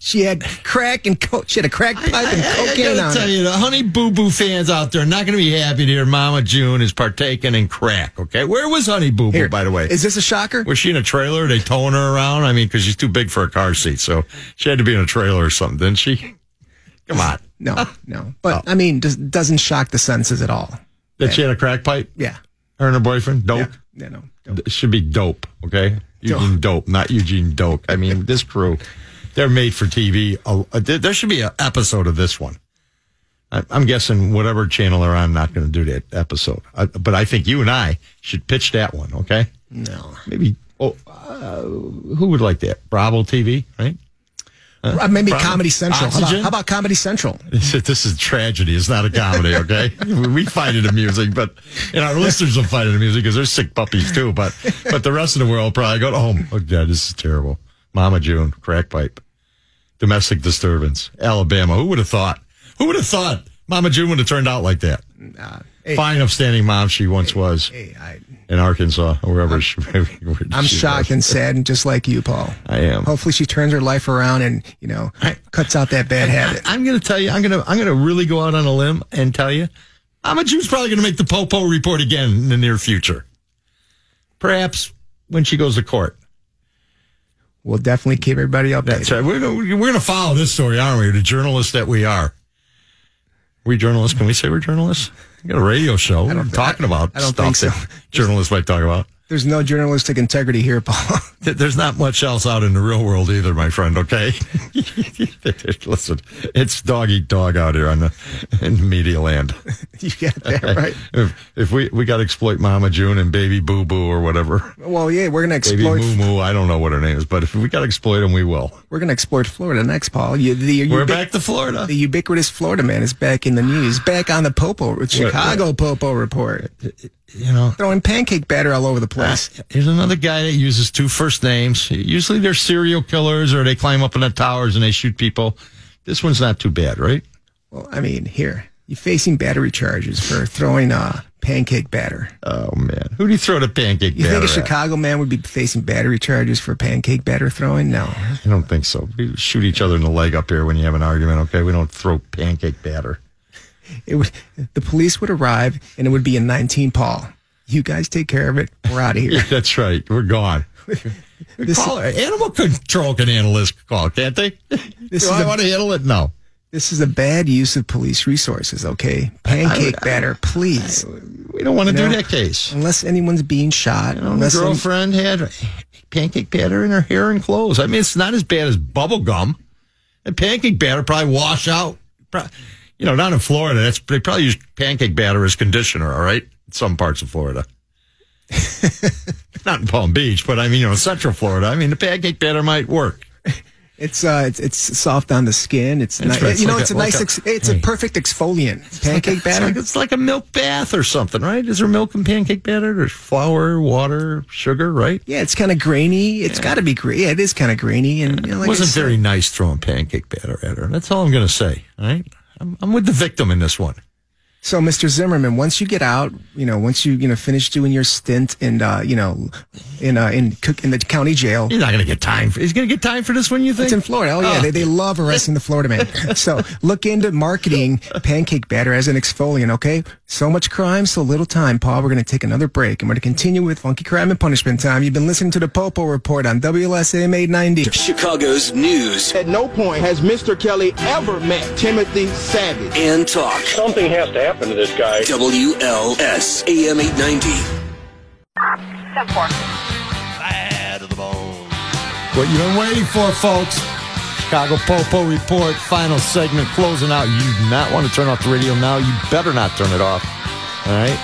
[SPEAKER 4] she had crack and co- she had a crack pipe and
[SPEAKER 3] I
[SPEAKER 4] cocaine
[SPEAKER 3] gotta
[SPEAKER 4] on
[SPEAKER 3] tell
[SPEAKER 4] her.
[SPEAKER 3] you, the Honey Boo Boo fans out there are not going to be happy to hear Mama June is partaking in crack. Okay, where was Honey Boo Boo?
[SPEAKER 4] Here,
[SPEAKER 3] By the way,
[SPEAKER 4] is this a shocker?
[SPEAKER 3] was she in a trailer? They towing her around. I mean, because she's too big for a car seat, so she had to be in a trailer or something, didn't she? Come on. Oh.
[SPEAKER 4] No, no. But I mean, does, doesn't shock the senses at all.
[SPEAKER 3] That she had a crack pipe?
[SPEAKER 4] Yeah.
[SPEAKER 3] Her and her boyfriend? Dope?
[SPEAKER 4] Yeah, no.
[SPEAKER 3] It should be dope, okay? Eugene Dope, not Eugene Dope. I mean, this crew, they're made for TV. Oh, uh, there there should be an episode of this one. I- I'm guessing whatever channel they're on, not going to do that episode. I, but I think you and I should pitch that one, okay?
[SPEAKER 4] No.
[SPEAKER 3] Maybe, oh, uh, who would like that? Bravo TV, right?
[SPEAKER 4] Uh, maybe Comedy Central. How about,
[SPEAKER 3] Oxygen?
[SPEAKER 4] how about Comedy Central?
[SPEAKER 3] This is- this is tragedy. It's not a comedy, okay? we fight it amusing, but and our listeners will find it amusing because they're sick puppies too. But but the rest of the world probably go, oh, oh God, this is terrible. Mama June, crack pipe, domestic disturbance, Alabama. Who would have thought? Who would have thought Mama June would have turned out like that?
[SPEAKER 4] hey.
[SPEAKER 3] Fine, upstanding mom she once was in Arkansas or wherever she. where
[SPEAKER 4] I'm
[SPEAKER 3] she
[SPEAKER 4] shocked and saddened, just like you, Paul.
[SPEAKER 3] I am.
[SPEAKER 4] Hopefully, she turns her life around and you know cuts out that bad habit.
[SPEAKER 3] I'm going to tell you, I'm going to I'm going to really go out on a limb and tell you, Mama June's probably going to make the Popo report again in the near future. Perhaps when she goes to court.
[SPEAKER 4] We'll definitely keep everybody updated.
[SPEAKER 3] That's right. We're gonna, we're going to follow this story, aren't we? The journalists that we are. We journalists? Can we say we're journalists? We got a radio show. We're talking about
[SPEAKER 4] I don't
[SPEAKER 3] stuff
[SPEAKER 4] think so.
[SPEAKER 3] that journalists might talk about.
[SPEAKER 4] There's no journalistic integrity here, Paul.
[SPEAKER 3] Th- There's not much else out in the real world either, my friend. Okay, listen, it's dog eat dog out here on the in media land.
[SPEAKER 4] you got that right.
[SPEAKER 3] If, if we we got to exploit Mama June and Baby Boo Boo or whatever,
[SPEAKER 4] Well, yeah, we're gonna
[SPEAKER 3] Baby
[SPEAKER 4] exploit.
[SPEAKER 3] Moo Moo, I don't know what her name is, but if we got to exploit them, we will.
[SPEAKER 4] We're gonna exploit Florida next, Paul. You, the,
[SPEAKER 3] We're
[SPEAKER 4] ubiqu-
[SPEAKER 3] back to Florida.
[SPEAKER 4] The ubiquitous Florida man is back in the news. Back on the Popo Chicago Popo report.
[SPEAKER 3] You know, Ah.
[SPEAKER 4] Throwing pancake batter all over the place.
[SPEAKER 3] Here's another guy that uses two first names. Usually they're serial killers or they climb up in the towers and they shoot people. This one's not too bad, right?
[SPEAKER 4] Well, I mean, here you're facing battery charges for throwing uh, pancake batter.
[SPEAKER 3] Oh man, who do you throw the pancake?
[SPEAKER 4] You think
[SPEAKER 3] batter
[SPEAKER 4] a
[SPEAKER 3] at?
[SPEAKER 4] Chicago man would be facing battery charges for pancake batter throwing? No.
[SPEAKER 3] I don't think so. We shoot each other in the leg up here when you have an argument, okay? We don't throw pancake batter.
[SPEAKER 4] It would. The police would arrive, and it would be in 19 Paul. You guys take care of it. We're out of here.
[SPEAKER 3] Yeah, that's right. We're gone.
[SPEAKER 4] This-
[SPEAKER 3] Call- animal control can handle this call, can't they?
[SPEAKER 4] is
[SPEAKER 3] Do I
[SPEAKER 4] a-
[SPEAKER 3] want to handle it? No.
[SPEAKER 4] This is a bad use of police resources. Okay, pancake batter, please.
[SPEAKER 3] We don't want to
[SPEAKER 4] You
[SPEAKER 3] do
[SPEAKER 4] know,
[SPEAKER 3] that case.
[SPEAKER 4] Unless anyone's being shot.
[SPEAKER 3] My
[SPEAKER 4] unless any-
[SPEAKER 3] girlfriend had pancake batter in her hair and clothes. I mean, it's not as bad as bubble gum. And pancake batter probably wash out. Pro- You know, down in Florida, that's they probably use pancake batter as conditioner. All right, in some parts of Florida, not in Palm Beach, but I mean, you know, Central Florida. I mean, the pancake batter might work.
[SPEAKER 4] it's uh, it's, it's soft on the skin. It's,
[SPEAKER 3] That's
[SPEAKER 4] nice.
[SPEAKER 3] right. It's
[SPEAKER 4] you know,
[SPEAKER 3] like
[SPEAKER 4] it's
[SPEAKER 3] a-
[SPEAKER 4] a,
[SPEAKER 3] like
[SPEAKER 4] nice.
[SPEAKER 3] a-
[SPEAKER 4] ex- it's
[SPEAKER 3] hey.
[SPEAKER 4] a perfect exfoliant. Pancake
[SPEAKER 3] It's
[SPEAKER 4] batter.
[SPEAKER 3] like, it's like a milk bath or something, right? Is there milk and pancake batter? There's flour, water, sugar, right?
[SPEAKER 4] Yeah, it's kind of grainy. It's got to be grainy. Yeah, it is kind of grainy, and you know, like I
[SPEAKER 3] wasn't
[SPEAKER 4] said-
[SPEAKER 3] very nice throwing pancake batter at her. That's all I'm going to say. All right, I'm, I'm with the victim in this one.
[SPEAKER 4] So, Mr. Zimmerman, once you get out, you know, once you you know finish doing your stint in uh, you know, in uh, in Cook in the county jail.
[SPEAKER 3] He's not going to get time. For, he's going to get time for this one. You think?
[SPEAKER 4] It's in Florida. Oh yeah,
[SPEAKER 3] Ah.
[SPEAKER 4] they, they love arresting the Florida man. So look into marketing pancake batter as an exfoliant. Okay, so much crime, so little time, Paul. We're going to take another break, and we're going to continue with Funky Crime and Punishment Time. You've been listening to the Popo Report on WLSM 890.
[SPEAKER 2] Chicago's news
[SPEAKER 6] At no point has Mr. Kelly ever met Timothy Savage.
[SPEAKER 2] and talk.
[SPEAKER 13] Something has to happen to this guy.
[SPEAKER 2] WLS AM 890.
[SPEAKER 14] Step four.
[SPEAKER 2] Bad to the bone.
[SPEAKER 3] What you've been waiting for, folks. Chicago Popo Report, final segment, closing out. You do not want to turn off the radio now. You better not turn it off. All right?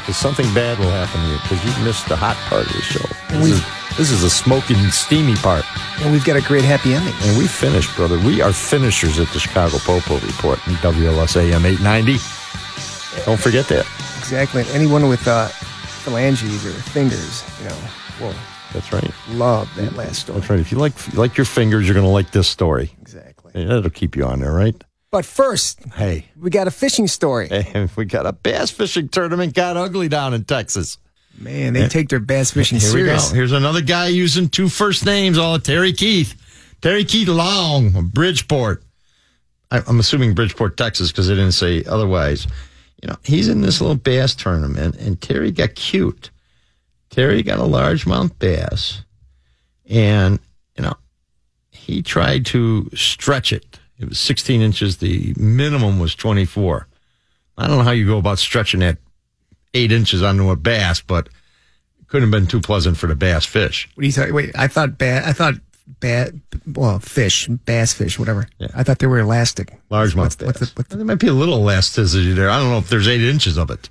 [SPEAKER 3] Because something bad will happen to you because you've missed the hot part of the show. This is, this is the smoking, steamy part.
[SPEAKER 4] And we've got a great happy ending.
[SPEAKER 3] And we finished, brother. We are finishers at the Chicago Popo Report and WLSAM 890. Don't forget that.
[SPEAKER 4] Exactly. And anyone with uh, phalanges or fingers, you know, will
[SPEAKER 3] That's right.
[SPEAKER 4] love that last story.
[SPEAKER 3] That's right. If you like if you like your fingers, you're going to like this story.
[SPEAKER 4] Exactly.
[SPEAKER 3] Yeah, That'll keep you on there, right?
[SPEAKER 4] But first,
[SPEAKER 3] Hey.
[SPEAKER 4] we got a fishing story.
[SPEAKER 3] And we got a bass fishing tournament got ugly down in Texas.
[SPEAKER 4] Man, they take their bass fishing
[SPEAKER 3] Here we
[SPEAKER 4] serious.
[SPEAKER 3] go. Here's another guy using two first names, all Terry Keith. Terry Keith Long, of Bridgeport. I, I'm assuming Bridgeport, Texas, because they didn't say otherwise. You know, he's in this little bass tournament, and Terry got cute. Terry got a largemouth bass, and, you know, he tried to stretch it. It was 16 inches. The minimum was 24. I don't know how you go about stretching that eight inches onto a bass, but it couldn't have been too pleasant for the bass fish.
[SPEAKER 4] What are you talking? Wait, I thought bass. I thought bass. Well, fish, bass fish, whatever. I thought they were elastic.
[SPEAKER 3] Largemouth
[SPEAKER 4] What's-
[SPEAKER 3] bass.
[SPEAKER 4] what's the- what's the-
[SPEAKER 3] there might be a little elasticity there. I don't know if there's eight inches of it.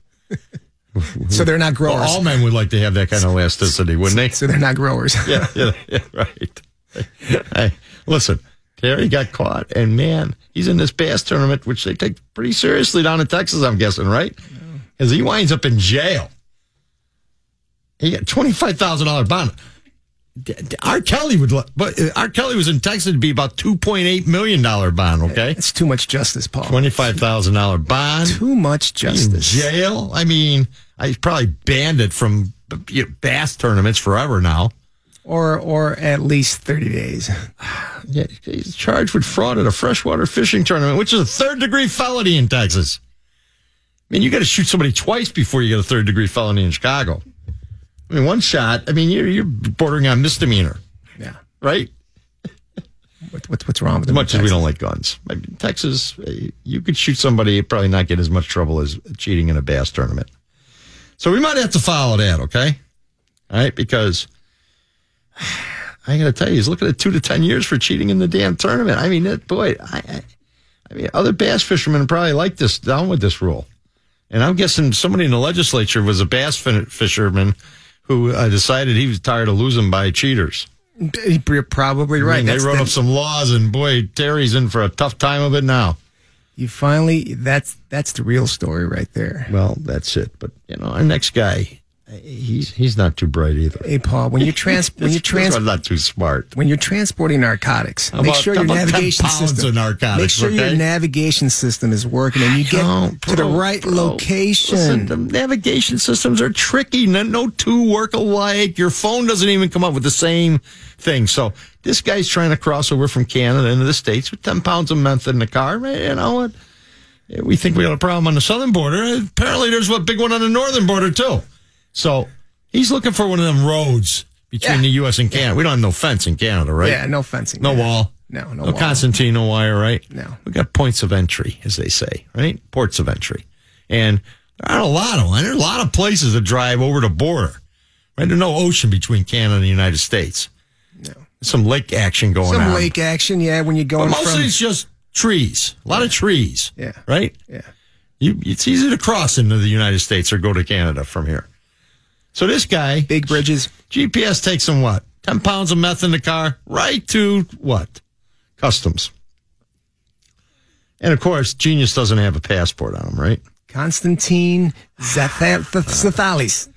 [SPEAKER 4] So they're not
[SPEAKER 3] Well,
[SPEAKER 4] growers.
[SPEAKER 3] all men would like to have that kind of elasticity, wouldn't they?
[SPEAKER 4] So they're not growers.
[SPEAKER 3] yeah, yeah, yeah, right. Hey, listen, Terry got caught, and man, he's in this bass tournament, which they take pretty seriously down in Texas, I'm guessing, right? Because he winds up in jail. He got twenty five thousand dollar bond. D- D- R. Kelly would, lo- but uh, R. Kelly was in Texas to be about two point eight million dollar bond. Okay,
[SPEAKER 4] it's too much justice, Paul.
[SPEAKER 3] Twenty five thousand dollar bond.
[SPEAKER 4] Too much justice.
[SPEAKER 3] In jail. I mean, I probably banned it from you know, bass tournaments forever now.
[SPEAKER 4] Or or at least thirty days.
[SPEAKER 3] Yeah, he's charged with fraud at a freshwater fishing tournament, which is a third degree felony in Texas. I mean, you got to shoot somebody twice before you get a third degree felony in Chicago. I mean, one shot. I mean, you're you're bordering on misdemeanor.
[SPEAKER 4] Yeah.
[SPEAKER 3] Right.
[SPEAKER 4] What, what's what's wrong with
[SPEAKER 3] As
[SPEAKER 4] them in
[SPEAKER 3] much as we
[SPEAKER 4] Texas?
[SPEAKER 3] don't like guns, I mean, Texas, eh, you could shoot somebody, and probably not get as much trouble as cheating in a bass tournament. So we might have to follow that, okay? All right, because I got to tell you, he's looking at two to ten years for cheating in the damn tournament. I mean, that, boy, I, I, I mean, other bass fishermen probably like this down with this rule, and I'm guessing somebody in the legislature was a bass fin- fisherman who uh, decided he was tired of losing by cheaters.
[SPEAKER 4] You're probably right.
[SPEAKER 3] I mean, they
[SPEAKER 4] That's
[SPEAKER 3] wrote
[SPEAKER 4] the-
[SPEAKER 3] up some laws, and boy, Terry's in for a tough time of it now.
[SPEAKER 4] You finally that's that's the real story right there.
[SPEAKER 3] Well, that's it. But you know, our next guy, he's he's not too bright either.
[SPEAKER 4] Hey Paul, when you're trans when you're trans
[SPEAKER 3] I'm not too smart.
[SPEAKER 4] when you're transporting narcotics,
[SPEAKER 3] How
[SPEAKER 4] make
[SPEAKER 3] about-
[SPEAKER 4] sure
[SPEAKER 3] how
[SPEAKER 4] your
[SPEAKER 3] about 10
[SPEAKER 4] navigation
[SPEAKER 3] pounds
[SPEAKER 4] system
[SPEAKER 3] of narcotics,
[SPEAKER 4] make sure
[SPEAKER 3] okay?
[SPEAKER 4] your navigation system is working and you get to the right location.
[SPEAKER 3] Listen, the navigation systems are tricky. No, no two work alike. Your phone doesn't even come up with the same thing. So this guy's trying to cross over from Canada into the States with 10 pounds of meth in the car. Man, You know what? We think we got a problem on the southern border. Apparently, there's a big one on the northern border, too. So he's looking for one of them roads between the U.S. and Canada. We don't have no fence in Canada, right?
[SPEAKER 4] Yeah, no fencing.
[SPEAKER 3] No
[SPEAKER 4] Yeah.
[SPEAKER 3] wall.
[SPEAKER 4] No, no
[SPEAKER 3] No
[SPEAKER 4] wall.
[SPEAKER 3] Constantino wire, right?
[SPEAKER 4] No.
[SPEAKER 3] We got points of entry, as they say, right? Ports of entry. And there aren't a lot of them. There are a lot of places that drive over the border, right? There's no ocean between Canada and the United States. No. Some lake action going
[SPEAKER 4] Some
[SPEAKER 3] on.
[SPEAKER 4] lake action, yeah, when you're
[SPEAKER 3] But
[SPEAKER 4] going
[SPEAKER 3] mostly
[SPEAKER 4] from
[SPEAKER 3] it's just trees. A lot of trees.
[SPEAKER 4] Yeah.
[SPEAKER 3] Right?
[SPEAKER 4] Yeah.
[SPEAKER 3] You, it's easy to cross into the United States or go to Canada from here. So this guy.
[SPEAKER 4] Big bridges.
[SPEAKER 3] GPS takes him what? 10 pounds of meth in the car, right to what? Customs. And of course, Genius doesn't have a passport on him, right?
[SPEAKER 4] Constantine Zatha-
[SPEAKER 3] Uh.
[SPEAKER 4] Zathalis.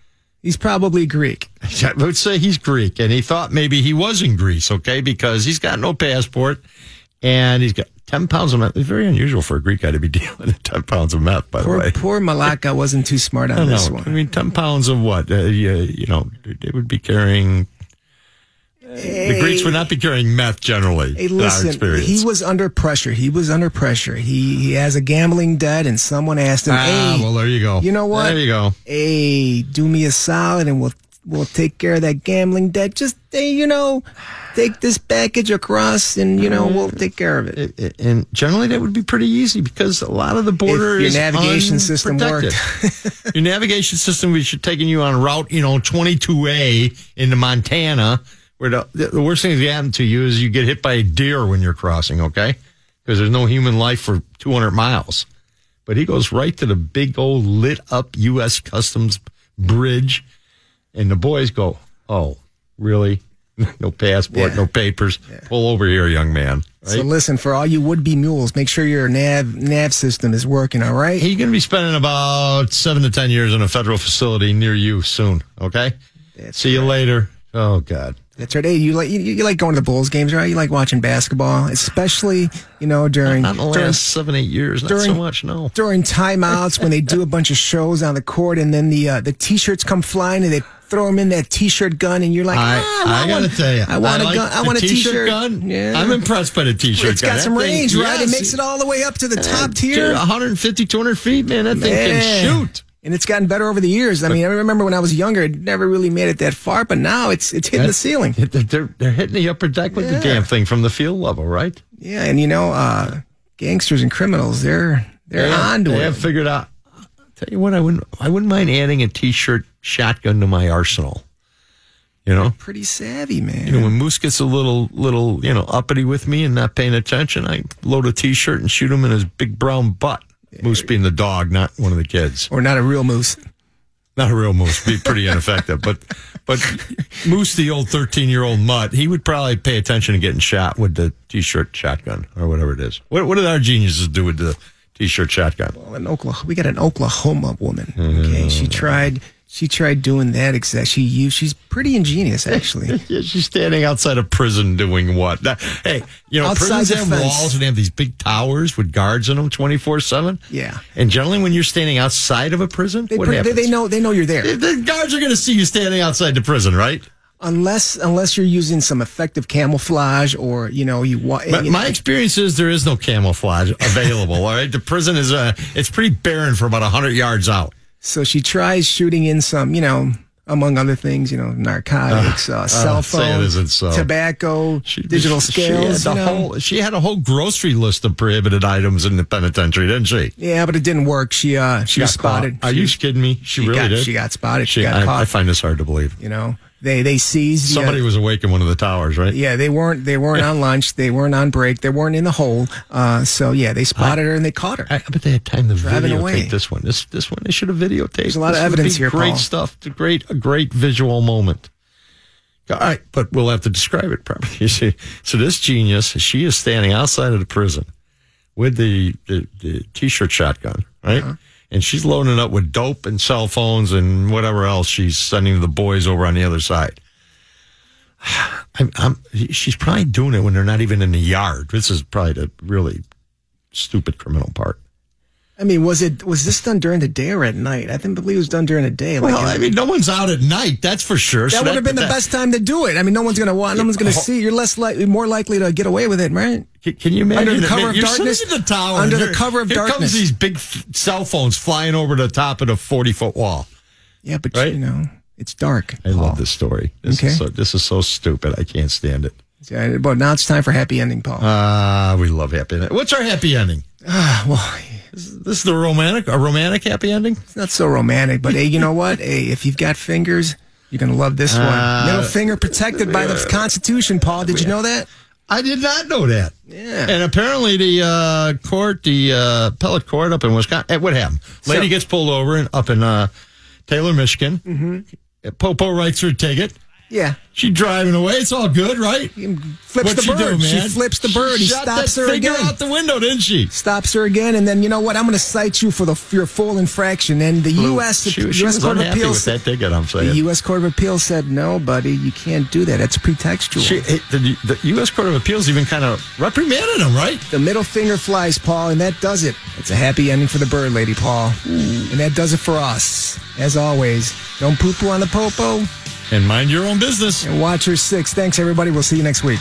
[SPEAKER 4] He's probably Greek.
[SPEAKER 3] I would say he's Greek, and he thought maybe he was in Greece, okay, because he's got no passport and he's got 10 pounds of meth. It's very unusual for a Greek guy to be dealing in 10 pounds of meth, by the
[SPEAKER 4] Poor,
[SPEAKER 3] way.
[SPEAKER 4] poor Malacca wasn't too smart
[SPEAKER 3] I
[SPEAKER 4] on
[SPEAKER 3] don't
[SPEAKER 4] this
[SPEAKER 3] know.
[SPEAKER 4] one.
[SPEAKER 3] I mean, 10 pounds of what? Uh, you, you know, they would be carrying. The Greeks would not be carrying meth generally.
[SPEAKER 4] Hey,
[SPEAKER 3] in our
[SPEAKER 4] listen,
[SPEAKER 3] experience.
[SPEAKER 4] he was under pressure. He was under pressure. He he has a gambling debt, and someone asked him,
[SPEAKER 3] Ah,
[SPEAKER 4] "Hey,
[SPEAKER 3] well, there you go.
[SPEAKER 4] You know what?
[SPEAKER 3] There you go.
[SPEAKER 4] Hey, do me a solid, and we'll we'll take care of that gambling debt. Just hey, you know, take this package across, and you know, we'll take care of it."
[SPEAKER 3] I- And generally, that would be pretty easy because a lot of the border
[SPEAKER 4] If your
[SPEAKER 3] is
[SPEAKER 4] navigation system
[SPEAKER 3] unprotected. your navigation system, we should taking you on route, you know, 22A into Montana, where the, the worst thing that can happen to you is you get hit by a deer when you're crossing, okay? Because there's no human life for 200 miles. But he goes right to the big old lit up U.S. Customs bridge, and the boys go, "Oh, really? no passport,
[SPEAKER 4] Yeah.
[SPEAKER 3] no papers. Pull over here, young man." Right?
[SPEAKER 4] So listen, for all you would-be mules, make sure your nav nav system is working. All right.
[SPEAKER 3] He's going to be spending about seven to ten years in a federal facility near you soon. Okay. See you later. Oh God.
[SPEAKER 4] That's right. Hey, you like you, you like going to the Bulls games, right? You like watching basketball, especially you know during
[SPEAKER 3] Not in the last
[SPEAKER 4] during
[SPEAKER 3] seven eight years. Not so
[SPEAKER 4] during-
[SPEAKER 3] much. No.
[SPEAKER 4] during timeouts when they do a bunch of shows on the court, and then the uh, the t-shirts come flying, and they throw them in that t-shirt gun, and you're like,
[SPEAKER 3] I,
[SPEAKER 4] ah,
[SPEAKER 3] I,
[SPEAKER 4] want
[SPEAKER 3] gotta
[SPEAKER 4] one.
[SPEAKER 3] tell you,
[SPEAKER 4] I want a
[SPEAKER 3] like
[SPEAKER 4] gun. I
[SPEAKER 3] the
[SPEAKER 4] want a
[SPEAKER 3] t-shirt,
[SPEAKER 4] t-shirt
[SPEAKER 3] gun.
[SPEAKER 4] Yeah,
[SPEAKER 3] I'm impressed by the t-shirt
[SPEAKER 4] it's
[SPEAKER 3] gun.
[SPEAKER 4] got
[SPEAKER 3] That
[SPEAKER 4] some
[SPEAKER 3] thing-
[SPEAKER 4] range, right?
[SPEAKER 3] yes.
[SPEAKER 4] It makes it all the way up to the top
[SPEAKER 3] Uh,
[SPEAKER 4] tier.
[SPEAKER 3] 150, 200 feet, man. That thing
[SPEAKER 4] Yeah.
[SPEAKER 3] can shoot.
[SPEAKER 4] And it's gotten better over the years. I mean, I remember when I was younger, it never really made it that far, but now it's it's hitting the ceiling.
[SPEAKER 3] They're- They're they're hitting the upper deck with the
[SPEAKER 4] Yeah.
[SPEAKER 3] damn thing from the field level, right?
[SPEAKER 4] Yeah, and you know, uh, gangsters and criminals, they're they're
[SPEAKER 3] They have-
[SPEAKER 4] onto
[SPEAKER 3] they
[SPEAKER 4] it.
[SPEAKER 3] have figured out Tell you what, I wouldn't. I wouldn't mind adding a T-shirt shotgun to my arsenal. You know,
[SPEAKER 4] pretty savvy man.
[SPEAKER 3] You know, when Moose gets a little, little, you know, uppity with me and not paying attention, I load a T-shirt and shoot him in his big brown butt. moose being the dog, not one of the kids,
[SPEAKER 4] or not a real moose.
[SPEAKER 3] Not a real moose, be pretty ineffective. But, but Moose, the old thirteen-year-old mutt, he would probably pay attention to getting shot with the T-shirt shotgun or whatever it is. What, what did our geniuses do with the T-shirt shotgun?
[SPEAKER 4] Well, in Oklahoma, we got an Oklahoma woman. Okay, she
[SPEAKER 3] Mm-hmm.
[SPEAKER 4] tried. She tried doing that exact. She used. She's pretty ingenious, actually.
[SPEAKER 3] yeah, she's standing outside a prison doing what? That- hey, you know,
[SPEAKER 4] Outside
[SPEAKER 3] prisons
[SPEAKER 4] the
[SPEAKER 3] have
[SPEAKER 4] fence.
[SPEAKER 3] walls and they have these big towers with guards in them 24 7.
[SPEAKER 4] Yeah.
[SPEAKER 3] And generally, when you're standing outside of a prison,
[SPEAKER 4] They,
[SPEAKER 3] what
[SPEAKER 4] pre- they,
[SPEAKER 3] happens?
[SPEAKER 4] they know. They know you're there.
[SPEAKER 3] The guards are going to see you standing outside the prison, right?
[SPEAKER 4] Unless, unless you're using some effective camouflage, or you know, you walk.
[SPEAKER 3] But my experience is there is no camouflage available, all right? The prison is, uh, it's pretty barren for about 100 yards out.
[SPEAKER 4] So she tries shooting in some, you know, among other things, you know, narcotics, uh,
[SPEAKER 3] Uh,
[SPEAKER 4] cell
[SPEAKER 3] say it
[SPEAKER 4] phone,
[SPEAKER 3] isn't so.
[SPEAKER 4] tobacco, digital
[SPEAKER 3] She had
[SPEAKER 4] scales.
[SPEAKER 3] the
[SPEAKER 4] you know?
[SPEAKER 3] whole- she had a whole grocery list of prohibited items in the penitentiary, didn't she?
[SPEAKER 4] yeah, but it didn't work. She uh, she,
[SPEAKER 3] got
[SPEAKER 4] was spotted.
[SPEAKER 3] caught. Are you kidding me? She,
[SPEAKER 4] she
[SPEAKER 3] really
[SPEAKER 4] got-
[SPEAKER 3] did.
[SPEAKER 4] she got spotted. She got
[SPEAKER 3] I,
[SPEAKER 4] caught.
[SPEAKER 3] I find this hard to believe.
[SPEAKER 4] You know, they they seized the, uh,
[SPEAKER 3] Somebody was awake in one of the towers, right?
[SPEAKER 4] Yeah, they weren't. They weren't on lunch. They weren't on break. They weren't in the hole. Uh, so yeah, they spotted her and they caught her.
[SPEAKER 3] I, but they had time to
[SPEAKER 4] Driving
[SPEAKER 3] videotape
[SPEAKER 4] away.
[SPEAKER 3] this one. This this one they should have videotaped.
[SPEAKER 4] There's a lot
[SPEAKER 3] This
[SPEAKER 4] of
[SPEAKER 3] would be
[SPEAKER 4] evidence here,
[SPEAKER 3] Great
[SPEAKER 4] Paul.
[SPEAKER 3] stuff. It's a great a great visual moment. All right, but we'll have to describe it properly. You see, so this genius, she is standing outside of the prison with the the, the t-shirt shotgun, right?
[SPEAKER 4] Uh-huh.
[SPEAKER 3] And she's loading it up with dope and cell phones and whatever else she's sending to the boys over on the other side. I'm, I'm, she's probably doing it when they're not even in the yard. This is probably the really stupid criminal part.
[SPEAKER 4] I mean, was it was this done during the day or at night? I think believe it was done during the day. Like,
[SPEAKER 3] Well,
[SPEAKER 4] is
[SPEAKER 3] I
[SPEAKER 4] it-
[SPEAKER 3] mean, no one's out at night. That's for sure.
[SPEAKER 4] that
[SPEAKER 3] So
[SPEAKER 4] would have been the
[SPEAKER 3] that-
[SPEAKER 4] best time to do it. I mean, no one's gonna want. No one's gonna
[SPEAKER 3] Oh.
[SPEAKER 4] see. You're less likely, more likely to get away with it, right?
[SPEAKER 3] Can- Can you imagine?
[SPEAKER 4] Under the
[SPEAKER 3] that?
[SPEAKER 4] cover of
[SPEAKER 3] You're
[SPEAKER 4] darkness.
[SPEAKER 3] sitting in the tower.
[SPEAKER 4] Under the
[SPEAKER 3] Here-
[SPEAKER 4] cover of
[SPEAKER 3] here
[SPEAKER 4] darkness.
[SPEAKER 3] comes these big f- cell phones flying over the top of the forty foot wall.
[SPEAKER 4] yeah, but
[SPEAKER 3] Right?
[SPEAKER 4] you know, it's dark.
[SPEAKER 3] I love this story. This
[SPEAKER 4] Okay.
[SPEAKER 3] is so, this is so stupid. I can't stand it.
[SPEAKER 4] Yeah, but now it's time for happy ending, Paul.
[SPEAKER 3] Ah, we love happy ending. What's our happy ending?
[SPEAKER 4] Ah, well,
[SPEAKER 3] This is the romantic, a romantic happy ending.
[SPEAKER 4] it's not so romantic, but hey, you know what? Hey, if you've got fingers, you're gonna love this
[SPEAKER 3] Uh,
[SPEAKER 4] one. Middle finger protected by the Constitution, Paul. Did you know that?
[SPEAKER 3] I did not know that.
[SPEAKER 4] Yeah.
[SPEAKER 3] And apparently the uh, court, the uh, appellate court up in Wisconsin, eh, what happened? Lady
[SPEAKER 4] So-
[SPEAKER 3] gets pulled over and up in uh, Taylor, Michigan.
[SPEAKER 4] Mm-hmm.
[SPEAKER 3] Uh, Popo writes her ticket.
[SPEAKER 4] Yeah.
[SPEAKER 3] She driving away. It's all good, right?
[SPEAKER 4] Flips
[SPEAKER 3] What'd
[SPEAKER 4] the
[SPEAKER 3] she
[SPEAKER 4] bird.
[SPEAKER 3] do,
[SPEAKER 4] she
[SPEAKER 3] man?
[SPEAKER 4] flips the bird. he
[SPEAKER 3] shot
[SPEAKER 4] stops
[SPEAKER 3] that
[SPEAKER 4] her
[SPEAKER 3] finger
[SPEAKER 4] again.
[SPEAKER 3] out the window, didn't she?
[SPEAKER 4] stops her again, and then you know what? I'm going to cite you for the your full infraction. And the U.S.
[SPEAKER 3] she, she
[SPEAKER 4] U.S.
[SPEAKER 3] was
[SPEAKER 4] Court of
[SPEAKER 3] unhappy with
[SPEAKER 4] Appeals.
[SPEAKER 3] that ticket. I'm
[SPEAKER 4] The
[SPEAKER 3] saying.
[SPEAKER 4] U.S. Court of Appeals said, "No, buddy, you can't do that. That's pretextual."
[SPEAKER 3] She- eh, the, the U.S. Court of Appeals even kind of reprimanded him, right?
[SPEAKER 4] the middle finger flies, Paul, and that does it. It's a happy ending for the bird lady, Paul, and that does it for us. As always, don't poo poo on the popo
[SPEAKER 3] And mind your own business.
[SPEAKER 4] and watch your six. Thanks, everybody. We'll see you next week.